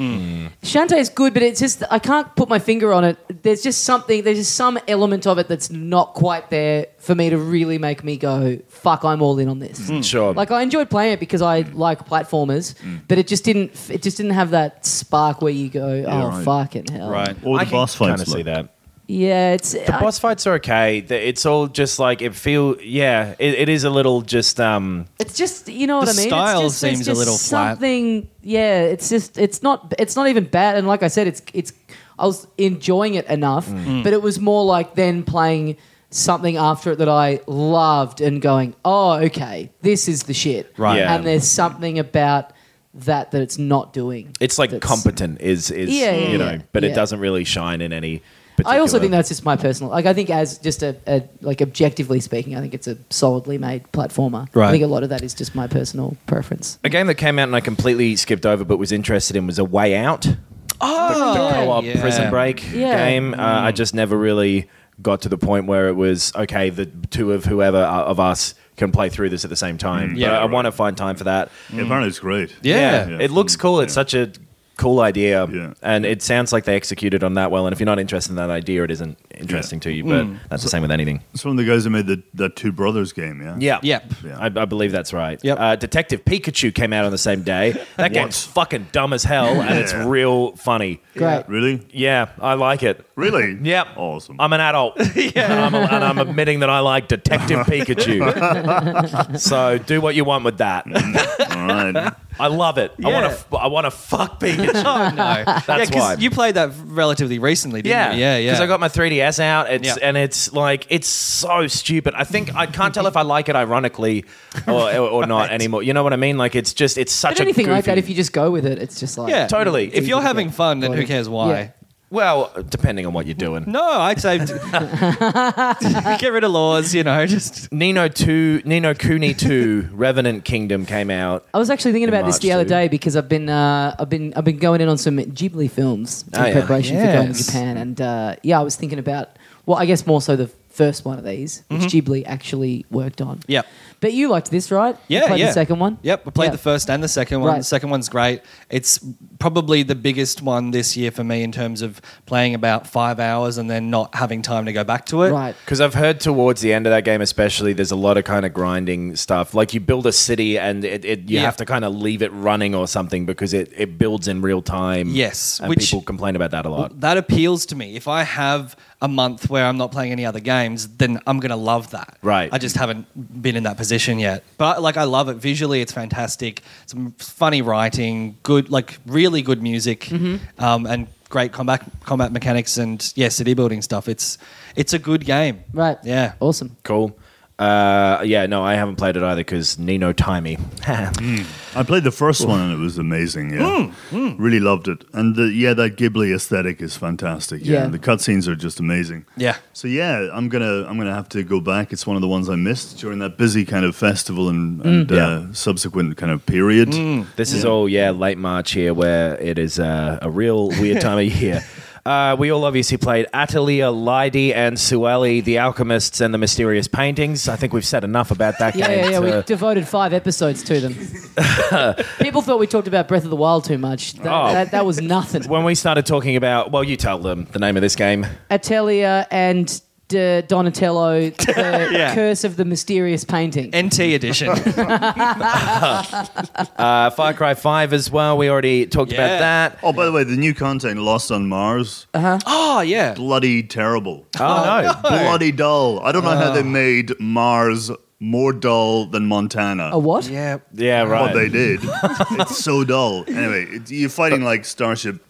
[SPEAKER 3] Shantae's good, but it's just I can't put my finger on it. There's just something, there's just some element of it that's not quite there for me to really make me go, "Fuck, I'm all in on this."
[SPEAKER 4] Sure.
[SPEAKER 3] Like I enjoyed playing it because I like platformers, but it just didn't, it just didn't have that spark where you go, "Oh
[SPEAKER 5] right.
[SPEAKER 3] fucking hell!"
[SPEAKER 2] Right.
[SPEAKER 5] Or
[SPEAKER 4] I
[SPEAKER 5] the
[SPEAKER 4] can
[SPEAKER 5] boss
[SPEAKER 4] kinda
[SPEAKER 5] fights.
[SPEAKER 4] see
[SPEAKER 5] like-
[SPEAKER 4] that.
[SPEAKER 3] Yeah, it's
[SPEAKER 4] The boss fights are okay. The- It's all just like it feel. Yeah, it, it is a little just. um
[SPEAKER 3] It's just you know what I mean. It's
[SPEAKER 2] style
[SPEAKER 3] just, there's
[SPEAKER 2] seems a
[SPEAKER 3] just
[SPEAKER 2] little flat.
[SPEAKER 3] Something, yeah. It's just it's not it's not even bad. And like I said, it's it's I was enjoying it enough,
[SPEAKER 2] Mm.
[SPEAKER 3] but it was more like then playing something after it that I loved and going, oh okay, this is the shit.
[SPEAKER 2] Right.
[SPEAKER 4] Yeah.
[SPEAKER 3] And there's something about that that it's not doing.
[SPEAKER 4] It's like
[SPEAKER 3] that's-
[SPEAKER 4] competent is is
[SPEAKER 3] Yeah, yeah,
[SPEAKER 4] you know,
[SPEAKER 3] yeah,
[SPEAKER 4] but
[SPEAKER 3] yeah.
[SPEAKER 4] it doesn't really shine in any.
[SPEAKER 3] I also
[SPEAKER 4] particular-
[SPEAKER 3] think that's just my personal. Like I think as just a, a like objectively speaking, I think it's a solidly made platformer. I
[SPEAKER 2] Right.
[SPEAKER 3] think a lot of that is just my personal preference.
[SPEAKER 4] a game that came out and I completely skipped over, but was interested in was a Way Out.
[SPEAKER 3] Oh,
[SPEAKER 4] co-op
[SPEAKER 2] Yeah.
[SPEAKER 4] prison break
[SPEAKER 3] Yeah.
[SPEAKER 4] game. Uh, I just never really got to the point where it was okay. The two of whoever uh, of us can play through this at the same time.
[SPEAKER 2] Yeah,
[SPEAKER 4] Mm. Yeah, I
[SPEAKER 2] right.
[SPEAKER 4] want to find time for that.
[SPEAKER 5] Yeah, apparently, it's great.
[SPEAKER 2] Yeah.
[SPEAKER 5] Yeah.
[SPEAKER 4] it looks cool. It's
[SPEAKER 5] Yeah.
[SPEAKER 4] such a cool idea,
[SPEAKER 5] Yeah.
[SPEAKER 4] and it sounds like they executed on that well. And if you're not interested in that idea, it isn't interesting to
[SPEAKER 2] Mm.
[SPEAKER 4] you. But that's the same with anything.
[SPEAKER 5] It's one of the guys that made the, that Two Brothers game. Yeah.
[SPEAKER 4] Yeah.
[SPEAKER 2] Yep.
[SPEAKER 5] Yeah.
[SPEAKER 4] I, I believe that's right.
[SPEAKER 2] Yep.
[SPEAKER 4] Uh, Detective Pikachu came out on the same day. That game's fucking dumb as hell, and it's
[SPEAKER 5] Yeah.
[SPEAKER 4] real funny.
[SPEAKER 3] Great.
[SPEAKER 5] Really?
[SPEAKER 4] Yeah, I like it.
[SPEAKER 5] Really?
[SPEAKER 4] Yep.
[SPEAKER 5] Awesome.
[SPEAKER 4] I'm an adult. yeah. And I'm, and I'm admitting that I like Detective Pikachu. so do what you want with that.
[SPEAKER 5] All right.
[SPEAKER 4] I love it. I want
[SPEAKER 2] Yeah.
[SPEAKER 4] to. I want to fuck Pikachu.
[SPEAKER 2] Oh no, that's
[SPEAKER 4] why.
[SPEAKER 2] you played that relatively recently, didn't
[SPEAKER 4] Yeah,
[SPEAKER 2] you? Yeah, yeah.
[SPEAKER 4] Because I got my 3DS out, it's,
[SPEAKER 2] Yeah.
[SPEAKER 4] and it's like it's so stupid. I think I can't tell if I like it ironically or, or, or not anymore. You know what I mean? Like it's just it's such
[SPEAKER 3] But anything
[SPEAKER 4] a goofy,
[SPEAKER 3] like that, if you just go with it, it's just like
[SPEAKER 2] yeah,
[SPEAKER 4] totally.
[SPEAKER 2] If you're
[SPEAKER 3] Yeah.
[SPEAKER 2] having fun, then who cares why?
[SPEAKER 3] Yeah.
[SPEAKER 4] well, depending on what you're doing.
[SPEAKER 2] No, I'd say Oh, get rid of laws. You know, just
[SPEAKER 4] Nino two, Nino Cooney two, Revenant Kingdom came out.
[SPEAKER 3] I was actually thinking
[SPEAKER 4] In
[SPEAKER 3] about this
[SPEAKER 4] March
[SPEAKER 3] the other
[SPEAKER 4] too.
[SPEAKER 3] day because I've been uh, I've been I've been going in on some Ghibli films in
[SPEAKER 4] Oh, yeah.
[SPEAKER 3] preparation for going to
[SPEAKER 2] Yes.
[SPEAKER 3] Japan, and uh, yeah, I was thinking about well, I guess more so the first one of these, which
[SPEAKER 2] Mm-hmm.
[SPEAKER 3] Ghibli actually worked on.
[SPEAKER 2] Yep.
[SPEAKER 3] But you liked this, right? You
[SPEAKER 2] Yeah,
[SPEAKER 3] played
[SPEAKER 2] yeah.
[SPEAKER 3] the second one?
[SPEAKER 2] Yep, I played
[SPEAKER 3] Yeah.
[SPEAKER 2] the first and the second one.
[SPEAKER 3] Right.
[SPEAKER 2] The second one's great. It's probably the biggest one this year for me in terms of playing about five hours and then not having time to go back to it.
[SPEAKER 3] Right.
[SPEAKER 4] Because I've heard towards the end of that game, especially, there's a lot of kind of grinding stuff. Like you build a city and it, it
[SPEAKER 2] Yeah.
[SPEAKER 4] you have to kind of leave it running or something because it, it builds in real time.
[SPEAKER 2] Yes,
[SPEAKER 4] and
[SPEAKER 2] which-
[SPEAKER 4] people complain about that a lot.
[SPEAKER 2] That appeals to me. If I have a month where I'm not playing any other games, then I'm going to love that.
[SPEAKER 4] Right.
[SPEAKER 2] I just haven't been in that position yet. But like I love it visually, it's fantastic. Some funny writing, good like really good music
[SPEAKER 5] Mm-hmm.
[SPEAKER 2] um, and great combat combat mechanics and yeah, city building stuff. It's it's a good game.
[SPEAKER 3] Right.
[SPEAKER 2] Yeah.
[SPEAKER 3] Awesome.
[SPEAKER 4] Cool. Uh, yeah, no, I haven't played it either because Nino Timey.
[SPEAKER 3] Hmm.
[SPEAKER 5] I played the first one and it was amazing. Yeah,
[SPEAKER 4] Hmm.
[SPEAKER 5] really loved it. And the, yeah, that Ghibli aesthetic is fantastic. Yeah,
[SPEAKER 3] Yeah.
[SPEAKER 5] the cutscenes are just amazing.
[SPEAKER 2] Yeah.
[SPEAKER 5] So yeah, I'm gonna I'm gonna have to go back. It's one of the ones I missed during that busy kind of festival and,
[SPEAKER 4] Hmm.
[SPEAKER 5] and uh, subsequent kind of period.
[SPEAKER 4] This is all, yeah, late March here where it is uh, a real weird time of year. Uh, we all obviously played Atalia, Lydie, and Sueli, the alchemists, and the mysterious paintings. I think we've said enough about that
[SPEAKER 3] Yeah,
[SPEAKER 4] game.
[SPEAKER 3] yeah, yeah.
[SPEAKER 4] to-
[SPEAKER 2] uh,
[SPEAKER 3] We devoted five episodes to them. People thought we talked about Breath of the Wild too much. That,
[SPEAKER 4] Oh.
[SPEAKER 3] that, that was nothing.
[SPEAKER 4] when we started talking about, well, you tell them the name of this game.
[SPEAKER 3] Atelier and D- Donatello, the
[SPEAKER 2] Yeah.
[SPEAKER 3] curse of the mysterious painting.
[SPEAKER 2] NT edition.
[SPEAKER 4] Uh, Far Cry 5 as well. We already talked about
[SPEAKER 2] Yeah.
[SPEAKER 4] that.
[SPEAKER 5] Oh, by the way, the new content Lost on Mars,
[SPEAKER 2] oh yeah.
[SPEAKER 5] bloody terrible,
[SPEAKER 4] Oh, no.
[SPEAKER 5] bloody dull. I don't know how they
[SPEAKER 4] Ah.
[SPEAKER 5] made Mars more dull than Montana.
[SPEAKER 3] A what?
[SPEAKER 2] Yeah.
[SPEAKER 4] Yeah, right.
[SPEAKER 5] What they did. it's so dull. Anyway, it, you're fighting like Starship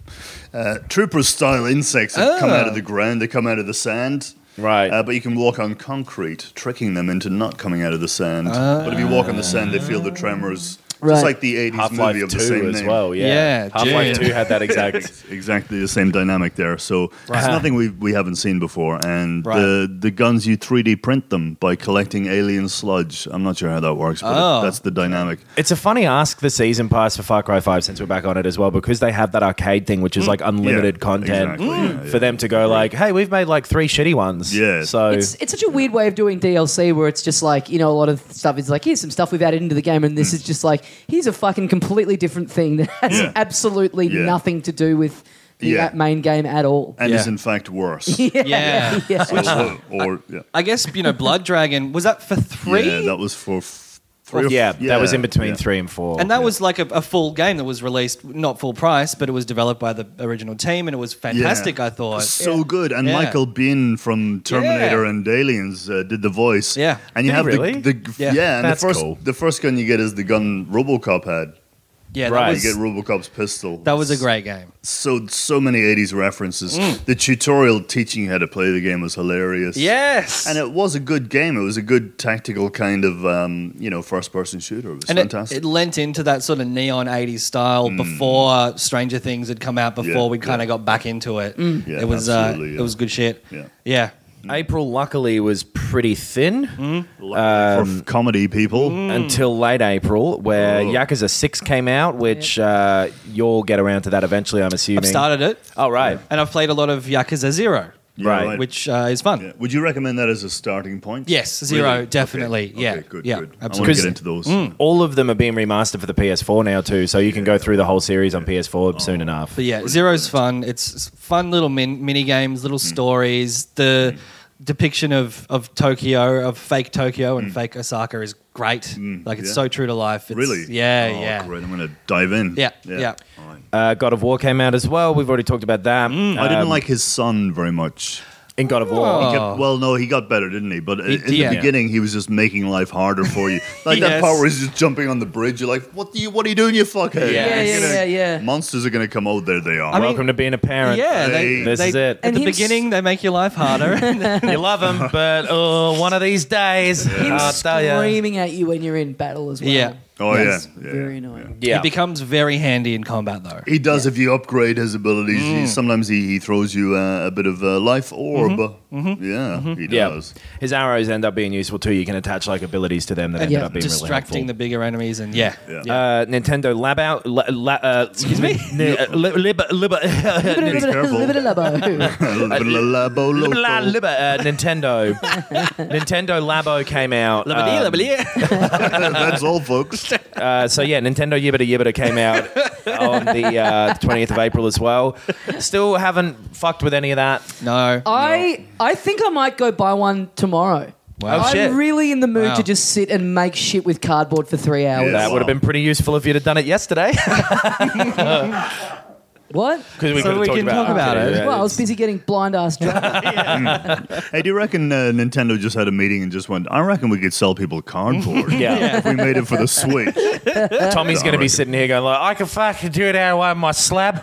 [SPEAKER 5] uh, Trooper style insects that come out of the ground, they come out of the sand.
[SPEAKER 4] Ah. Right.
[SPEAKER 5] Uh, but you can walk on concrete, tricking them into not coming out of the sand. but if you walk on the sand, they feel the tremors.
[SPEAKER 3] Right.
[SPEAKER 5] Just like the 80s
[SPEAKER 4] Half
[SPEAKER 5] movie
[SPEAKER 4] Life
[SPEAKER 5] of the same
[SPEAKER 4] 2 Ah. as
[SPEAKER 5] name.
[SPEAKER 4] well. Yeah.
[SPEAKER 2] Yeah,
[SPEAKER 4] Half Life
[SPEAKER 2] dude.
[SPEAKER 4] 2 had that exact.
[SPEAKER 5] Ex- Exactly the same dynamic there. So it's nothing we we haven't seen before. And the the guns you 3D print them by collecting alien sludge. I'm not sure how that works, but
[SPEAKER 2] Oh.
[SPEAKER 5] that's the dynamic.
[SPEAKER 4] It's a funny ask the season pass for Far Cry 5 since we're back on it as well because they have that arcade thing which is like unlimited
[SPEAKER 5] Mm. Yeah,
[SPEAKER 4] content
[SPEAKER 5] exactly, Mm. yeah,
[SPEAKER 4] for them to go like, hey, we've made like three shitty ones.
[SPEAKER 5] Yeah.
[SPEAKER 4] So
[SPEAKER 3] It's, it's such a weird way of doing DLC where it's just like, you know, a lot of stuff is like, here's some stuff we've added into the game, and this is just like, here's a fucking completely different thing that has
[SPEAKER 5] Yeah.
[SPEAKER 3] absolutely
[SPEAKER 5] Yeah.
[SPEAKER 3] nothing to do with the
[SPEAKER 5] Yeah.
[SPEAKER 3] a- main game at all.
[SPEAKER 5] And
[SPEAKER 2] Yeah.
[SPEAKER 5] is in fact worse.
[SPEAKER 2] Yeah.
[SPEAKER 3] yeah.
[SPEAKER 5] or, or- yeah.
[SPEAKER 2] I guess you know Blood Dragon was that for three?
[SPEAKER 5] Yeah, that was for f- three.
[SPEAKER 4] yeah,
[SPEAKER 5] or f-
[SPEAKER 4] that was in between
[SPEAKER 5] yeah.
[SPEAKER 4] three and four.
[SPEAKER 2] and that was like a, a full game that was released not full price, but it was developed by the original team and it was
[SPEAKER 5] Yeah.
[SPEAKER 2] fantastic. I thought.
[SPEAKER 5] so good. And
[SPEAKER 2] Yeah.
[SPEAKER 5] Michael Biehn from Terminator
[SPEAKER 2] Yeah.
[SPEAKER 5] and Aliens uh, did the voice.
[SPEAKER 2] Yeah.
[SPEAKER 5] and you
[SPEAKER 4] Did
[SPEAKER 5] have
[SPEAKER 4] he really?
[SPEAKER 5] the, the
[SPEAKER 2] Yeah.
[SPEAKER 5] yeah. and
[SPEAKER 4] That's
[SPEAKER 5] the first
[SPEAKER 4] cool.
[SPEAKER 5] the first gun you get is the gun RoboCop had.
[SPEAKER 2] yeah,
[SPEAKER 4] Right.
[SPEAKER 2] that
[SPEAKER 5] You
[SPEAKER 2] was
[SPEAKER 5] get RoboCop's pistol.
[SPEAKER 2] that was a great game.
[SPEAKER 5] so so many '80s references.
[SPEAKER 2] Mm.
[SPEAKER 5] The tutorial teaching you how to play the game was hilarious.
[SPEAKER 2] Yes.
[SPEAKER 5] And it was a good game. It was a good tactical kind of, um, you know, first-person shooter. It was
[SPEAKER 2] And it,
[SPEAKER 5] fantastic. Mm.
[SPEAKER 2] it lent into that sort of neon 80s style before Stranger Things had come out, before we
[SPEAKER 5] yeah. Mm.
[SPEAKER 2] kind of got back into it.
[SPEAKER 5] Yeah,
[SPEAKER 2] it was uh,
[SPEAKER 5] absolutely, yeah.
[SPEAKER 2] it was good shit.
[SPEAKER 5] Yeah.
[SPEAKER 2] Yeah.
[SPEAKER 5] Mm.
[SPEAKER 4] April luckily was pretty thin
[SPEAKER 2] Um,
[SPEAKER 5] for f- comedy people.
[SPEAKER 2] Mm.
[SPEAKER 4] until late April where
[SPEAKER 5] Oh.
[SPEAKER 4] Yakuza 6 came out, which uh, you'll get around to that eventually, I'm assuming.
[SPEAKER 2] I've started it.
[SPEAKER 4] Oh, right.
[SPEAKER 2] And I've played a lot of Yakuza Zero,
[SPEAKER 5] Yeah,
[SPEAKER 4] right.
[SPEAKER 5] right.
[SPEAKER 2] which uh, is fun.
[SPEAKER 5] Yeah. Would you recommend that as a starting point?
[SPEAKER 2] Yes, zero,
[SPEAKER 5] Really?
[SPEAKER 2] definitely,
[SPEAKER 5] Okay.
[SPEAKER 2] yeah.
[SPEAKER 5] Okay, good,
[SPEAKER 2] Yeah,
[SPEAKER 5] good. I want
[SPEAKER 2] absolutely. Mm.
[SPEAKER 5] to get into those.
[SPEAKER 4] All of them are being remastered for the PS4 now too, so you can go through the whole series on
[SPEAKER 5] Oh.
[SPEAKER 4] PS4 soon enough.
[SPEAKER 2] But yeah, Zero's fun. It's it's fun little min- mini games, little
[SPEAKER 5] Mm.
[SPEAKER 2] stories. The depiction of, of Tokyo, of fake Tokyo and fake Osaka is great. like it's
[SPEAKER 5] Mm. yeah.
[SPEAKER 2] so true to life. It's,
[SPEAKER 5] Really?
[SPEAKER 2] Yeah,
[SPEAKER 5] Oh,
[SPEAKER 2] yeah.
[SPEAKER 5] Great. I'm going to dive in.
[SPEAKER 2] Yeah, yeah.
[SPEAKER 5] All right.
[SPEAKER 4] Uh, God of War came out as well. We've already talked about that. Uh,
[SPEAKER 5] I
[SPEAKER 2] Um,
[SPEAKER 5] didn't like his son very much.
[SPEAKER 4] in God of War.
[SPEAKER 5] He kept- well, no, he got better, didn't he? But in
[SPEAKER 2] yeah.
[SPEAKER 5] the beginning, he was just making life harder for you. Like that
[SPEAKER 2] Yes.
[SPEAKER 5] part where he's just jumping on the bridge. You're like, "What do you? What are you doing, you fuckhead?"
[SPEAKER 2] Yeah,
[SPEAKER 5] He's
[SPEAKER 3] yeah,
[SPEAKER 5] gonna-
[SPEAKER 3] yeah, yeah.
[SPEAKER 5] Monsters are going to come. Oh, there they are.
[SPEAKER 2] I mean-
[SPEAKER 4] Welcome to being a parent.
[SPEAKER 2] Yeah, they,
[SPEAKER 5] Hey.
[SPEAKER 4] This
[SPEAKER 2] they-
[SPEAKER 4] is it.
[SPEAKER 2] At
[SPEAKER 4] And
[SPEAKER 2] the
[SPEAKER 3] him s-
[SPEAKER 2] beginning, they make your life harder. And then-
[SPEAKER 4] You love them, but oh, one of these days,
[SPEAKER 3] Him
[SPEAKER 2] Uh,
[SPEAKER 4] I'll tell you.
[SPEAKER 3] screaming at you when you're in battle as well.
[SPEAKER 2] yeah,
[SPEAKER 5] Oh
[SPEAKER 3] Yes.
[SPEAKER 5] yeah, yeah,
[SPEAKER 3] Very
[SPEAKER 5] yeah.
[SPEAKER 3] annoying.
[SPEAKER 4] Yeah.
[SPEAKER 2] It becomes very handy in combat though.
[SPEAKER 5] He does if you upgrade his abilities. He, sometimes he, he throws you uh, a bit of uh, life orb. Yeah, he
[SPEAKER 4] yeah.
[SPEAKER 5] does.
[SPEAKER 4] His arrows end up being useful too. You can attach like abilities to them that end
[SPEAKER 3] Yeah.
[SPEAKER 4] up being
[SPEAKER 2] Distracting
[SPEAKER 4] really
[SPEAKER 2] the bigger enemies and yeah.
[SPEAKER 5] Yeah.
[SPEAKER 4] helpful. Uh, Nintendo Lab out. La, la, uh, Excuse me. uh,
[SPEAKER 5] Be careful.
[SPEAKER 3] Labo.
[SPEAKER 5] Labo
[SPEAKER 4] Lib-
[SPEAKER 5] loco.
[SPEAKER 4] la- lib- uh, Nintendo. Nintendo Labo came out. um,
[SPEAKER 5] That's all, folks.
[SPEAKER 4] uh, so yeah, Nintendo Yibbita Yibbita came out on the uh, twentieth of April as well. Still haven't fucked with any of that.
[SPEAKER 2] No.
[SPEAKER 3] I I think I might go buy one tomorrow.
[SPEAKER 4] Wow. Oh,
[SPEAKER 3] I'm
[SPEAKER 4] shit.
[SPEAKER 3] really in the mood
[SPEAKER 2] Wow.
[SPEAKER 3] to just sit and make shit with cardboard for three hours.
[SPEAKER 5] Yeah.
[SPEAKER 4] That would have been pretty useful if you'd have done it yesterday.
[SPEAKER 3] What?
[SPEAKER 4] Because we
[SPEAKER 2] So
[SPEAKER 4] could've
[SPEAKER 2] we
[SPEAKER 4] talked
[SPEAKER 2] can talk about it.
[SPEAKER 4] Yeah,
[SPEAKER 3] well, I
[SPEAKER 4] it's-
[SPEAKER 3] was busy getting blind ass drunk.
[SPEAKER 5] Hey, do you reckon uh, Nintendo just had a meeting and just went, I reckon we could sell people cardboard?
[SPEAKER 4] Yeah.
[SPEAKER 5] If we made it for the Switch.
[SPEAKER 4] Tommy's going to be sitting here going like, I can fucking do it out of one of my slab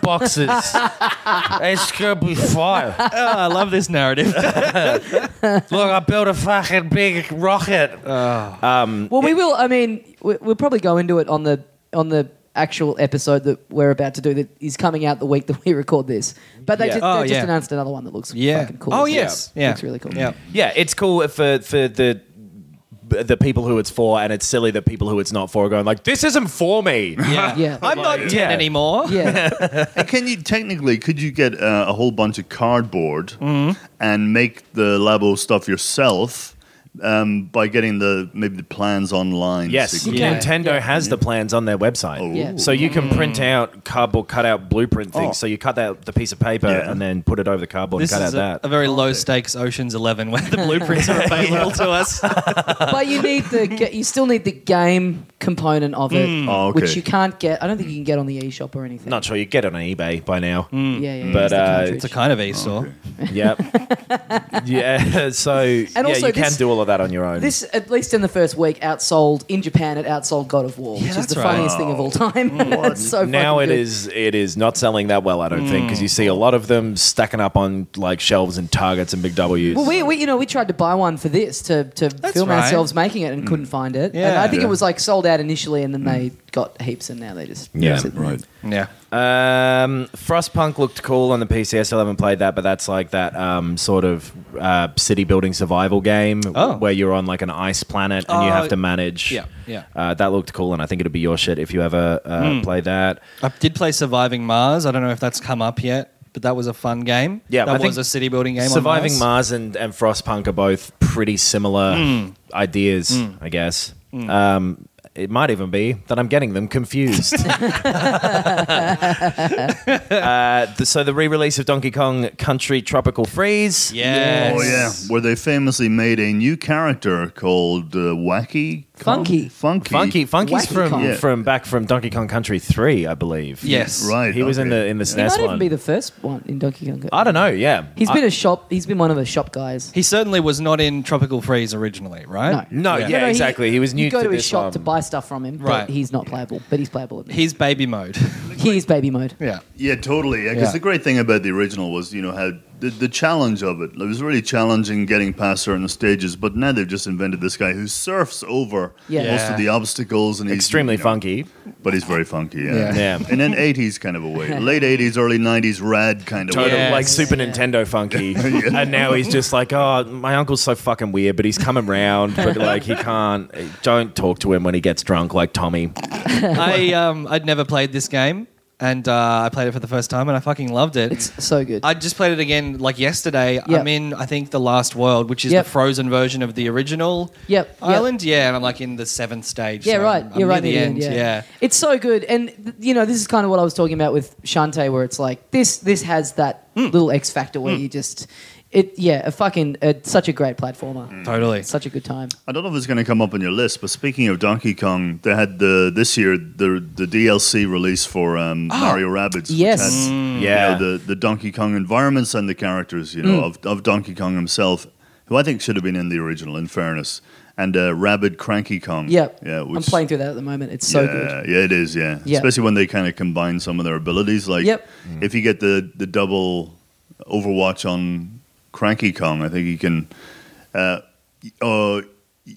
[SPEAKER 4] boxes. it's going to be fine.
[SPEAKER 2] Oh, I love this narrative.
[SPEAKER 4] Look, I built a fucking big rocket.
[SPEAKER 3] well, we will. I mean, we- we'll probably go into it on the on the actual episode that we're about to do that is coming out the week that we record this. But they
[SPEAKER 4] Yeah.
[SPEAKER 3] just,
[SPEAKER 2] Oh,
[SPEAKER 3] they just
[SPEAKER 2] yeah.
[SPEAKER 3] announced another one that looks
[SPEAKER 2] Yeah.
[SPEAKER 3] fucking cool.
[SPEAKER 2] Oh,
[SPEAKER 3] as well.
[SPEAKER 2] yes. Yeah.
[SPEAKER 3] Looks really cool.
[SPEAKER 2] yeah.
[SPEAKER 4] yeah, it's cool for for the the people who it's for, and it's silly the people who it's not for are going like, this isn't for me.
[SPEAKER 2] Yeah.
[SPEAKER 3] Yeah.
[SPEAKER 2] I'm not 10
[SPEAKER 4] Yeah.
[SPEAKER 2] anymore.
[SPEAKER 3] Yeah.
[SPEAKER 5] And can you, technically, could you get uh, a whole bunch of cardboard and make the Labo stuff yourself um, by getting the maybe the plans online?
[SPEAKER 4] Yes,
[SPEAKER 5] So you can-
[SPEAKER 3] Yeah.
[SPEAKER 4] Nintendo has the plans on their website,
[SPEAKER 3] Yeah.
[SPEAKER 4] so you can print out cardboard cutout blueprint things.
[SPEAKER 5] Oh.
[SPEAKER 4] So you cut out the piece of paper
[SPEAKER 5] Yeah.
[SPEAKER 4] and then put it over the cardboard
[SPEAKER 2] This
[SPEAKER 4] and cut
[SPEAKER 2] is a,
[SPEAKER 4] out
[SPEAKER 2] a
[SPEAKER 4] that.
[SPEAKER 2] very low stakes Ocean's Eleven where the blueprints are available to us.
[SPEAKER 3] but you need the ga- you still need the game component of it,
[SPEAKER 2] Mm.
[SPEAKER 5] Oh, okay.
[SPEAKER 3] which you can't get. I don't think you can get on the eShop or anything.
[SPEAKER 4] Not sure you get it on eBay by now.
[SPEAKER 2] Mm.
[SPEAKER 3] Yeah, yeah.
[SPEAKER 4] But,
[SPEAKER 3] it's the
[SPEAKER 4] uh,
[SPEAKER 3] cartridge.
[SPEAKER 2] It's a kind of e-store.
[SPEAKER 4] Yep. yeah. So yeah,
[SPEAKER 3] also
[SPEAKER 4] you can
[SPEAKER 3] this-
[SPEAKER 4] do all of that on your own.
[SPEAKER 3] This, at least in the first week, outsold in Japan. It outsold God of War, which is
[SPEAKER 2] that's
[SPEAKER 3] the
[SPEAKER 2] right. Oh,
[SPEAKER 3] funniest thing of all time. It's so
[SPEAKER 4] now it
[SPEAKER 3] fucking good.
[SPEAKER 4] is it is not selling that well, I don't
[SPEAKER 2] Mm.
[SPEAKER 4] think, because you see a lot of them stacking up on like shelves and targets and big W's.
[SPEAKER 3] Well, we, we you know we tried to buy one for this to, to film
[SPEAKER 2] right. Mm.
[SPEAKER 3] ourselves making it and couldn't find it. And
[SPEAKER 2] Yeah. Mm.
[SPEAKER 3] I think it
[SPEAKER 5] Yeah.
[SPEAKER 3] was like sold out initially, and then they got heaps, and now they just
[SPEAKER 4] Yeah,
[SPEAKER 3] sit there.
[SPEAKER 5] Right.
[SPEAKER 2] Yeah.
[SPEAKER 4] um, Frostpunk looked cool on the PC. I still haven't played that, but that's like that um, sort of uh, city building survival game
[SPEAKER 2] Oh.
[SPEAKER 4] where you're on like an ice planet and you
[SPEAKER 2] Uh,
[SPEAKER 4] have to manage.
[SPEAKER 2] yeah, yeah. Mm.
[SPEAKER 4] Uh, that looked cool, and I think it'll be your shit if you ever uh, play that.
[SPEAKER 2] I did play Surviving Mars. I don't know if that's come up yet, but that was a fun game.
[SPEAKER 4] Yeah, I
[SPEAKER 2] that
[SPEAKER 4] think
[SPEAKER 2] was a city building game.
[SPEAKER 4] Surviving
[SPEAKER 2] on Mars.
[SPEAKER 4] Mars, and, and Frostpunk are both pretty similar
[SPEAKER 2] Hmm.
[SPEAKER 4] ideas, I guess. Um, it might even be that I'm getting them confused. uh, th- so the re-release of Donkey Kong Country Tropical Freeze.
[SPEAKER 2] Yes.
[SPEAKER 5] Oh yeah, where they famously made a new character called uh, Wacky Kong?
[SPEAKER 3] Funky.
[SPEAKER 5] Funky,
[SPEAKER 4] Funky, Funky's
[SPEAKER 3] Wacky
[SPEAKER 4] from
[SPEAKER 3] Kong.
[SPEAKER 5] Yeah.
[SPEAKER 4] from back from Donkey Kong Country Three, I believe.
[SPEAKER 2] Yes.
[SPEAKER 5] Right,
[SPEAKER 4] he was in
[SPEAKER 5] okay.
[SPEAKER 4] the in the
[SPEAKER 3] He might
[SPEAKER 4] SNES
[SPEAKER 3] even
[SPEAKER 4] one.
[SPEAKER 3] be the first one in Donkey Kong.
[SPEAKER 4] I don't know. Yeah,
[SPEAKER 3] He's
[SPEAKER 4] I-
[SPEAKER 3] been a shop. He's been one of the shop guys.
[SPEAKER 2] He certainly was not in Tropical Freeze originally, right?
[SPEAKER 3] No.
[SPEAKER 4] no,
[SPEAKER 2] Yeah.
[SPEAKER 4] yeah,
[SPEAKER 2] No,
[SPEAKER 3] No,
[SPEAKER 4] exactly. He, was new
[SPEAKER 3] You go to, his
[SPEAKER 4] this
[SPEAKER 3] shop
[SPEAKER 4] one.
[SPEAKER 3] to buy stuff from him, but
[SPEAKER 2] Right.
[SPEAKER 3] he's not playable. But he's playable. At
[SPEAKER 2] He's baby mode.
[SPEAKER 3] He is baby mode.
[SPEAKER 2] yeah.
[SPEAKER 5] Yeah, totally. Because
[SPEAKER 2] Yeah.
[SPEAKER 5] the great thing about the original was, you know, how the, the challenge of it. It was really challenging getting past certain stages, but now they've just invented this guy who surfs over
[SPEAKER 3] Yeah.
[SPEAKER 5] most of the obstacles and he's
[SPEAKER 4] Extremely
[SPEAKER 5] you know,
[SPEAKER 4] funky.
[SPEAKER 5] But he's very funky, yeah.
[SPEAKER 4] Yeah. Yeah.
[SPEAKER 5] In an eighties kind of a way, late eighties, early nineties, rad kind of
[SPEAKER 4] Total,
[SPEAKER 5] way.
[SPEAKER 2] Yes.
[SPEAKER 4] like Super Nintendo funky. And now he's just like, oh, my uncle's so fucking weird, but he's coming round, but like he can't. eh, Don't talk to him when he gets drunk, like Tommy.
[SPEAKER 2] I um I'd never played this game, and uh, I played it for the first time, and I fucking loved it.
[SPEAKER 3] It's so good.
[SPEAKER 2] I just played it again like yesterday.
[SPEAKER 3] Yep.
[SPEAKER 2] I'm in, I think, the last world, which is
[SPEAKER 3] Yep.
[SPEAKER 2] the frozen version of the original
[SPEAKER 3] Yep, yep.
[SPEAKER 2] island. Yeah, and I'm like in the seventh stage.
[SPEAKER 3] Yeah,
[SPEAKER 2] so
[SPEAKER 3] right.
[SPEAKER 2] I'm- I'm
[SPEAKER 3] You're
[SPEAKER 2] near
[SPEAKER 3] right.
[SPEAKER 2] The
[SPEAKER 3] near
[SPEAKER 2] end. yeah.
[SPEAKER 3] it's so good, and th- you know this is kind of what I was talking about with Shantae, where it's like this. This has that
[SPEAKER 2] Hmm.
[SPEAKER 3] little X factor where you just, it yeah, a fucking uh, such a great platformer,
[SPEAKER 2] Hmm. Totally.
[SPEAKER 3] such a good time.
[SPEAKER 5] I don't know if it's going to come up on your list, but speaking of Donkey Kong, they had the this year the the DLC release for um, Mario Rabbids. which
[SPEAKER 3] Oh, Yes.
[SPEAKER 5] had,
[SPEAKER 4] Mm. Yeah.
[SPEAKER 5] you know, the the Donkey Kong environments and the characters, you know,
[SPEAKER 3] Mm.
[SPEAKER 5] of, of Donkey Kong himself, who I think should have been in the original, in fairness, and uh, Rabid Cranky Kong.
[SPEAKER 3] Yep.
[SPEAKER 5] yeah, which,
[SPEAKER 3] I'm playing through that at the moment. It's so
[SPEAKER 5] yeah,
[SPEAKER 3] good.
[SPEAKER 5] Yeah, it is. Yeah,
[SPEAKER 3] Yeah.
[SPEAKER 5] especially when they kind of combine some of their abilities. Like,
[SPEAKER 3] Yep.
[SPEAKER 4] Mm-hmm.
[SPEAKER 5] if you get the the double Overwatch on Cranky Kong, I think you can. Uh, y- uh,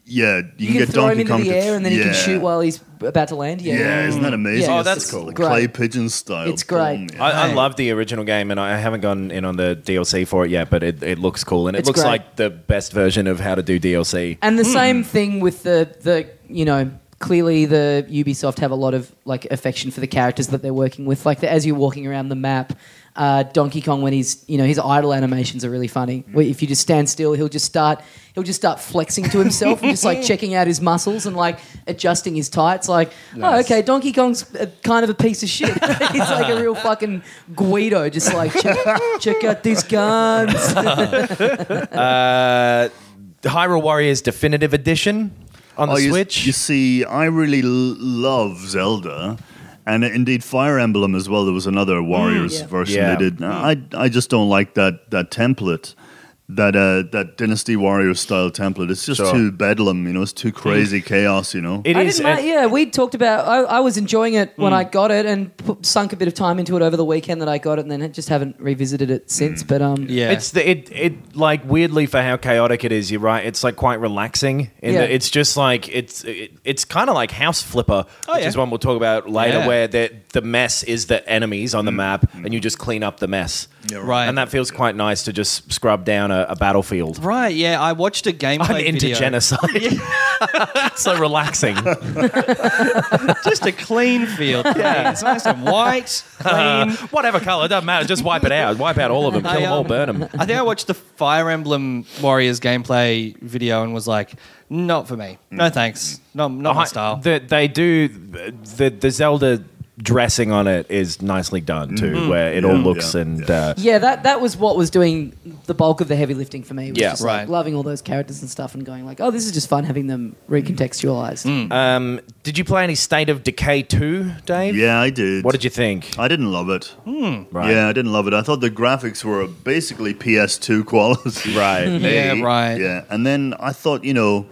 [SPEAKER 5] yeah, you,
[SPEAKER 3] You, can,
[SPEAKER 5] get
[SPEAKER 3] throw him
[SPEAKER 5] Donkey
[SPEAKER 3] into
[SPEAKER 5] Kong
[SPEAKER 3] the
[SPEAKER 5] to-
[SPEAKER 3] air and then he can
[SPEAKER 5] Yeah.
[SPEAKER 3] shoot while he's about to land. Yeah,
[SPEAKER 5] Yeah, isn't that amazing?
[SPEAKER 3] Yeah. Oh,
[SPEAKER 5] It's
[SPEAKER 4] that's
[SPEAKER 5] just
[SPEAKER 4] cool.
[SPEAKER 5] Clay
[SPEAKER 3] Great.
[SPEAKER 5] pigeon style.
[SPEAKER 3] It's great.
[SPEAKER 5] Boom, yeah.
[SPEAKER 4] I, I love the original game, and I haven't gone in on the DLC for it yet, but it, it looks cool, and it
[SPEAKER 3] It's
[SPEAKER 4] looks
[SPEAKER 3] great.
[SPEAKER 4] like the best version of how to do DLC.
[SPEAKER 3] And the same thing with the the you know clearly the Ubisoft have a lot of like affection for the characters that they're working with. Like the, as you're walking around the map, uh, Donkey Kong when he's you know his idle animations are really funny. Where if you just stand still, he'll just start he'll just start flexing to himself and just like checking out his muscles and like adjusting his tights. Like oh okay, Donkey Kong's a, kind of a piece of shit. he's like a real fucking Guido, just like check, check out these guns.
[SPEAKER 4] Uh, Hyrule Warriors Definitive Edition on the
[SPEAKER 5] Oh, you,
[SPEAKER 4] Switch.
[SPEAKER 5] You see, I really l- love Zelda, and indeed Fire Emblem as well. There was another Warriors
[SPEAKER 3] yeah.
[SPEAKER 5] version
[SPEAKER 4] Yeah.
[SPEAKER 5] they did. I I just don't like that that template. That uh, that Dynasty Warrior style template. It's just
[SPEAKER 4] Sure. Mm.
[SPEAKER 5] too bedlam, you know. It's too crazy chaos, you know.
[SPEAKER 4] It
[SPEAKER 3] I
[SPEAKER 4] is-
[SPEAKER 3] didn't mind,
[SPEAKER 4] and- Mm.
[SPEAKER 3] yeah, we talked about. I, I was enjoying it when I got it, and put, sunk a bit of time into it over the weekend that I got it, and then just haven't revisited it
[SPEAKER 4] Mm.
[SPEAKER 3] since. But um,
[SPEAKER 2] Yeah.
[SPEAKER 4] It's the it it like weirdly for how chaotic it is. You're right. It's like quite relaxing. In
[SPEAKER 3] Yeah.
[SPEAKER 4] that it's just like it's it, it's kind of like House Flipper, which
[SPEAKER 2] Oh, yeah.
[SPEAKER 4] is one we'll talk about later,
[SPEAKER 2] Yeah. Mm.
[SPEAKER 4] where the the mess is the enemies on the map, and you just clean up the mess.
[SPEAKER 2] right.
[SPEAKER 4] And that feels quite nice to just scrub down a, a battlefield.
[SPEAKER 2] Right, yeah, I watched a gameplay
[SPEAKER 4] I'm into
[SPEAKER 2] video.
[SPEAKER 4] genocide. so relaxing.
[SPEAKER 2] Just a clean field. yeah, it's nice and white, clean.
[SPEAKER 4] Uh, Whatever color, doesn't matter. Just wipe it out. Wipe out all of them. Kill
[SPEAKER 2] I,
[SPEAKER 4] them all.
[SPEAKER 2] um,
[SPEAKER 4] Burn them.
[SPEAKER 2] I think I watched the Fire Emblem Warriors gameplay video and was like, not for me. No thanks. No, not my
[SPEAKER 4] Hi-
[SPEAKER 2] style.
[SPEAKER 4] The, they do the the Zelda dressing on it is nicely done too, where it all
[SPEAKER 5] Mm-hmm. Yeah.
[SPEAKER 4] looks
[SPEAKER 5] Yeah.
[SPEAKER 4] and
[SPEAKER 5] Yeah.
[SPEAKER 4] Uh,
[SPEAKER 3] yeah, that that was what was doing the bulk of the heavy lifting for me. Was
[SPEAKER 4] Yeah,
[SPEAKER 3] just, like,
[SPEAKER 2] right.
[SPEAKER 3] loving all those characters and stuff, and going like, oh, this is just fun having them recontextualized.
[SPEAKER 4] um, did you play any State of Decay two, Dave?
[SPEAKER 5] yeah, I did.
[SPEAKER 4] What did you think?
[SPEAKER 5] I didn't love it.
[SPEAKER 2] Hmm.
[SPEAKER 4] Right.
[SPEAKER 5] Yeah, I didn't love it. I thought the graphics were basically PS2 quality.
[SPEAKER 4] Right.
[SPEAKER 5] Hey.
[SPEAKER 2] Yeah, right.
[SPEAKER 5] Yeah, and then I thought, you know,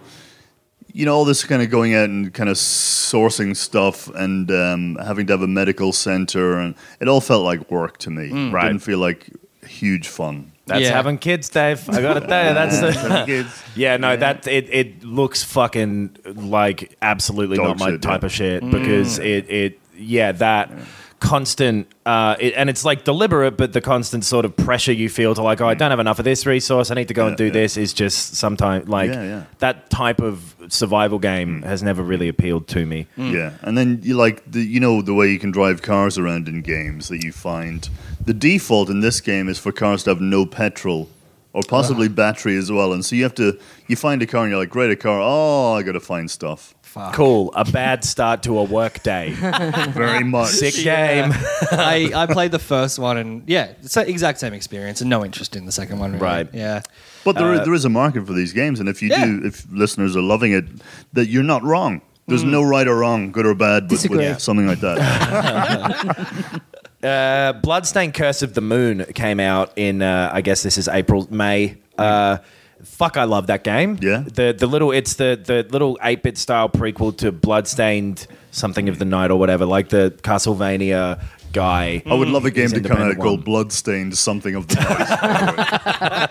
[SPEAKER 5] you know, all this kind of going out and kind of sourcing stuff and um, having to have a medical center, and it all felt like work to me.
[SPEAKER 2] Hmm.
[SPEAKER 4] Right.
[SPEAKER 5] Didn't feel like huge fun.
[SPEAKER 4] That's
[SPEAKER 2] Yeah.
[SPEAKER 4] having kids, Dave. I gotta tell you, that's the.
[SPEAKER 5] kids.
[SPEAKER 4] Yeah, no, that it, it looks fucking like absolutely
[SPEAKER 5] Dog
[SPEAKER 4] not my
[SPEAKER 5] shit,
[SPEAKER 4] type
[SPEAKER 5] yeah.
[SPEAKER 4] of shit because it it yeah that constant uh it, and it's like deliberate but the constant sort of pressure you feel to like oh I don't have enough of this resource I need to go and do
[SPEAKER 5] yeah.
[SPEAKER 4] this is just sometimes like
[SPEAKER 5] Yeah, Mm. yeah.
[SPEAKER 4] that type of survival game has never really appealed to me.
[SPEAKER 5] Yeah, and then you like the, you know the way you can drive cars around in games that you find. The default in this game is for cars to have no petrol or possibly battery as well, and so you have to you find a car and you're like, great, a car. Oh, I got to find stuff.
[SPEAKER 4] Cool, a bad start to a work day.
[SPEAKER 5] Very much.
[SPEAKER 4] Sick game.
[SPEAKER 2] I, I played the first one and yeah, it's the exact same experience and no interest in the second one. Really.
[SPEAKER 4] Right.
[SPEAKER 2] Yeah.
[SPEAKER 5] But there, there is a market for these games, and if you
[SPEAKER 2] Yeah.
[SPEAKER 5] do, if listeners are loving it, that you're not wrong. There's no right or wrong, good or bad, with,
[SPEAKER 3] Disagree.
[SPEAKER 5] with something like that.
[SPEAKER 4] Uh, Bloodstained Curse of the Moon came out in, uh, I guess this is April, May. Uh, fuck, I love that game.
[SPEAKER 5] Yeah.
[SPEAKER 4] The the little it's the the little eight bit style prequel to Bloodstained something of the night or whatever, like the Castlevania guy.
[SPEAKER 5] I would love a game to come out
[SPEAKER 4] independent
[SPEAKER 5] called
[SPEAKER 4] one.
[SPEAKER 5] Bloodstained something of the night.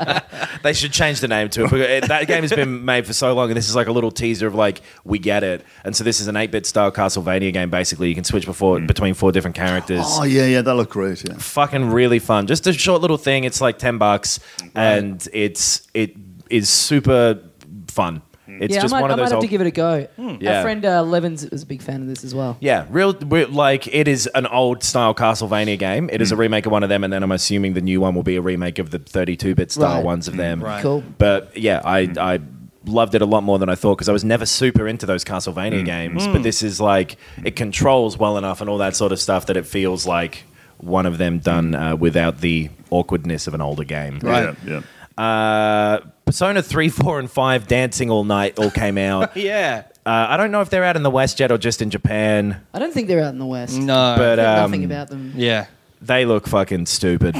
[SPEAKER 4] They should change the name to it. because it- that game has been made for so long, and this is like a little teaser of like we get it. And so this is an eight bit style Castlevania game. Basically, you can switch before between four different characters.
[SPEAKER 5] Hmm. oh yeah, yeah, that looked great. Yeah.
[SPEAKER 4] fucking really fun. Just a short little thing. It's like ten bucks, and it's it is super fun. It's
[SPEAKER 3] yeah,
[SPEAKER 4] just
[SPEAKER 3] I might,
[SPEAKER 4] one
[SPEAKER 3] I
[SPEAKER 4] of
[SPEAKER 3] might
[SPEAKER 4] those.
[SPEAKER 3] have
[SPEAKER 4] Old, Mm,
[SPEAKER 3] to give it a go. Our
[SPEAKER 4] Yeah.
[SPEAKER 3] friend uh, Levens is a big fan of this as well.
[SPEAKER 4] yeah, real we're- like it is an old style Castlevania game. It is a remake of one of them, and then I'm assuming the new one will be a remake of the 32-bit style
[SPEAKER 3] Right.
[SPEAKER 4] ones of them.
[SPEAKER 2] Right.
[SPEAKER 3] Cool.
[SPEAKER 4] But yeah, I
[SPEAKER 2] Hmm.
[SPEAKER 4] I loved it a lot more than I thought because I was never super into those Castlevania
[SPEAKER 2] Hmm.
[SPEAKER 4] games. But this is like it controls well enough and all that sort of stuff that it feels like one of them done uh, without the awkwardness of an older game.
[SPEAKER 2] Hmm. Right.
[SPEAKER 5] Yeah, yeah.
[SPEAKER 4] Uh, Persona 3, 4, and 5 Dancing All Night all came out. uh,
[SPEAKER 2] Yeah.
[SPEAKER 4] I don't know if they're out in the West yet or just in Japan,
[SPEAKER 3] I don't think they're out in the west.
[SPEAKER 2] No.
[SPEAKER 4] but
[SPEAKER 3] I've heard
[SPEAKER 4] um,
[SPEAKER 3] nothing about them.
[SPEAKER 2] yeah.
[SPEAKER 4] they look fucking stupid.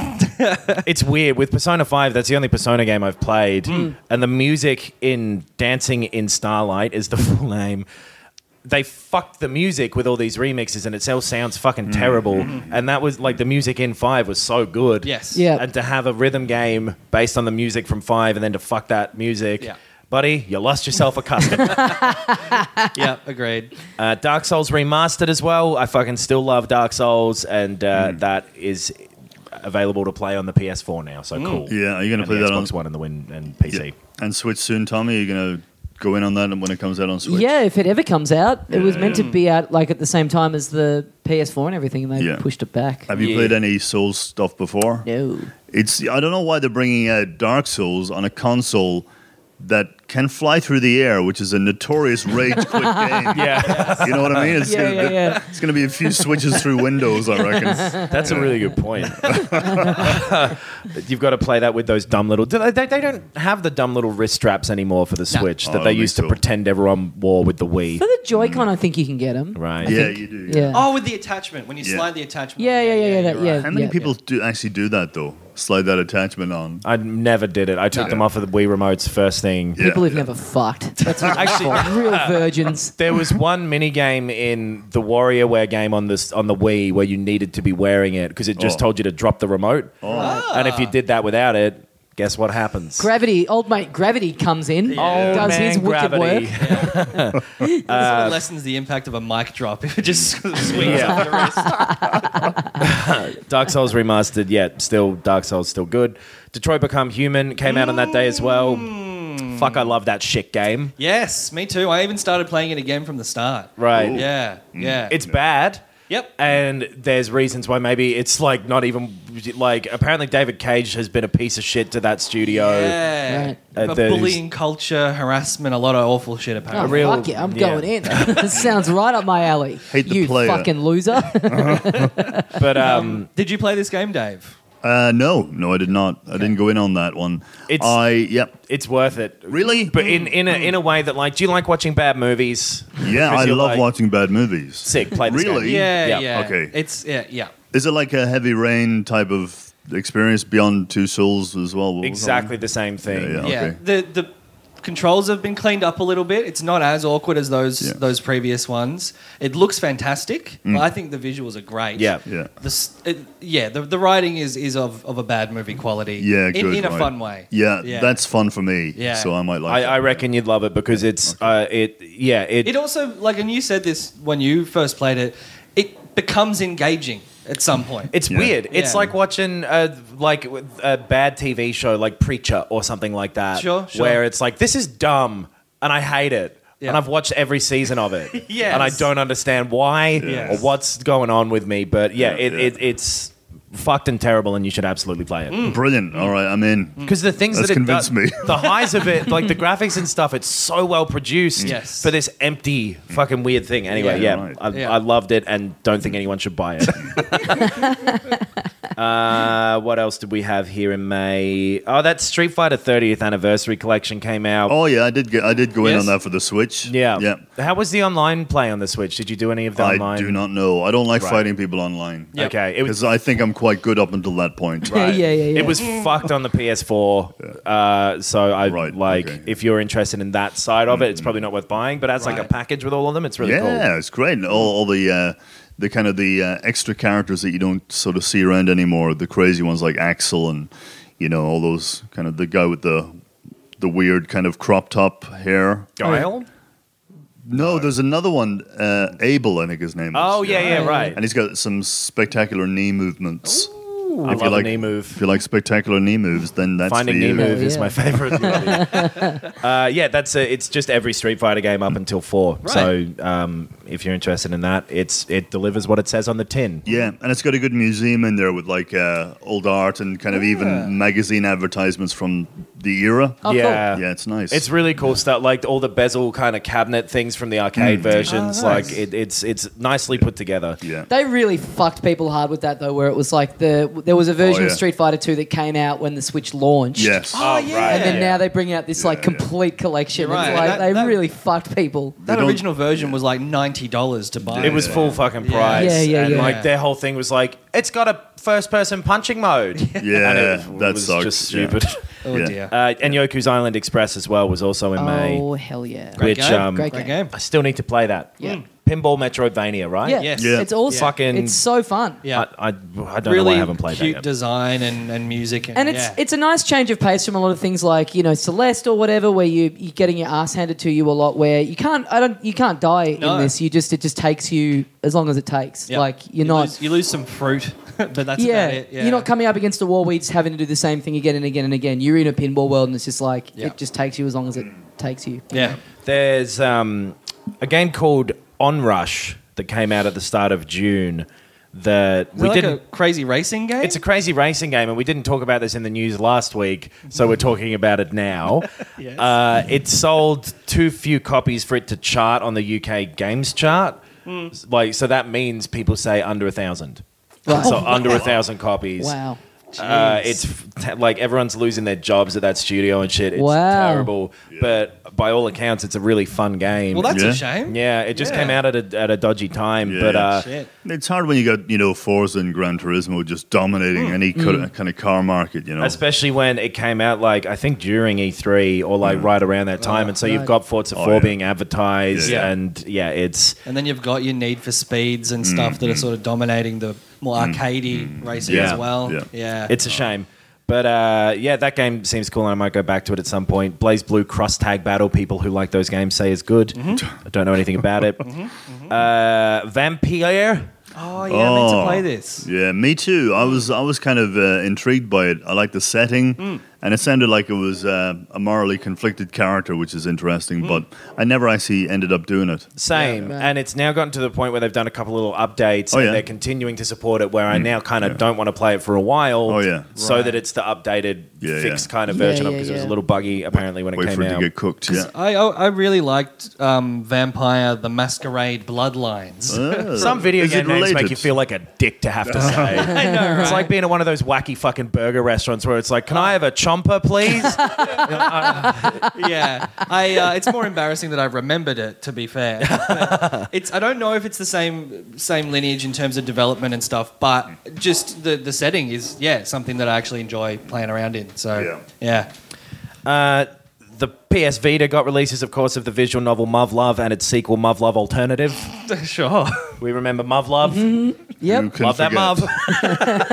[SPEAKER 4] it's weird. With Persona 5, that's the only Persona game I've played.
[SPEAKER 2] Hmm.
[SPEAKER 4] And the music in Dancing in Starlight is the full name. They fucked the music with all these remixes and it all sounds
[SPEAKER 2] Hmm.
[SPEAKER 4] fucking terrible. And that was like the music in 5 was so good.
[SPEAKER 2] Yes.
[SPEAKER 3] Yeah.
[SPEAKER 4] And to have a rhythm game based on the music from 5 and then to fuck that music.
[SPEAKER 2] Yeah.
[SPEAKER 4] buddy, you lost yourself a customer.
[SPEAKER 2] yeah, agreed.
[SPEAKER 4] Uh, Dark Souls remastered as well. I fucking still love Dark Souls, and uh,
[SPEAKER 5] Hmm.
[SPEAKER 4] that is available to play on the PS4 now. So cool.
[SPEAKER 5] Hmm. Yeah, are you gonna
[SPEAKER 4] and
[SPEAKER 5] play
[SPEAKER 4] the
[SPEAKER 5] that on-
[SPEAKER 4] Xbox One and the Win and PC?
[SPEAKER 5] And Switch soon, Tommy. Are you going to go in on that when it comes out on Switch?
[SPEAKER 3] Yeah, if it ever comes out, it was meant to
[SPEAKER 4] Mm.
[SPEAKER 3] be out like at the same time as the PS4 and everything, and they
[SPEAKER 5] Yeah.
[SPEAKER 3] pushed it back.
[SPEAKER 5] Have you
[SPEAKER 4] Yeah.
[SPEAKER 5] played any Souls stuff before?
[SPEAKER 3] no,
[SPEAKER 5] It's I don't know why they're bringing out Dark Souls on a console that can fly through the air, which is a notorious rage quit game.
[SPEAKER 4] Yeah,
[SPEAKER 5] You know what I mean? It's
[SPEAKER 3] Yeah,
[SPEAKER 5] gonna,
[SPEAKER 3] yeah, yeah.
[SPEAKER 5] It's going to be a few switches through windows, I reckon.
[SPEAKER 4] that's a really good point. You've got to play that with those dumb little. do They, they, they don't have the dumb little wrist straps anymore for the Switch
[SPEAKER 5] Oh,
[SPEAKER 4] that they
[SPEAKER 5] that'd be
[SPEAKER 4] used
[SPEAKER 5] cool.
[SPEAKER 4] to pretend everyone wore with the Wii.
[SPEAKER 3] for the Joy-Con, I think you can get them.
[SPEAKER 4] Right.
[SPEAKER 5] Yeah, you do.
[SPEAKER 3] Yeah.
[SPEAKER 2] Oh, with the attachment when you
[SPEAKER 5] Yeah.
[SPEAKER 2] slide the attachment.
[SPEAKER 3] Yeah, yeah, yeah, yeah, that-
[SPEAKER 2] you're
[SPEAKER 3] yeah.
[SPEAKER 5] How many
[SPEAKER 3] Yeah,
[SPEAKER 5] people do actually do that though? Slide that attachment on.
[SPEAKER 4] I never did it. I took them off of the Wii remotes first thing.
[SPEAKER 3] People who've never fucked. That's what it's
[SPEAKER 4] Actually-
[SPEAKER 3] for. Real virgins.
[SPEAKER 4] There was one mini game in the WarriorWare game on this on the Wii where you needed to be wearing it because it just
[SPEAKER 5] Oh.
[SPEAKER 4] told you to drop the remote.
[SPEAKER 2] Oh.
[SPEAKER 4] And if you did that without it, guess what happens?
[SPEAKER 3] Gravity, old mate, gravity comes in, Oh,
[SPEAKER 4] Old
[SPEAKER 3] does
[SPEAKER 4] man
[SPEAKER 3] his wicked
[SPEAKER 4] gravity.
[SPEAKER 3] work.
[SPEAKER 2] Sort of lessens the impact of a mic drop if it just swings off your wrist.
[SPEAKER 4] Dark Souls remastered, yet still Dark Souls still good. Detroit Become Human came out on that day as well. Fuck, I love that shit game.
[SPEAKER 2] Hmm. Yes, me too. I even started playing it again from the start.
[SPEAKER 4] Right.
[SPEAKER 2] Yeah. Yeah.
[SPEAKER 4] It's bad.
[SPEAKER 2] Yep.
[SPEAKER 4] And there's reasons why maybe it's like not even like apparently David Cage has been a piece of shit to that studio.
[SPEAKER 2] yeah.
[SPEAKER 3] Right.
[SPEAKER 4] Uh,
[SPEAKER 2] But
[SPEAKER 4] there's-
[SPEAKER 2] bullying culture, harassment, a lot of awful shit
[SPEAKER 3] Oh,
[SPEAKER 2] apparently.
[SPEAKER 4] real-
[SPEAKER 3] fuck it, I'm
[SPEAKER 4] yeah.
[SPEAKER 3] going in. This sounds right up my alley.
[SPEAKER 5] Hate the
[SPEAKER 3] you
[SPEAKER 5] player.
[SPEAKER 3] fucking loser.
[SPEAKER 4] But um,
[SPEAKER 2] Did you play this game, Dave?
[SPEAKER 5] Uh, no, no, I did not. I didn't go in on that one.
[SPEAKER 4] It's-
[SPEAKER 5] I yep.
[SPEAKER 4] it's worth it.
[SPEAKER 5] Really?
[SPEAKER 4] But in, in, a, in a way that, like, do you like watching bad movies?
[SPEAKER 5] Yeah, I
[SPEAKER 4] Because you're
[SPEAKER 5] love
[SPEAKER 4] like,
[SPEAKER 5] watching bad movies.
[SPEAKER 4] Sick, play this
[SPEAKER 5] Really?
[SPEAKER 4] game.
[SPEAKER 2] Yeah.
[SPEAKER 4] Yeah.
[SPEAKER 2] Yeah.
[SPEAKER 5] Okay.
[SPEAKER 2] It's yeah. Yeah.
[SPEAKER 5] Is it like a heavy rain type of experience beyond two souls as well? What was that
[SPEAKER 4] Exactly
[SPEAKER 5] one?
[SPEAKER 4] the same thing.
[SPEAKER 5] Yeah,
[SPEAKER 2] Yeah.
[SPEAKER 5] Okay.
[SPEAKER 2] The the controls have been cleaned up a little bit. It's not as awkward as those
[SPEAKER 5] Yeah. Mm.
[SPEAKER 2] those previous ones. It looks fantastic. I think the visuals are great.
[SPEAKER 4] Yeah.
[SPEAKER 5] Yeah.
[SPEAKER 2] The s- it, yeah, the, the writing is, is of, of a bad movie quality.
[SPEAKER 5] Yeah,
[SPEAKER 2] in,
[SPEAKER 5] good.
[SPEAKER 2] in a
[SPEAKER 5] right.
[SPEAKER 2] fun way.
[SPEAKER 5] Yeah,
[SPEAKER 2] Yeah.
[SPEAKER 5] that's fun for me.
[SPEAKER 2] Yeah.
[SPEAKER 5] so I might like.
[SPEAKER 4] I,
[SPEAKER 5] that,
[SPEAKER 4] I
[SPEAKER 5] yeah.
[SPEAKER 4] reckon you'd love it because it's, uh, it, yeah, it,
[SPEAKER 2] It also like, and you said this when you first played it. It becomes engaging at some point.
[SPEAKER 4] it's
[SPEAKER 5] Yeah.
[SPEAKER 4] weird. It's
[SPEAKER 2] Yeah.
[SPEAKER 4] like watching a, like a bad TV show, like Preacher or something like that.
[SPEAKER 2] Sure, sure.
[SPEAKER 4] Where it's like, this is dumb and I hate it.
[SPEAKER 2] Yeah.
[SPEAKER 4] And I've watched every season of it.
[SPEAKER 2] Yes.
[SPEAKER 4] And I don't understand why
[SPEAKER 2] Yes.
[SPEAKER 4] or what's going on with me. But yeah,
[SPEAKER 5] Yeah,
[SPEAKER 4] it,
[SPEAKER 5] yeah.
[SPEAKER 4] It, it's fucked and terrible and you should absolutely play it.
[SPEAKER 5] Hmm. Brilliant.
[SPEAKER 2] Hmm.
[SPEAKER 5] All right, I'm in.
[SPEAKER 4] Because the things
[SPEAKER 5] That's
[SPEAKER 4] that it does,
[SPEAKER 5] convinced me.
[SPEAKER 4] the highs of it, like the graphics and stuff, it's so well produced
[SPEAKER 2] Yes.
[SPEAKER 4] for this empty fucking weird thing. Anyway,
[SPEAKER 2] Yeah,
[SPEAKER 4] yeah,
[SPEAKER 5] right.
[SPEAKER 4] I,
[SPEAKER 2] Yeah.
[SPEAKER 4] I loved it and don't think anyone should buy it. uh, what else did we have here in May? Oh, that Street Fighter 30th anniversary collection came out.
[SPEAKER 5] Oh yeah, I did. Get, I did go in
[SPEAKER 2] Yes?
[SPEAKER 5] on that for the Switch.
[SPEAKER 4] yeah,
[SPEAKER 5] yeah.
[SPEAKER 4] How was the online play on the Switch? Did you do any of the
[SPEAKER 5] I
[SPEAKER 4] online?
[SPEAKER 5] do not know. I don't like
[SPEAKER 4] Right.
[SPEAKER 5] fighting people online.
[SPEAKER 2] Yeah.
[SPEAKER 4] Okay, it was
[SPEAKER 5] Because I think I'm quite good up until that point.
[SPEAKER 3] Yeah, yeah, yeah, yeah.
[SPEAKER 4] It was fucked on the PS4. Uh, so I
[SPEAKER 5] Right,
[SPEAKER 4] like
[SPEAKER 5] okay. Mm-hmm.
[SPEAKER 4] if you're interested in that side of it, it's probably not worth buying. But as like a
[SPEAKER 2] Right.
[SPEAKER 4] package with all of them, it's really
[SPEAKER 5] yeah,
[SPEAKER 4] cool.
[SPEAKER 5] it's great. And all, all the uh, the kind of the uh, extra characters that you don't sort of see around anymore. The crazy ones like Axel and you know all those kind of the guy with the the weird kind of crop top hair.
[SPEAKER 4] Guile.
[SPEAKER 5] No, there's another one. Uh, Abel, I think his name.
[SPEAKER 4] Oh
[SPEAKER 5] is.
[SPEAKER 4] yeah, yeah, right.
[SPEAKER 5] and he's got some spectacular knee movements.
[SPEAKER 4] I
[SPEAKER 5] if you
[SPEAKER 4] love
[SPEAKER 5] like
[SPEAKER 4] knee
[SPEAKER 5] If
[SPEAKER 4] move.
[SPEAKER 5] you like spectacular knee moves, then that's
[SPEAKER 4] Finding
[SPEAKER 5] for you.
[SPEAKER 4] Nemo move is
[SPEAKER 3] Yeah.
[SPEAKER 4] my favorite. uh, yeah, that's a, it's just every Street Fighter game up until four. So um, if you're interested in that, it's it delivers what it says on the tin.
[SPEAKER 5] Yeah, and it's got a good museum in there with like uh, old art and kind of even magazine advertisements from the era.
[SPEAKER 3] Oh, cool.
[SPEAKER 4] yeah,
[SPEAKER 5] Yeah, it's nice.
[SPEAKER 4] It's really cool stuff, like all the bezel kind of cabinet things from the arcade versions.
[SPEAKER 3] Oh,
[SPEAKER 4] Like it, it's it's nicely put together.
[SPEAKER 5] yeah.
[SPEAKER 3] They really fucked people hard with that though, where it was like the there was a version of
[SPEAKER 5] Oh, yeah.
[SPEAKER 3] Street Fighter Two that came out when the Switch launched.
[SPEAKER 5] yes.
[SPEAKER 2] oh yeah.
[SPEAKER 4] right.
[SPEAKER 3] And then
[SPEAKER 4] Yeah.
[SPEAKER 3] now they bring out this like
[SPEAKER 5] yeah.
[SPEAKER 3] complete collection.
[SPEAKER 2] You're
[SPEAKER 3] It's
[SPEAKER 2] right.
[SPEAKER 3] like
[SPEAKER 2] That-
[SPEAKER 3] they
[SPEAKER 2] that-
[SPEAKER 3] really fucked people.
[SPEAKER 2] that
[SPEAKER 5] don't-
[SPEAKER 2] original version was like ninety dollars to buy.
[SPEAKER 4] It was full fucking price.
[SPEAKER 3] Yeah, yeah,
[SPEAKER 4] and
[SPEAKER 3] yeah.
[SPEAKER 4] like their whole thing was like, it's got a first person punching mode.
[SPEAKER 5] yeah,
[SPEAKER 4] and it
[SPEAKER 5] that
[SPEAKER 4] was
[SPEAKER 5] sucks.
[SPEAKER 4] just
[SPEAKER 5] yeah.
[SPEAKER 4] stupid.
[SPEAKER 2] Oh
[SPEAKER 5] Yeah.
[SPEAKER 2] dear.
[SPEAKER 4] Uh, and Yoku's Island Express as well was also in May.
[SPEAKER 3] Oh hell yeah!
[SPEAKER 4] Which
[SPEAKER 2] game.
[SPEAKER 4] um,
[SPEAKER 3] Great
[SPEAKER 2] Great
[SPEAKER 3] game.
[SPEAKER 2] game.
[SPEAKER 4] I still need to play that.
[SPEAKER 2] Hmm.
[SPEAKER 3] Yeah.
[SPEAKER 4] Pinball Metroidvania, right?
[SPEAKER 3] Yeah.
[SPEAKER 2] Yes.
[SPEAKER 5] Yeah.
[SPEAKER 3] It's awesome.
[SPEAKER 4] Fucking-
[SPEAKER 3] It's so fun.
[SPEAKER 2] Yeah.
[SPEAKER 4] I, I, I don't know why
[SPEAKER 2] really
[SPEAKER 4] I haven't played
[SPEAKER 2] cute
[SPEAKER 4] that yet.
[SPEAKER 2] design and, and music. And,
[SPEAKER 3] And it's
[SPEAKER 2] yeah.
[SPEAKER 3] it's a nice change of pace from a lot of things like you know Celeste or whatever, where you you're getting your ass handed to you a lot. Where you can't I don't you can't die
[SPEAKER 2] No.
[SPEAKER 3] in this. You just it just takes you as long as it takes.
[SPEAKER 2] Yeah.
[SPEAKER 3] Like you're
[SPEAKER 2] you
[SPEAKER 3] not.
[SPEAKER 2] Lose, you lose some fruit, but that's
[SPEAKER 3] yeah,
[SPEAKER 2] about it. Yeah.
[SPEAKER 3] you're not coming up against a wall where you're just having to do the same thing again and again and again. You're in a pinball world, and it's just like
[SPEAKER 2] Yeah.
[SPEAKER 3] it just takes you as long as it takes you.
[SPEAKER 2] Yeah.
[SPEAKER 4] There's um, a game called Onrush that came out at the start of June that
[SPEAKER 2] Is
[SPEAKER 4] we
[SPEAKER 2] it like
[SPEAKER 4] didn't.
[SPEAKER 2] a crazy racing game?
[SPEAKER 4] It's a crazy racing game, and we didn't talk about this in the news last week, so we're talking about it now.
[SPEAKER 2] Yes.
[SPEAKER 4] uh, it sold too few copies for it to chart on the UK games chart.
[SPEAKER 2] Hmm.
[SPEAKER 4] Like, so that means people say under a thousand.
[SPEAKER 3] Right. Oh,
[SPEAKER 4] So under a thousand copies.
[SPEAKER 3] Wow.
[SPEAKER 4] Uh, it's f- t- like everyone's losing their jobs at that studio and shit. It's
[SPEAKER 3] Wow.
[SPEAKER 4] terrible. But by all accounts, it's a really fun game.
[SPEAKER 2] well, that's
[SPEAKER 5] Yeah.
[SPEAKER 2] a shame.
[SPEAKER 4] yeah, it just
[SPEAKER 2] Yeah.
[SPEAKER 4] came out at a, at a dodgy time.
[SPEAKER 5] Yeah.
[SPEAKER 4] But uh,
[SPEAKER 2] Shit.
[SPEAKER 5] It's hard when you got you know Forza and Gran Turismo just dominating any co-
[SPEAKER 2] Hmm.
[SPEAKER 5] kind of car market. You know,
[SPEAKER 4] especially when it came out, like I think during E3 or like right around that time. and so you've got Forza 4
[SPEAKER 5] Mm. Oh, yeah.
[SPEAKER 4] being advertised,
[SPEAKER 5] Yeah.
[SPEAKER 4] and yeah, it's
[SPEAKER 2] And then you've got your Need for Speeds and
[SPEAKER 4] Mm.
[SPEAKER 2] stuff that are sort of dominating the more arcadey racing
[SPEAKER 4] Yeah.
[SPEAKER 2] as well.
[SPEAKER 5] Yeah.
[SPEAKER 2] Yeah.
[SPEAKER 4] it's a shame. But uh, yeah, that game seems cool, and I might go back to it at some point. Blaze Blue Cross Tag Battle. People who like those games say is good.
[SPEAKER 5] Mm-hmm.
[SPEAKER 4] I don't know anything about it. Uh, Vampire.
[SPEAKER 2] oh yeah, I meant
[SPEAKER 5] Oh.
[SPEAKER 2] to play this.
[SPEAKER 5] Yeah, me too. I was I was kind of uh, intrigued by it. I liked the setting, and it sounded like it was uh, a morally conflicted character, which is interesting. But I never actually ended up doing it.
[SPEAKER 4] Same. And it's now gotten to the point where they've done a couple little updates
[SPEAKER 5] Oh,
[SPEAKER 4] and
[SPEAKER 5] yeah. Mm.
[SPEAKER 4] they're continuing to support it where I now kind of don't want to play it for a while.
[SPEAKER 5] Oh, yeah.
[SPEAKER 4] So
[SPEAKER 2] Right.
[SPEAKER 4] that it's the updated,
[SPEAKER 5] Yeah,
[SPEAKER 4] fixed
[SPEAKER 5] yeah.
[SPEAKER 4] kind of
[SPEAKER 3] Yeah,
[SPEAKER 4] version of
[SPEAKER 3] yeah,
[SPEAKER 4] because it was
[SPEAKER 3] yeah.
[SPEAKER 4] a little buggy apparently when it
[SPEAKER 5] Wait
[SPEAKER 4] came
[SPEAKER 5] for it
[SPEAKER 4] out.
[SPEAKER 5] to get cooked. Yeah. Oh,
[SPEAKER 2] I, I I really liked um, Vampire: The Masquerade Bloodlines.
[SPEAKER 5] Oh.
[SPEAKER 4] Some video
[SPEAKER 5] Is it
[SPEAKER 4] game names make
[SPEAKER 5] related?
[SPEAKER 4] you feel like a dick to have to say. I know, It's like being at one of those wacky fucking burger restaurants where it's like, can I have a chomper, please?
[SPEAKER 2] yeah, I. Uh, it's more embarrassing that I remembered it. To be fair, But it's. I don't know if it's the same same lineage in terms of development and stuff, but just the the setting is yeah something that I actually enjoy playing around in. So
[SPEAKER 5] Yeah.
[SPEAKER 2] yeah,
[SPEAKER 4] Uh, the PS Vita got releases, of course, of the visual novel Muv Love and its sequel, Muv Love Alternative.
[SPEAKER 2] sure.
[SPEAKER 4] We remember Muv Love.
[SPEAKER 5] You
[SPEAKER 3] Yep.
[SPEAKER 5] can
[SPEAKER 4] Love that
[SPEAKER 5] forget.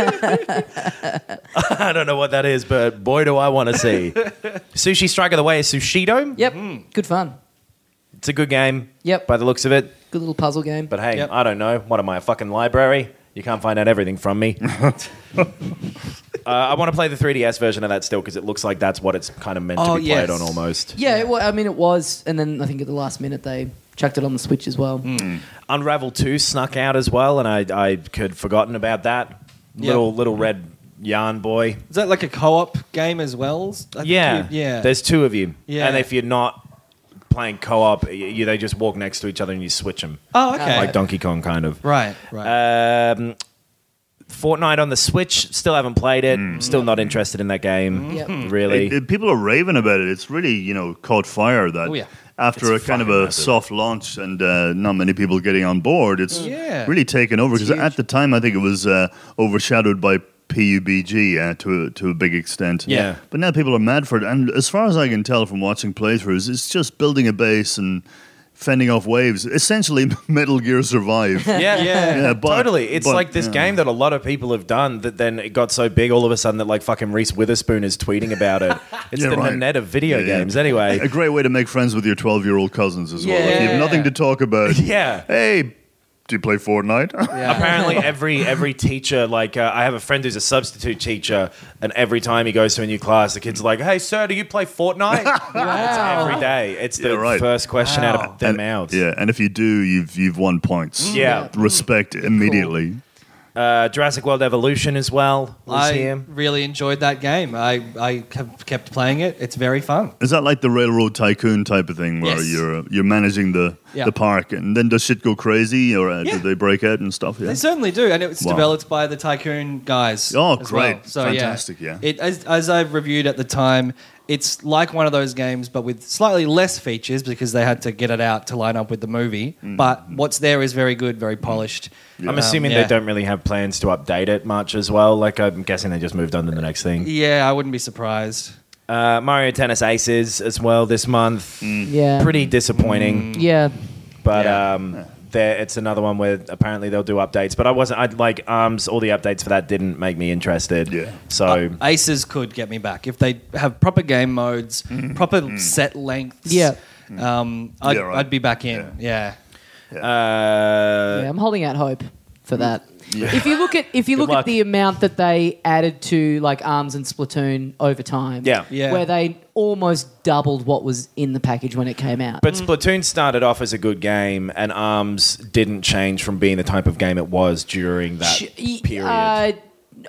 [SPEAKER 4] mob. I don't know what that is, but boy, do I want to see. Sushi Strike of the Way is Sushido.
[SPEAKER 3] Yep.
[SPEAKER 2] Hmm.
[SPEAKER 3] Good fun.
[SPEAKER 4] It's a good game
[SPEAKER 3] Yep.
[SPEAKER 4] by the looks of it.
[SPEAKER 3] Good little puzzle game.
[SPEAKER 4] But hey,
[SPEAKER 2] Yep.
[SPEAKER 4] I don't know. What am I, a fucking library? You can't find out everything from me. uh, I want to play the 3DS version of that still because it looks like that's what it's kind of meant
[SPEAKER 2] Oh,
[SPEAKER 4] to be
[SPEAKER 2] yes.
[SPEAKER 4] played on almost.
[SPEAKER 3] yeah, It, wa- I mean it was, and then I think at the last minute they chucked it on the Switch as well.
[SPEAKER 4] Mm. Unravel 2 snuck out as well, and I, I had forgotten about that.
[SPEAKER 2] Yep.
[SPEAKER 4] Little, little red yarn boy.
[SPEAKER 2] Is that like a co-op game as well? I think
[SPEAKER 4] Yeah,
[SPEAKER 2] you- yeah.
[SPEAKER 4] There's two of you,
[SPEAKER 2] Yeah.
[SPEAKER 4] and if you're not playing co-op, y you, they just walk next to each other and you switch them,
[SPEAKER 2] oh, okay.
[SPEAKER 4] like Donkey Kong kind of.
[SPEAKER 2] Right, right.
[SPEAKER 4] Um, Fortnite on the Switch. Still haven't played it. Still not interested in that game.
[SPEAKER 2] Mm.
[SPEAKER 3] Yep.
[SPEAKER 4] Really.
[SPEAKER 5] Mm. It- it- people are raving about it. It's really you know caught fire that
[SPEAKER 2] Oh, yeah.
[SPEAKER 5] after
[SPEAKER 4] It's
[SPEAKER 5] a kind of a
[SPEAKER 4] fucking massive.
[SPEAKER 5] soft launch and uh, not many people getting on board, it's
[SPEAKER 2] Yeah.
[SPEAKER 5] really taken over because
[SPEAKER 2] huge.
[SPEAKER 5] at the time I think it was uh, overshadowed by PUBG uh, to a, to a big extent.
[SPEAKER 4] Yeah.
[SPEAKER 5] but now people are mad for it, and as far as I can tell from watching playthroughs, it's just building a base and fending off waves. Essentially, Metal Gear Survive.
[SPEAKER 4] yeah,
[SPEAKER 2] Yeah.
[SPEAKER 5] Yeah, but-
[SPEAKER 4] totally. It's
[SPEAKER 5] but,
[SPEAKER 4] like this
[SPEAKER 5] yeah.
[SPEAKER 4] game that a lot of people have done that then it got so big all of a sudden that like fucking Reese Witherspoon is tweeting about it. It's
[SPEAKER 5] Yeah,
[SPEAKER 4] the
[SPEAKER 5] right.
[SPEAKER 4] Nanette of video
[SPEAKER 5] Yeah, yeah.
[SPEAKER 4] games, anyway.
[SPEAKER 5] A great way to make friends with your 12 year old cousins as well. If you have
[SPEAKER 2] Yeah.
[SPEAKER 5] nothing to talk about.
[SPEAKER 4] Yeah.
[SPEAKER 5] Hey, do you play Fortnite?
[SPEAKER 4] Apparently, every every teacher, like uh, I have a friend who's a substitute teacher, and every time he goes to a new class, the kids are like, "Hey, sir, do you play Fortnite?" It's every day. It's the
[SPEAKER 5] Yeah, right.
[SPEAKER 4] first question out of their
[SPEAKER 5] And-
[SPEAKER 4] mouths.
[SPEAKER 5] Yeah, and if you do, you've you've won points.
[SPEAKER 4] Yeah.
[SPEAKER 5] Respect immediately.
[SPEAKER 4] Uh, Jurassic World Evolution as well was
[SPEAKER 2] I
[SPEAKER 4] here.
[SPEAKER 2] really enjoyed that game. I, I have kept playing it. It's very fun.
[SPEAKER 5] Is that like the railroad tycoon type of thing where
[SPEAKER 2] Yes.
[SPEAKER 5] you're you're managing the
[SPEAKER 2] Yeah.
[SPEAKER 5] the park and then does shit go crazy or uh,
[SPEAKER 2] Yeah.
[SPEAKER 5] do they break out and stuff? Yeah.
[SPEAKER 2] They certainly do, and it was
[SPEAKER 5] Wow.
[SPEAKER 2] developed by the Tycoon guys.
[SPEAKER 5] Oh,
[SPEAKER 2] as
[SPEAKER 5] great.
[SPEAKER 2] well. So
[SPEAKER 5] Fantastic, yeah.
[SPEAKER 2] It as, as I reviewed at the time, it's like one of those games, but with slightly less features because they had to get it out to line up with the movie.
[SPEAKER 5] Mm.
[SPEAKER 2] But what's there is very good, very polished. Um,
[SPEAKER 4] I'm assuming
[SPEAKER 2] yeah.
[SPEAKER 4] they don't really have plans to update it much as well. Like I'm guessing they just moved on to the next thing.
[SPEAKER 2] Yeah, I wouldn't be surprised.
[SPEAKER 4] Uh, Mario Tennis Aces as well this month.
[SPEAKER 5] Mm.
[SPEAKER 3] Yeah.
[SPEAKER 2] Mm.
[SPEAKER 4] Pretty disappointing,
[SPEAKER 3] Yeah.
[SPEAKER 4] but
[SPEAKER 2] Yeah.
[SPEAKER 4] um, there, it's another one where apparently they'll do updates. But I wasn't. I like arms. All the updates for that didn't make me interested.
[SPEAKER 5] Yeah.
[SPEAKER 4] So
[SPEAKER 2] Uh, aces could get me back if they have proper game modes, proper set lengths.
[SPEAKER 3] Yeah.
[SPEAKER 2] Um, I'd,
[SPEAKER 5] Mm. Yeah, right.
[SPEAKER 2] I'd be back in. Yeah.
[SPEAKER 4] uh, Mm.
[SPEAKER 3] Yeah, I'm holding out hope for that. If you look at if you look at
[SPEAKER 4] luck.
[SPEAKER 3] the amount that they added to like Arms and Splatoon over time,
[SPEAKER 4] Yeah.
[SPEAKER 2] Yeah.
[SPEAKER 3] where they almost doubled what was in the package when it came out.
[SPEAKER 4] But Splatoon started off as a good game, and Arms didn't change from being the type of game it was during that
[SPEAKER 3] Sh-
[SPEAKER 4] period.
[SPEAKER 3] Uh,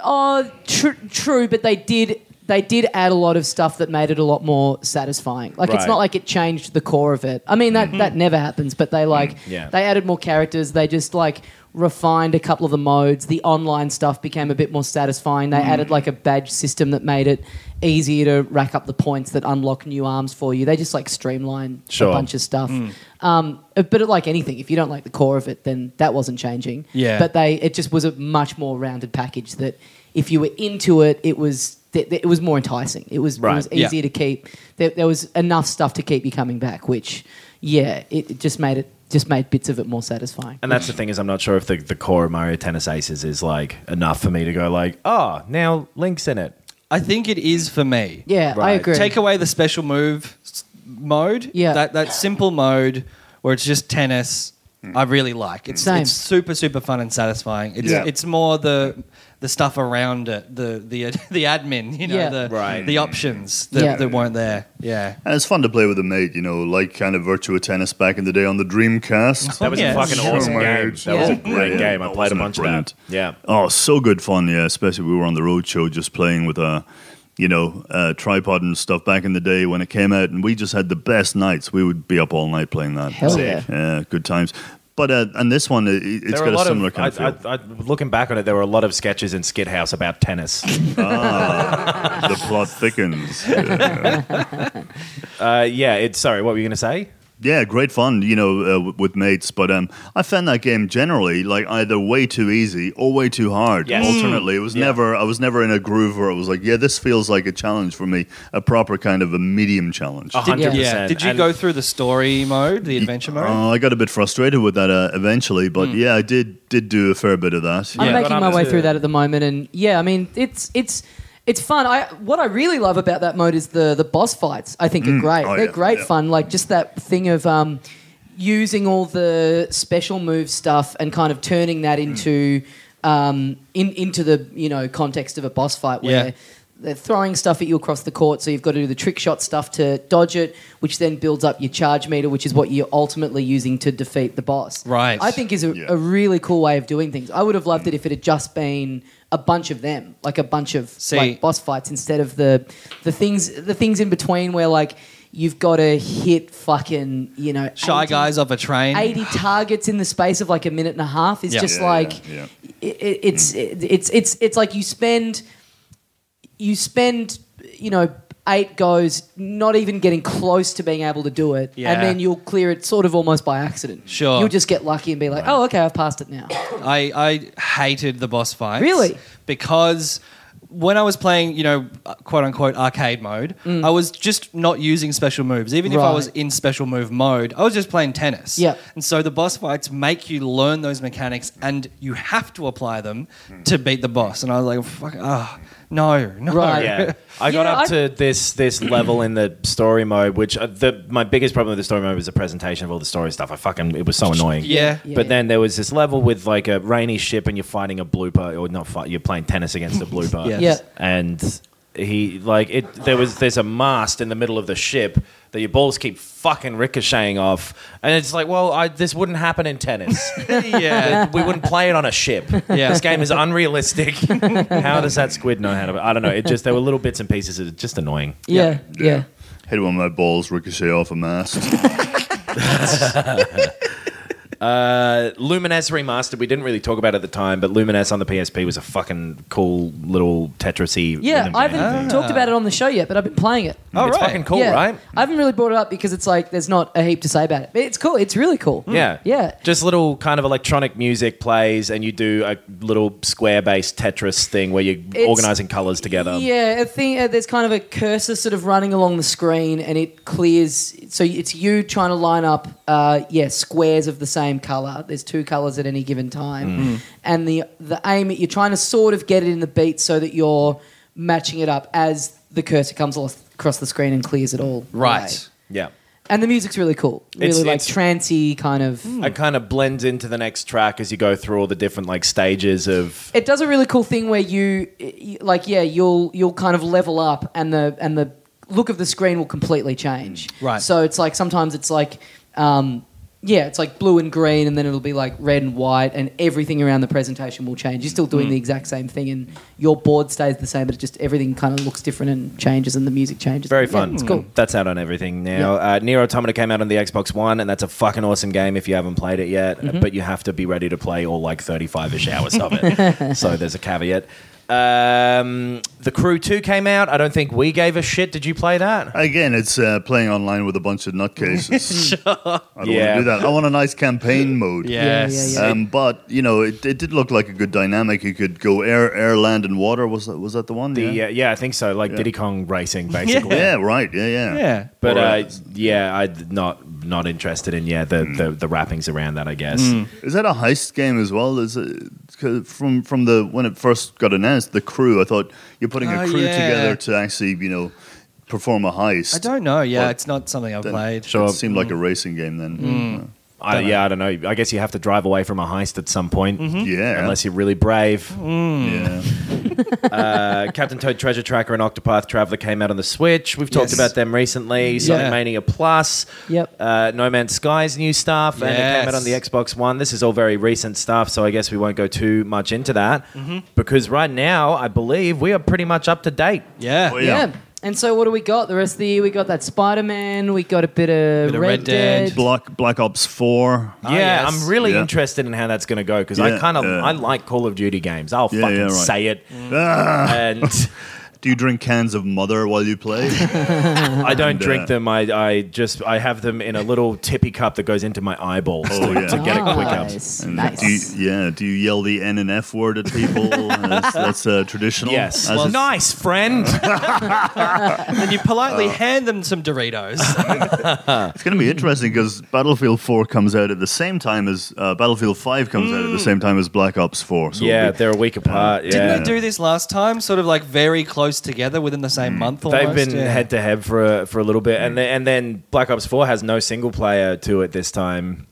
[SPEAKER 3] oh, tr- true, but they did they did add a lot of stuff that made it a lot more satisfying. Like it's
[SPEAKER 4] Right. Mm-hmm.
[SPEAKER 3] not like it changed the core of it. I mean that that never happens, but they like
[SPEAKER 4] Mm, yeah.
[SPEAKER 3] they added more characters. They just like refined a couple of the modes. The online stuff became a bit more satisfying.
[SPEAKER 4] Mm.
[SPEAKER 3] They added like a badge system that made it easier to rack up the points that unlock new arms for you. They just like streamlined a
[SPEAKER 4] Sure.
[SPEAKER 3] bunch of stuff. Um, but it, like anything, if you don't like the core of it, then that wasn't changing.
[SPEAKER 2] Yeah.
[SPEAKER 3] But they, it just was a much more rounded package. That if you were into it, it was th- th- it was more enticing. It was it
[SPEAKER 4] Right,
[SPEAKER 3] was
[SPEAKER 2] yeah.
[SPEAKER 3] easier to keep. There, there was enough stuff to keep you coming back, which yeah, it, it just made it just made bits of it more satisfying.
[SPEAKER 4] and that's the thing is, I'm not sure if the, the core of Mario Tennis Aces is like enough for me to go like, oh, now Link's in it.
[SPEAKER 2] I think it is for me.
[SPEAKER 3] yeah, I
[SPEAKER 4] Right.
[SPEAKER 3] agree.
[SPEAKER 2] Take away the special move s- mode.
[SPEAKER 3] Yeah.
[SPEAKER 2] That that simple mode where it's just tennis.
[SPEAKER 5] Hmm.
[SPEAKER 2] I really like. It's
[SPEAKER 3] Same.
[SPEAKER 2] it's super super fun and satisfying. It's
[SPEAKER 5] Yeah.
[SPEAKER 2] it's more the the stuff around it, the the the admin, you know,
[SPEAKER 3] Yeah.
[SPEAKER 2] the
[SPEAKER 4] Right.
[SPEAKER 2] the options that,
[SPEAKER 3] Yeah.
[SPEAKER 2] that weren't there. Yeah.
[SPEAKER 5] And it's fun to play with a mate, you know, like kind of Virtua Tennis back in the day on the Dreamcast.
[SPEAKER 4] That was
[SPEAKER 2] Yeah.
[SPEAKER 4] a fucking
[SPEAKER 5] Oh
[SPEAKER 4] awesome
[SPEAKER 5] my
[SPEAKER 4] game.
[SPEAKER 5] God.
[SPEAKER 4] That was a
[SPEAKER 3] Yeah.
[SPEAKER 4] great
[SPEAKER 5] Yeah.
[SPEAKER 4] game. I
[SPEAKER 5] Oh,
[SPEAKER 4] played a
[SPEAKER 5] wasn't it
[SPEAKER 4] bunch of
[SPEAKER 5] brilliant?
[SPEAKER 4] that. Yeah.
[SPEAKER 5] Oh, so good fun, yeah. Especially we were on the road show just playing with a, you know, a tripod and stuff back in the day when it came out, and we just had the best nights. We would be up all night playing that.
[SPEAKER 3] Hell Sick.
[SPEAKER 5] yeah, good times. But uh, and this one, it, it's
[SPEAKER 4] There were
[SPEAKER 5] got
[SPEAKER 4] a
[SPEAKER 5] a
[SPEAKER 4] lot
[SPEAKER 5] similar
[SPEAKER 4] of,
[SPEAKER 5] kind of
[SPEAKER 4] I,
[SPEAKER 5] feel.
[SPEAKER 4] I, I, looking back on it, there were a lot of sketches in Skid House about tennis.
[SPEAKER 5] the plot thickens. Yeah.
[SPEAKER 4] uh, yeah, it's sorry. What were you going to say?
[SPEAKER 5] Yeah, great fun, you know, uh, w- with mates. But um, I found that game generally like either way too easy or way too hard.
[SPEAKER 4] Yes.
[SPEAKER 5] Alternately, it was
[SPEAKER 4] Yeah.
[SPEAKER 5] never. I was never in a groove where it was like, yeah, this feels like a challenge for me, a proper kind of a medium challenge.
[SPEAKER 4] A hundred
[SPEAKER 3] Yeah.
[SPEAKER 4] percent.
[SPEAKER 2] Did you
[SPEAKER 4] And- Um,
[SPEAKER 2] go through the story mode, the adventure mode?
[SPEAKER 5] Oh, I got a bit frustrated with that uh, eventually, but yeah, I did did do a fair bit of that.
[SPEAKER 3] I'm
[SPEAKER 4] Yeah.
[SPEAKER 3] making
[SPEAKER 4] Got
[SPEAKER 3] my
[SPEAKER 4] up
[SPEAKER 3] way
[SPEAKER 4] to-
[SPEAKER 3] through that at the moment, and yeah, I mean it's it's it's fun. I what I really love about that mode is the the boss fights. I think are great.
[SPEAKER 5] Oh,
[SPEAKER 3] They're
[SPEAKER 5] yeah,
[SPEAKER 3] great
[SPEAKER 5] yeah.
[SPEAKER 3] fun. Like just that thing of um, using all the special move stuff and kind of turning
[SPEAKER 5] Mm.
[SPEAKER 3] that into um, in into the you know context of a boss fight where.
[SPEAKER 2] Yeah.
[SPEAKER 3] They're throwing stuff at you across the court, so you've got to do the trick shot stuff to dodge it, which then builds up your charge meter, which is what you're ultimately using to defeat the boss.
[SPEAKER 2] Right.
[SPEAKER 3] I think is a,
[SPEAKER 5] Yeah.
[SPEAKER 3] a really cool way of doing things. I would have loved it if it had just been a bunch of them, like a bunch of
[SPEAKER 2] See-
[SPEAKER 3] like boss fights instead of the the things the things in between where like you've got to hit fucking you know
[SPEAKER 2] Shy
[SPEAKER 3] 80
[SPEAKER 2] guys off a train.
[SPEAKER 3] 80 targets in the space of like a minute and a half is
[SPEAKER 2] Yeah.
[SPEAKER 3] just
[SPEAKER 5] Yeah, yeah,
[SPEAKER 3] like
[SPEAKER 5] yeah.
[SPEAKER 3] It, it- it's it, it's it's it's like you spend you spend you know eight goes not even getting close to being able to do it
[SPEAKER 2] Yeah.
[SPEAKER 3] and then you'll clear it sort of almost by accident
[SPEAKER 2] Sure.
[SPEAKER 3] you'll just get lucky and be like oh okay i've passed it now
[SPEAKER 2] I, I hated the boss fights.
[SPEAKER 3] Really?
[SPEAKER 2] Because when I was playing, you know, quote unquote arcade mode, I was just not using special moves. Even if I
[SPEAKER 3] Mm. Right.
[SPEAKER 2] was in special move mode, I was just playing tennis.
[SPEAKER 3] Yep.
[SPEAKER 2] And so the boss fights make you learn those mechanics and you have to apply them
[SPEAKER 5] Hmm.
[SPEAKER 2] to beat the boss. And I was like, fuck, ah, no, no.
[SPEAKER 3] Right.
[SPEAKER 4] yeah. I got
[SPEAKER 3] Yeah,
[SPEAKER 4] up
[SPEAKER 3] I-
[SPEAKER 4] to this this level in the story mode, which uh, the my biggest problem with the story mode was the presentation of all the story stuff. I fucking it was so annoying.
[SPEAKER 2] Yeah.
[SPEAKER 3] Yeah.
[SPEAKER 4] But then there was this level with like a rainy ship, and you're fighting a blooper, or not fight, you're playing tennis against a blooper.
[SPEAKER 2] Yes.
[SPEAKER 3] Yeah.
[SPEAKER 4] And he like it. There was there's a mast in the middle of the ship that your balls keep fucking ricocheting off, and it's like, well, I, this wouldn't happen in tennis.
[SPEAKER 2] yeah.
[SPEAKER 4] we wouldn't play it on a ship.
[SPEAKER 2] Yeah.
[SPEAKER 4] This game is unrealistic. how does that squid know how to? I don't know. It just there were little bits and pieces. It's just annoying.
[SPEAKER 3] Yeah, yeah.
[SPEAKER 5] Hit one of my balls ricochet off a mast.
[SPEAKER 4] Uh, Lumines remastered. We didn't really talk about it at the time, but Lumines on the PSP was a fucking cool little Tetrisy.
[SPEAKER 3] Yeah,
[SPEAKER 4] rhythm
[SPEAKER 3] I
[SPEAKER 4] game
[SPEAKER 3] haven't
[SPEAKER 4] thing.
[SPEAKER 3] talked about it on the show yet, but I've been playing it.
[SPEAKER 2] All
[SPEAKER 4] it's
[SPEAKER 2] right.
[SPEAKER 4] fucking cool,
[SPEAKER 3] yeah.
[SPEAKER 4] right?
[SPEAKER 3] I haven't really brought it up because it's like there's not a heap to say about it. But it's cool. It's really cool.
[SPEAKER 4] Yeah.
[SPEAKER 3] Mm. Yeah.
[SPEAKER 4] Just little kind of electronic music plays, and you do a little square based Tetris thing where you're
[SPEAKER 3] It's-
[SPEAKER 4] organizing colors together.
[SPEAKER 3] Yeah, a thing. Uh, there's kind of a cursor sort of running along the screen, and it clears. So it's you trying to line up, uh, yeah, squares of the same same color. There's two colors at any given time,
[SPEAKER 4] Mm.
[SPEAKER 3] and the the aim you're trying to sort of get it in the beat so that you're matching it up as the cursor comes al- across the screen and clears it all.
[SPEAKER 2] Right.
[SPEAKER 3] away.
[SPEAKER 4] Yeah.
[SPEAKER 3] And the music's really cool. Really
[SPEAKER 4] It's-
[SPEAKER 3] like
[SPEAKER 4] it's-
[SPEAKER 3] trancey kind of.
[SPEAKER 4] It kind of blends into the next track as you go through all the different like stages of
[SPEAKER 3] It does a really cool thing where you, you- like, yeah, you'll you'll kind of level up, and the and the look of the screen will completely change.
[SPEAKER 4] Mm.
[SPEAKER 2] Right.
[SPEAKER 3] So it's like sometimes it's like, um, yeah, it's like blue and green, and then it'll be like red and white, and everything around the presentation will change. You're still
[SPEAKER 4] Mm.
[SPEAKER 3] doing the exact same thing, and your board stays the same, but it just everything kind of looks different and changes, and the music changes.
[SPEAKER 4] Very
[SPEAKER 3] Yeah,
[SPEAKER 4] fun. Mm.
[SPEAKER 3] it's cool.
[SPEAKER 4] That's out on everything now. Uh, Nier Automata came out on the Xbox One, and that's a fucking awesome game if you haven't played it yet.
[SPEAKER 3] Mm-hmm.
[SPEAKER 4] But you have to be ready to play all like 35 ish hours of it. so there's a caveat. Um, the Crew 2 came out. I don't think we gave a shit. Did you play that?
[SPEAKER 5] Again, it's uh, playing online with a bunch of nutcases. I don't
[SPEAKER 4] Yeah.
[SPEAKER 5] want to do that. I want a nice campaign mode.
[SPEAKER 3] Yeah,
[SPEAKER 2] Yes.
[SPEAKER 3] yeah, yeah.
[SPEAKER 5] Um, but you know, it, it did look like a good dynamic. You could go air, air, land, and water. Was that was that the one?
[SPEAKER 4] The,
[SPEAKER 5] yeah.
[SPEAKER 4] yeah. yeah, I think so. Like Diddy Kong Racing, basically.
[SPEAKER 5] yeah, right. Yeah, yeah.
[SPEAKER 2] Yeah.
[SPEAKER 4] But
[SPEAKER 5] Or,
[SPEAKER 4] uh, yeah, I'm not not interested in yeah the,
[SPEAKER 5] Mm.
[SPEAKER 4] the, the wrappings around that. I guess
[SPEAKER 5] Is that a heist game as well? Is it, 'cause from from the when it first got announced, the crew? I thought you're putting a
[SPEAKER 2] Oh,
[SPEAKER 5] crew
[SPEAKER 2] yeah.
[SPEAKER 5] together to actually you know perform a heist.
[SPEAKER 2] I don't know. Yeah,
[SPEAKER 5] Well,
[SPEAKER 2] it's not something I've
[SPEAKER 5] Then
[SPEAKER 2] played.
[SPEAKER 5] It seemed like a racing game then. Mm.
[SPEAKER 4] I, yeah, I don't know. I guess you have to drive away from a heist at some point,
[SPEAKER 5] Mm-hmm. Yeah.
[SPEAKER 4] unless you're really brave.
[SPEAKER 5] yeah.
[SPEAKER 4] Uh, Captain Toad Treasure Tracker and Octopath Traveler came out on the Switch. We've talked
[SPEAKER 2] Yes.
[SPEAKER 4] about them recently. Sonic
[SPEAKER 2] Yeah.
[SPEAKER 4] Mania Plus.
[SPEAKER 3] Yep.
[SPEAKER 4] Uh, no Man's Sky's new stuff, and it came out
[SPEAKER 2] Yes.
[SPEAKER 4] on the Xbox One. This is all very recent stuff, so I guess we won't go too much into that
[SPEAKER 5] Mm-hmm.
[SPEAKER 4] because right now I believe we are pretty much up to date.
[SPEAKER 2] yeah.
[SPEAKER 5] Oh,
[SPEAKER 3] Yeah. And so, what do we got? The rest of the year, we got that Spider Man. We got a bit of,
[SPEAKER 2] Bit of
[SPEAKER 3] Red,
[SPEAKER 2] Red
[SPEAKER 3] Dead.
[SPEAKER 2] Dead.
[SPEAKER 5] Black Black Ops Four.
[SPEAKER 2] Ah,
[SPEAKER 4] yeah,
[SPEAKER 2] yes.
[SPEAKER 4] I'm really
[SPEAKER 5] Yeah.
[SPEAKER 4] interested in how that's going to go because I
[SPEAKER 5] Yeah,
[SPEAKER 4] kind of
[SPEAKER 5] yeah.
[SPEAKER 4] I like Call of Duty games. I'll
[SPEAKER 5] Yeah,
[SPEAKER 4] fucking
[SPEAKER 5] yeah, right.
[SPEAKER 4] say it, and
[SPEAKER 5] Do you drink cans of Mother while you play?
[SPEAKER 4] I don't
[SPEAKER 5] And, uh,
[SPEAKER 4] drink them. I, I just I have them in a little tippy cup that goes into my eyeballs to,
[SPEAKER 5] Oh, yeah.
[SPEAKER 4] to get it quicker.
[SPEAKER 3] Nice.
[SPEAKER 5] And
[SPEAKER 3] nice.
[SPEAKER 5] Do you, yeah. Do you yell the N and F word at people? that's that's uh, traditional.
[SPEAKER 4] Yes.
[SPEAKER 5] As
[SPEAKER 4] Well,
[SPEAKER 5] it's-
[SPEAKER 4] nice friend.
[SPEAKER 2] And you
[SPEAKER 5] Oh.
[SPEAKER 2] politely hand them some Doritos.
[SPEAKER 5] It's going to be interesting because Battlefield 4 comes out at the same time as uh, Battlefield 5 comes out at the same time as Black Ops 4. So
[SPEAKER 4] yeah,
[SPEAKER 5] it'll be-
[SPEAKER 4] they're a week apart.
[SPEAKER 2] Didn't
[SPEAKER 4] yeah.
[SPEAKER 2] they do this last time? Sort of like very close together within the same month. Almost?
[SPEAKER 4] They've been
[SPEAKER 2] yeah.
[SPEAKER 4] head to head for a, for a little bit, and then, and then Black Ops Four has no single player to it this time.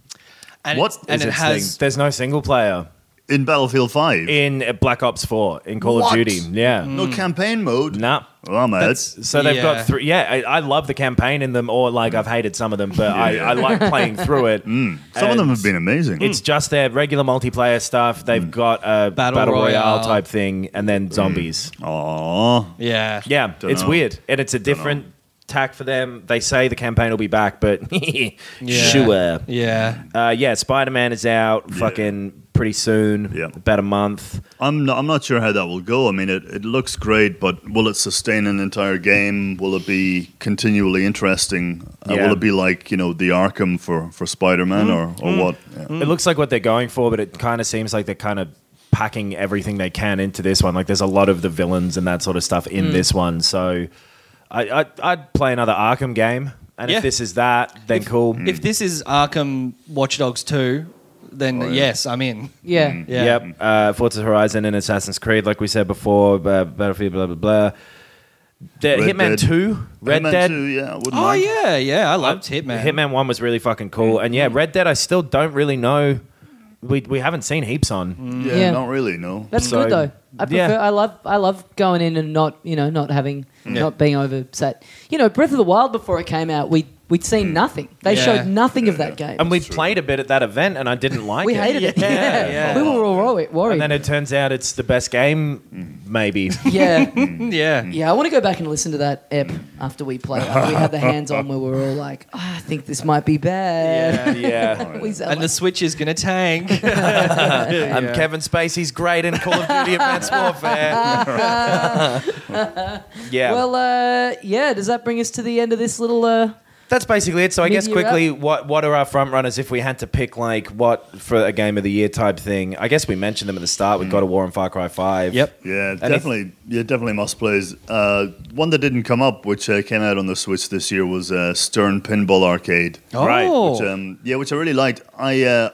[SPEAKER 2] and
[SPEAKER 5] What
[SPEAKER 2] it's- and
[SPEAKER 4] Is
[SPEAKER 2] it
[SPEAKER 4] its
[SPEAKER 2] has
[SPEAKER 4] thing. there's no single player
[SPEAKER 5] in Battlefield 5.
[SPEAKER 4] in uh, Black Ops Four in Call
[SPEAKER 5] What?
[SPEAKER 4] of Duty. Yeah,
[SPEAKER 5] no campaign mode.
[SPEAKER 4] nah.
[SPEAKER 5] Well, I'm out.
[SPEAKER 4] So they've
[SPEAKER 2] Yeah.
[SPEAKER 4] got three. Yeah, I, I love the campaign in them, or like I've hated some of them, but I, I like playing through it.
[SPEAKER 5] Mm. Some of them
[SPEAKER 4] And-
[SPEAKER 5] have been amazing.
[SPEAKER 4] It's just their regular multiplayer stuff. They've got a
[SPEAKER 2] Battle
[SPEAKER 4] battle, royale.
[SPEAKER 2] Royale.
[SPEAKER 4] type thing, and then zombies.
[SPEAKER 5] Aww.
[SPEAKER 2] yeah
[SPEAKER 4] Yeah, it's
[SPEAKER 5] know.
[SPEAKER 4] weird, and it's a different tack for them. They say the campaign will be back, but sure.
[SPEAKER 2] yeah.
[SPEAKER 4] Uh, yeah, Spider Man is out. Fucking pretty soon.
[SPEAKER 5] Yeah.
[SPEAKER 4] about a month.
[SPEAKER 5] I'm not, I'm not sure how that will go. I mean, it, it looks great, but will it sustain an entire game? Will it be continually interesting? Uh,
[SPEAKER 4] Yeah. Mm.
[SPEAKER 5] Will it be like, you know, the Arkham for, for Spider Man or, or what? Yeah.
[SPEAKER 2] Hmm.
[SPEAKER 4] It looks like what they're going for, but it kind of seems like they're kind of packing everything they can into this one. Like there's a lot of the villains and that sort of stuff
[SPEAKER 2] Hmm.
[SPEAKER 4] in this one. So I, I I'd play another Arkham game, and
[SPEAKER 2] Yeah. Hmm.
[SPEAKER 4] if this is that, then cool.
[SPEAKER 2] If this is Arkham Watch Dogs two, then yes, I'm in.
[SPEAKER 3] yeah.
[SPEAKER 2] Yeah.
[SPEAKER 4] Yep. Uh, Forza Horizon and Assassin's Creed, like we said before, uh, Battlefield, blah blah blah. The
[SPEAKER 5] Red
[SPEAKER 4] Hitman
[SPEAKER 5] Dead.
[SPEAKER 4] Two, Red
[SPEAKER 5] Hitman
[SPEAKER 4] Dead.
[SPEAKER 5] 2, yeah, I wouldn't
[SPEAKER 2] Oh
[SPEAKER 5] mind.
[SPEAKER 2] yeah, yeah. I loved Hitman.
[SPEAKER 4] Hitman One was really fucking cool, and
[SPEAKER 5] Mm.
[SPEAKER 4] yeah, Red Dead. I still don't really know. We we haven't seen heaps on.
[SPEAKER 5] yeah.
[SPEAKER 3] Yeah.
[SPEAKER 5] Not really, no.
[SPEAKER 3] That's
[SPEAKER 4] So,
[SPEAKER 3] good though. I prefer.
[SPEAKER 4] yeah.
[SPEAKER 3] I love. I love going in and not. You know, not having. Not being oversat. You know, Breath of the Wild before it came out, we we'd seen nothing. They
[SPEAKER 2] Yeah.
[SPEAKER 3] showed nothing of that game.
[SPEAKER 4] Mm. And we played a bit at that event, and I didn't like
[SPEAKER 3] we
[SPEAKER 4] it.
[SPEAKER 3] hated it. Yeah,
[SPEAKER 2] yeah.
[SPEAKER 3] we were all worried. worried.
[SPEAKER 4] And then it turns out it's the best game,
[SPEAKER 5] Mm.
[SPEAKER 4] maybe.
[SPEAKER 3] yeah,
[SPEAKER 4] Mm.
[SPEAKER 2] yeah.
[SPEAKER 3] yeah. I want to go back and listen to that ep after we played. Like, we had the hands on where we were all like, "Oh, I think this might be bad.
[SPEAKER 4] yeah.
[SPEAKER 3] we sound
[SPEAKER 2] And the
[SPEAKER 3] like-
[SPEAKER 2] Switch is gonna tank.
[SPEAKER 4] Um, Kevin Spacey's great in Call of Duty Advanced Warfare. yeah.
[SPEAKER 3] well, uh, yeah. Does that bring us to the end of this little? Uh,
[SPEAKER 4] That's basically it. So I guess
[SPEAKER 3] Mid-year
[SPEAKER 4] quickly, what what are our front runners if we had to pick like what for a game of the year type thing? I guess we mentioned them at the start. We've got a War and Far Cry Five.
[SPEAKER 2] Mm. Yep.
[SPEAKER 5] Yeah,
[SPEAKER 4] if-
[SPEAKER 5] definitely. yeah, definitely must plays. Uh, one that didn't come up, which uh, came out on the Switch this year, was uh, Stern Pinball Arcade.
[SPEAKER 2] Oh.
[SPEAKER 4] Right,
[SPEAKER 5] Which, um, yeah, which I really liked. I uh,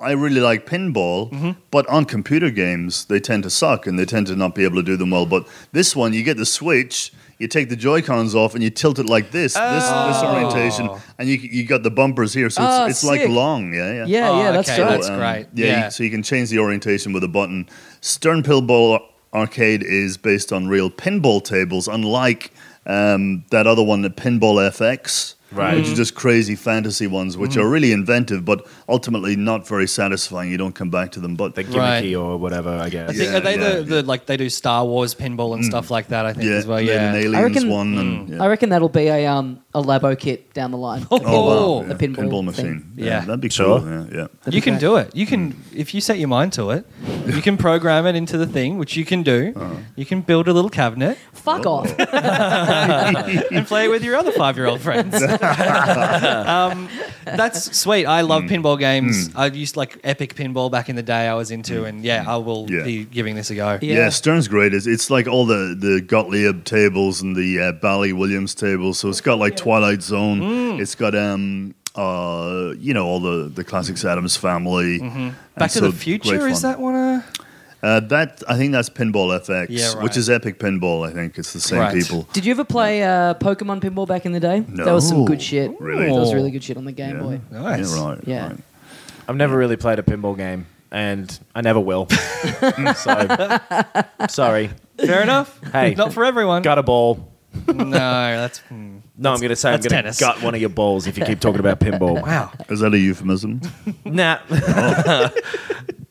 [SPEAKER 5] I really like pinball, but on computer games they tend to suck and they tend to not be able to do them well. But this one, you get the Switch, you take the Joy Cons off and you tilt it like this, this this orientation, and you you got the bumpers here, so
[SPEAKER 3] Oh,
[SPEAKER 5] it's, it's like
[SPEAKER 3] sick.
[SPEAKER 5] long, yeah, yeah,
[SPEAKER 3] Yeah,
[SPEAKER 2] Oh,
[SPEAKER 3] yeah, that's
[SPEAKER 2] okay,
[SPEAKER 3] right.
[SPEAKER 2] that's-
[SPEAKER 5] um,
[SPEAKER 2] great.
[SPEAKER 5] Yeah, you-
[SPEAKER 2] Yeah.
[SPEAKER 5] so you can change the orientation with a button. Stern Pinball Arcade is based on real pinball tables, unlike um, that other one, the Pinball FX,
[SPEAKER 4] Right.
[SPEAKER 5] which are just crazy fantasy ones, which
[SPEAKER 2] Mm.
[SPEAKER 5] are really inventive, but ultimately not very satisfying. You don't come back to them, but
[SPEAKER 4] the gimmicky
[SPEAKER 2] Right.
[SPEAKER 4] or whatever, I
[SPEAKER 2] I
[SPEAKER 4] guess.
[SPEAKER 2] think
[SPEAKER 5] Yeah,
[SPEAKER 2] are they
[SPEAKER 5] yeah.
[SPEAKER 2] the, the like they do Star Wars pinball and stuff like that. I think
[SPEAKER 5] yeah,
[SPEAKER 2] as well.
[SPEAKER 5] they
[SPEAKER 2] Yeah. Mm.
[SPEAKER 5] had an
[SPEAKER 3] I
[SPEAKER 5] Aliens
[SPEAKER 3] reckon-
[SPEAKER 5] one, and yeah.
[SPEAKER 3] I reckon that'll be a um a labo kit down the line.
[SPEAKER 5] oh wow,
[SPEAKER 2] Oh,
[SPEAKER 3] a
[SPEAKER 5] yeah,
[SPEAKER 3] pinball thing.
[SPEAKER 5] machine, yeah,
[SPEAKER 2] Yeah.
[SPEAKER 5] that'd be
[SPEAKER 4] Sure.
[SPEAKER 5] cool. Yeah, yeah.
[SPEAKER 2] You can
[SPEAKER 3] great.
[SPEAKER 2] do it. You can if you set your mind to it. You can program it into the thing, which you can do. You can build a little cabinet
[SPEAKER 3] Fuck off.
[SPEAKER 2] and play with your other five-year-old friends. um, that's sweet. I love
[SPEAKER 5] Mm.
[SPEAKER 2] pinball games. I used like Epic Pinball back in the day. I was into, and yeah, I will
[SPEAKER 5] Mm. Yeah.
[SPEAKER 2] be giving this a go.
[SPEAKER 3] Yeah.
[SPEAKER 5] Yeah. Stern's great. It's, it's like all the, the Gottlieb tables and the uh, Bally Williams tables. So it's got like Twilight Zone.
[SPEAKER 2] Mm.
[SPEAKER 5] It's got um uh you know all the the classics Adams Family. And
[SPEAKER 2] Mm-hmm. Back to
[SPEAKER 5] so
[SPEAKER 2] the
[SPEAKER 5] great
[SPEAKER 2] Future is
[SPEAKER 5] fun.
[SPEAKER 2] that one? A...
[SPEAKER 5] Uh, that I think that's Pinball FX,
[SPEAKER 2] Yeah, right.
[SPEAKER 5] which is Epic Pinball. I think it's the same
[SPEAKER 2] Right.
[SPEAKER 5] people.
[SPEAKER 3] Did you ever play uh, Pokemon pinball back in the day? That was some
[SPEAKER 5] No.
[SPEAKER 3] good shit.
[SPEAKER 5] Really?
[SPEAKER 3] That
[SPEAKER 4] Oh.
[SPEAKER 3] was really good shit on the Game
[SPEAKER 5] Yeah.
[SPEAKER 3] Boy.
[SPEAKER 2] Nice.
[SPEAKER 5] Yeah, right.
[SPEAKER 3] Yeah.
[SPEAKER 5] right.
[SPEAKER 4] I've never really played a pinball game, and I never will. so, sorry.
[SPEAKER 2] Fair enough.
[SPEAKER 4] Hey.
[SPEAKER 2] not for everyone.
[SPEAKER 4] Got a ball.
[SPEAKER 2] No, that's hmm.
[SPEAKER 4] No, I'm going to say I'm
[SPEAKER 2] that's
[SPEAKER 4] going to
[SPEAKER 2] tennis.
[SPEAKER 4] gut one of your balls if you keep talking about pinball.
[SPEAKER 2] wow.
[SPEAKER 5] Is that a euphemism?
[SPEAKER 4] Nah.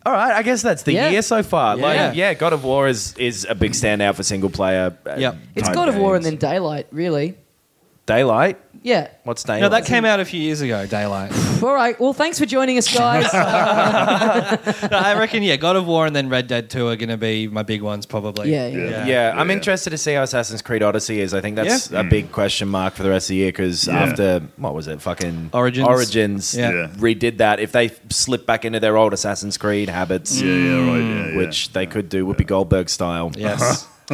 [SPEAKER 4] All right, I guess that's the
[SPEAKER 3] Yeah.
[SPEAKER 4] year so far. Yeah.
[SPEAKER 2] Yeah.
[SPEAKER 4] Like, yeah, God of War is is a big standout for single player. uh,
[SPEAKER 2] Yep.
[SPEAKER 3] It's
[SPEAKER 4] type
[SPEAKER 3] God of War and
[SPEAKER 4] games.
[SPEAKER 3] then Daylight, really.
[SPEAKER 4] Daylight.
[SPEAKER 3] Yeah.
[SPEAKER 4] What's Daylight?
[SPEAKER 2] No, that came out a few years ago. Daylight.
[SPEAKER 3] All right. Well, thanks for joining us, guys.
[SPEAKER 2] No, I reckon, yeah, God of War and then Red Dead 2 are going to be my big ones, probably.
[SPEAKER 3] Yeah, yeah.
[SPEAKER 4] Yeah,
[SPEAKER 2] Yeah.
[SPEAKER 4] I'm
[SPEAKER 5] Yeah.
[SPEAKER 4] interested to see how Assassin's Creed Odyssey is. I think that's
[SPEAKER 5] Yeah.
[SPEAKER 4] a big question mark for the rest of the year because
[SPEAKER 5] Yeah.
[SPEAKER 4] after what was it, fucking
[SPEAKER 2] Origins.
[SPEAKER 4] Origins
[SPEAKER 2] Yeah.
[SPEAKER 5] Yeah.
[SPEAKER 4] redid that. If they slip back into their old Assassin's Creed habits,
[SPEAKER 5] Yeah, yeah, right. Yeah, yeah.
[SPEAKER 4] which they could do, Whoopi Goldberg style.
[SPEAKER 2] Yes.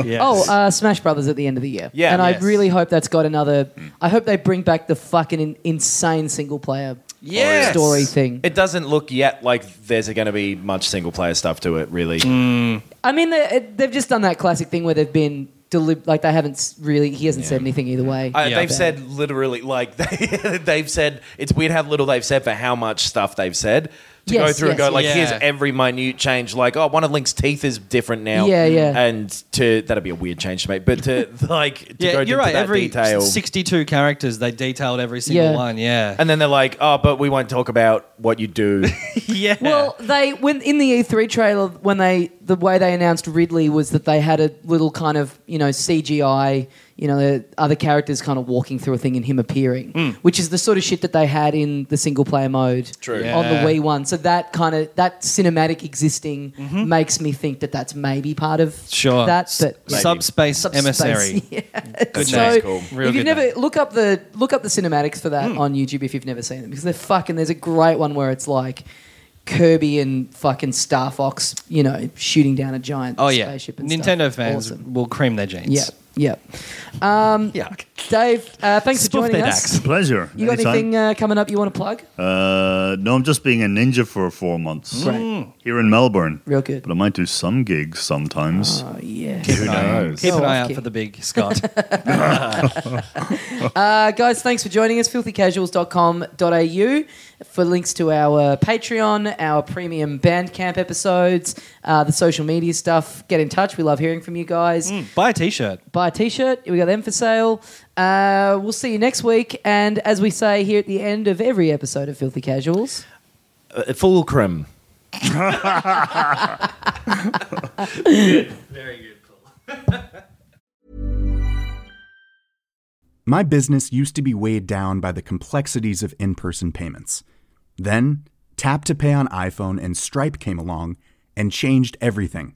[SPEAKER 2] yes.
[SPEAKER 3] Oh, uh, Smash Brothers at the end of the year.
[SPEAKER 4] Yeah.
[SPEAKER 3] And
[SPEAKER 2] Yes.
[SPEAKER 3] I really hope that's got another. I hope they bring back the fucking in, insane single player
[SPEAKER 4] Yes.
[SPEAKER 3] story thing.
[SPEAKER 4] It doesn't look yet like there's going to be much single player stuff to it, really.
[SPEAKER 5] Mm.
[SPEAKER 3] I mean, they, it- they've just done that classic thing where they've been. Delib- like they haven't s- really. He hasn't said anything either way.
[SPEAKER 4] I,
[SPEAKER 2] Yeah.
[SPEAKER 4] they've said literally, like they, they've said, it's weird how little they've said for how much stuff they've said. To go
[SPEAKER 3] Yes,
[SPEAKER 4] through and
[SPEAKER 3] yes,
[SPEAKER 4] go like,
[SPEAKER 2] yes.
[SPEAKER 4] here's
[SPEAKER 2] Yeah.
[SPEAKER 4] every minute change. Like, oh, one of Link's teeth is different now.
[SPEAKER 3] Yeah, yeah.
[SPEAKER 4] And to that'd be a weird change to make, but to like, to
[SPEAKER 2] yeah, you're
[SPEAKER 4] go into
[SPEAKER 2] right.
[SPEAKER 4] that
[SPEAKER 2] Every
[SPEAKER 4] detail.
[SPEAKER 2] 62 characters, they detailed every single
[SPEAKER 3] Yeah.
[SPEAKER 2] one. Yeah.
[SPEAKER 4] and then they're like, oh, but we won't talk about what you do.
[SPEAKER 2] yeah.
[SPEAKER 3] Well, they when in the E3 trailer when they the way they announced Ridley was that they had a little kind of you know CGI, you know, the other characters kind of walking through a thing and him appearing,
[SPEAKER 2] Hmm.
[SPEAKER 3] which is the sort of shit that they had in the single player mode
[SPEAKER 4] True.
[SPEAKER 3] on the
[SPEAKER 2] Yeah.
[SPEAKER 3] Wii one. So that kind of that cinematic existing makes me think that that's maybe part of
[SPEAKER 2] Mm-hmm. sure.
[SPEAKER 3] that. But
[SPEAKER 2] S- Subspace, Emissary.
[SPEAKER 3] Subspace. Yeah.
[SPEAKER 2] Good
[SPEAKER 3] so
[SPEAKER 2] name. Hmm.
[SPEAKER 4] cool.
[SPEAKER 2] Real
[SPEAKER 3] if you've
[SPEAKER 2] good
[SPEAKER 3] never look up the look up the cinematics for that on YouTube if you've never seen them because they're fucking. There's a great one where it's like Kirby and fucking Star Fox, you know, shooting down a giant
[SPEAKER 2] Oh, yeah.
[SPEAKER 3] spaceship. And
[SPEAKER 2] Nintendo
[SPEAKER 3] stuff.
[SPEAKER 2] fans
[SPEAKER 3] awesome.
[SPEAKER 2] will cream their jeans.
[SPEAKER 3] Yeah, yeah. Um,
[SPEAKER 2] Yuck.
[SPEAKER 3] Dave, uh, thanks
[SPEAKER 2] Spoof
[SPEAKER 3] for joining
[SPEAKER 2] their
[SPEAKER 3] us.
[SPEAKER 2] dacks.
[SPEAKER 5] Pleasure.
[SPEAKER 3] You got
[SPEAKER 5] Anytime.
[SPEAKER 3] anything uh, coming up you want to plug?
[SPEAKER 5] Uh, no, I'm just being a ninja for four months
[SPEAKER 2] Mm.
[SPEAKER 3] Right.
[SPEAKER 5] here in Melbourne.
[SPEAKER 3] Real good.
[SPEAKER 5] But I might do some gigs sometimes.
[SPEAKER 2] Uh,
[SPEAKER 3] Oh yeah.
[SPEAKER 4] Who knows?
[SPEAKER 2] Keep
[SPEAKER 3] Go
[SPEAKER 2] an eye
[SPEAKER 3] off,
[SPEAKER 2] out
[SPEAKER 3] kid.
[SPEAKER 2] for the big Scott.
[SPEAKER 3] Uh, guys, thanks for joining us. filthycasuals.com.au for links to our Patreon, our premium Bandcamp episodes, uh, the social media stuff. Get in touch. We love hearing from you guys.
[SPEAKER 6] Mm.
[SPEAKER 2] Buy a t shirt.
[SPEAKER 3] Buy a t shirt. We got them for sale. Uh, we'll see you next week. And as we say here at the end of every episode of Filthy Casuals,
[SPEAKER 4] Uh, Fulcrum.
[SPEAKER 1] My business used to be weighed down by the complexities of in person payments. Then, Tap to Pay on iPhone and Stripe came along and changed everything.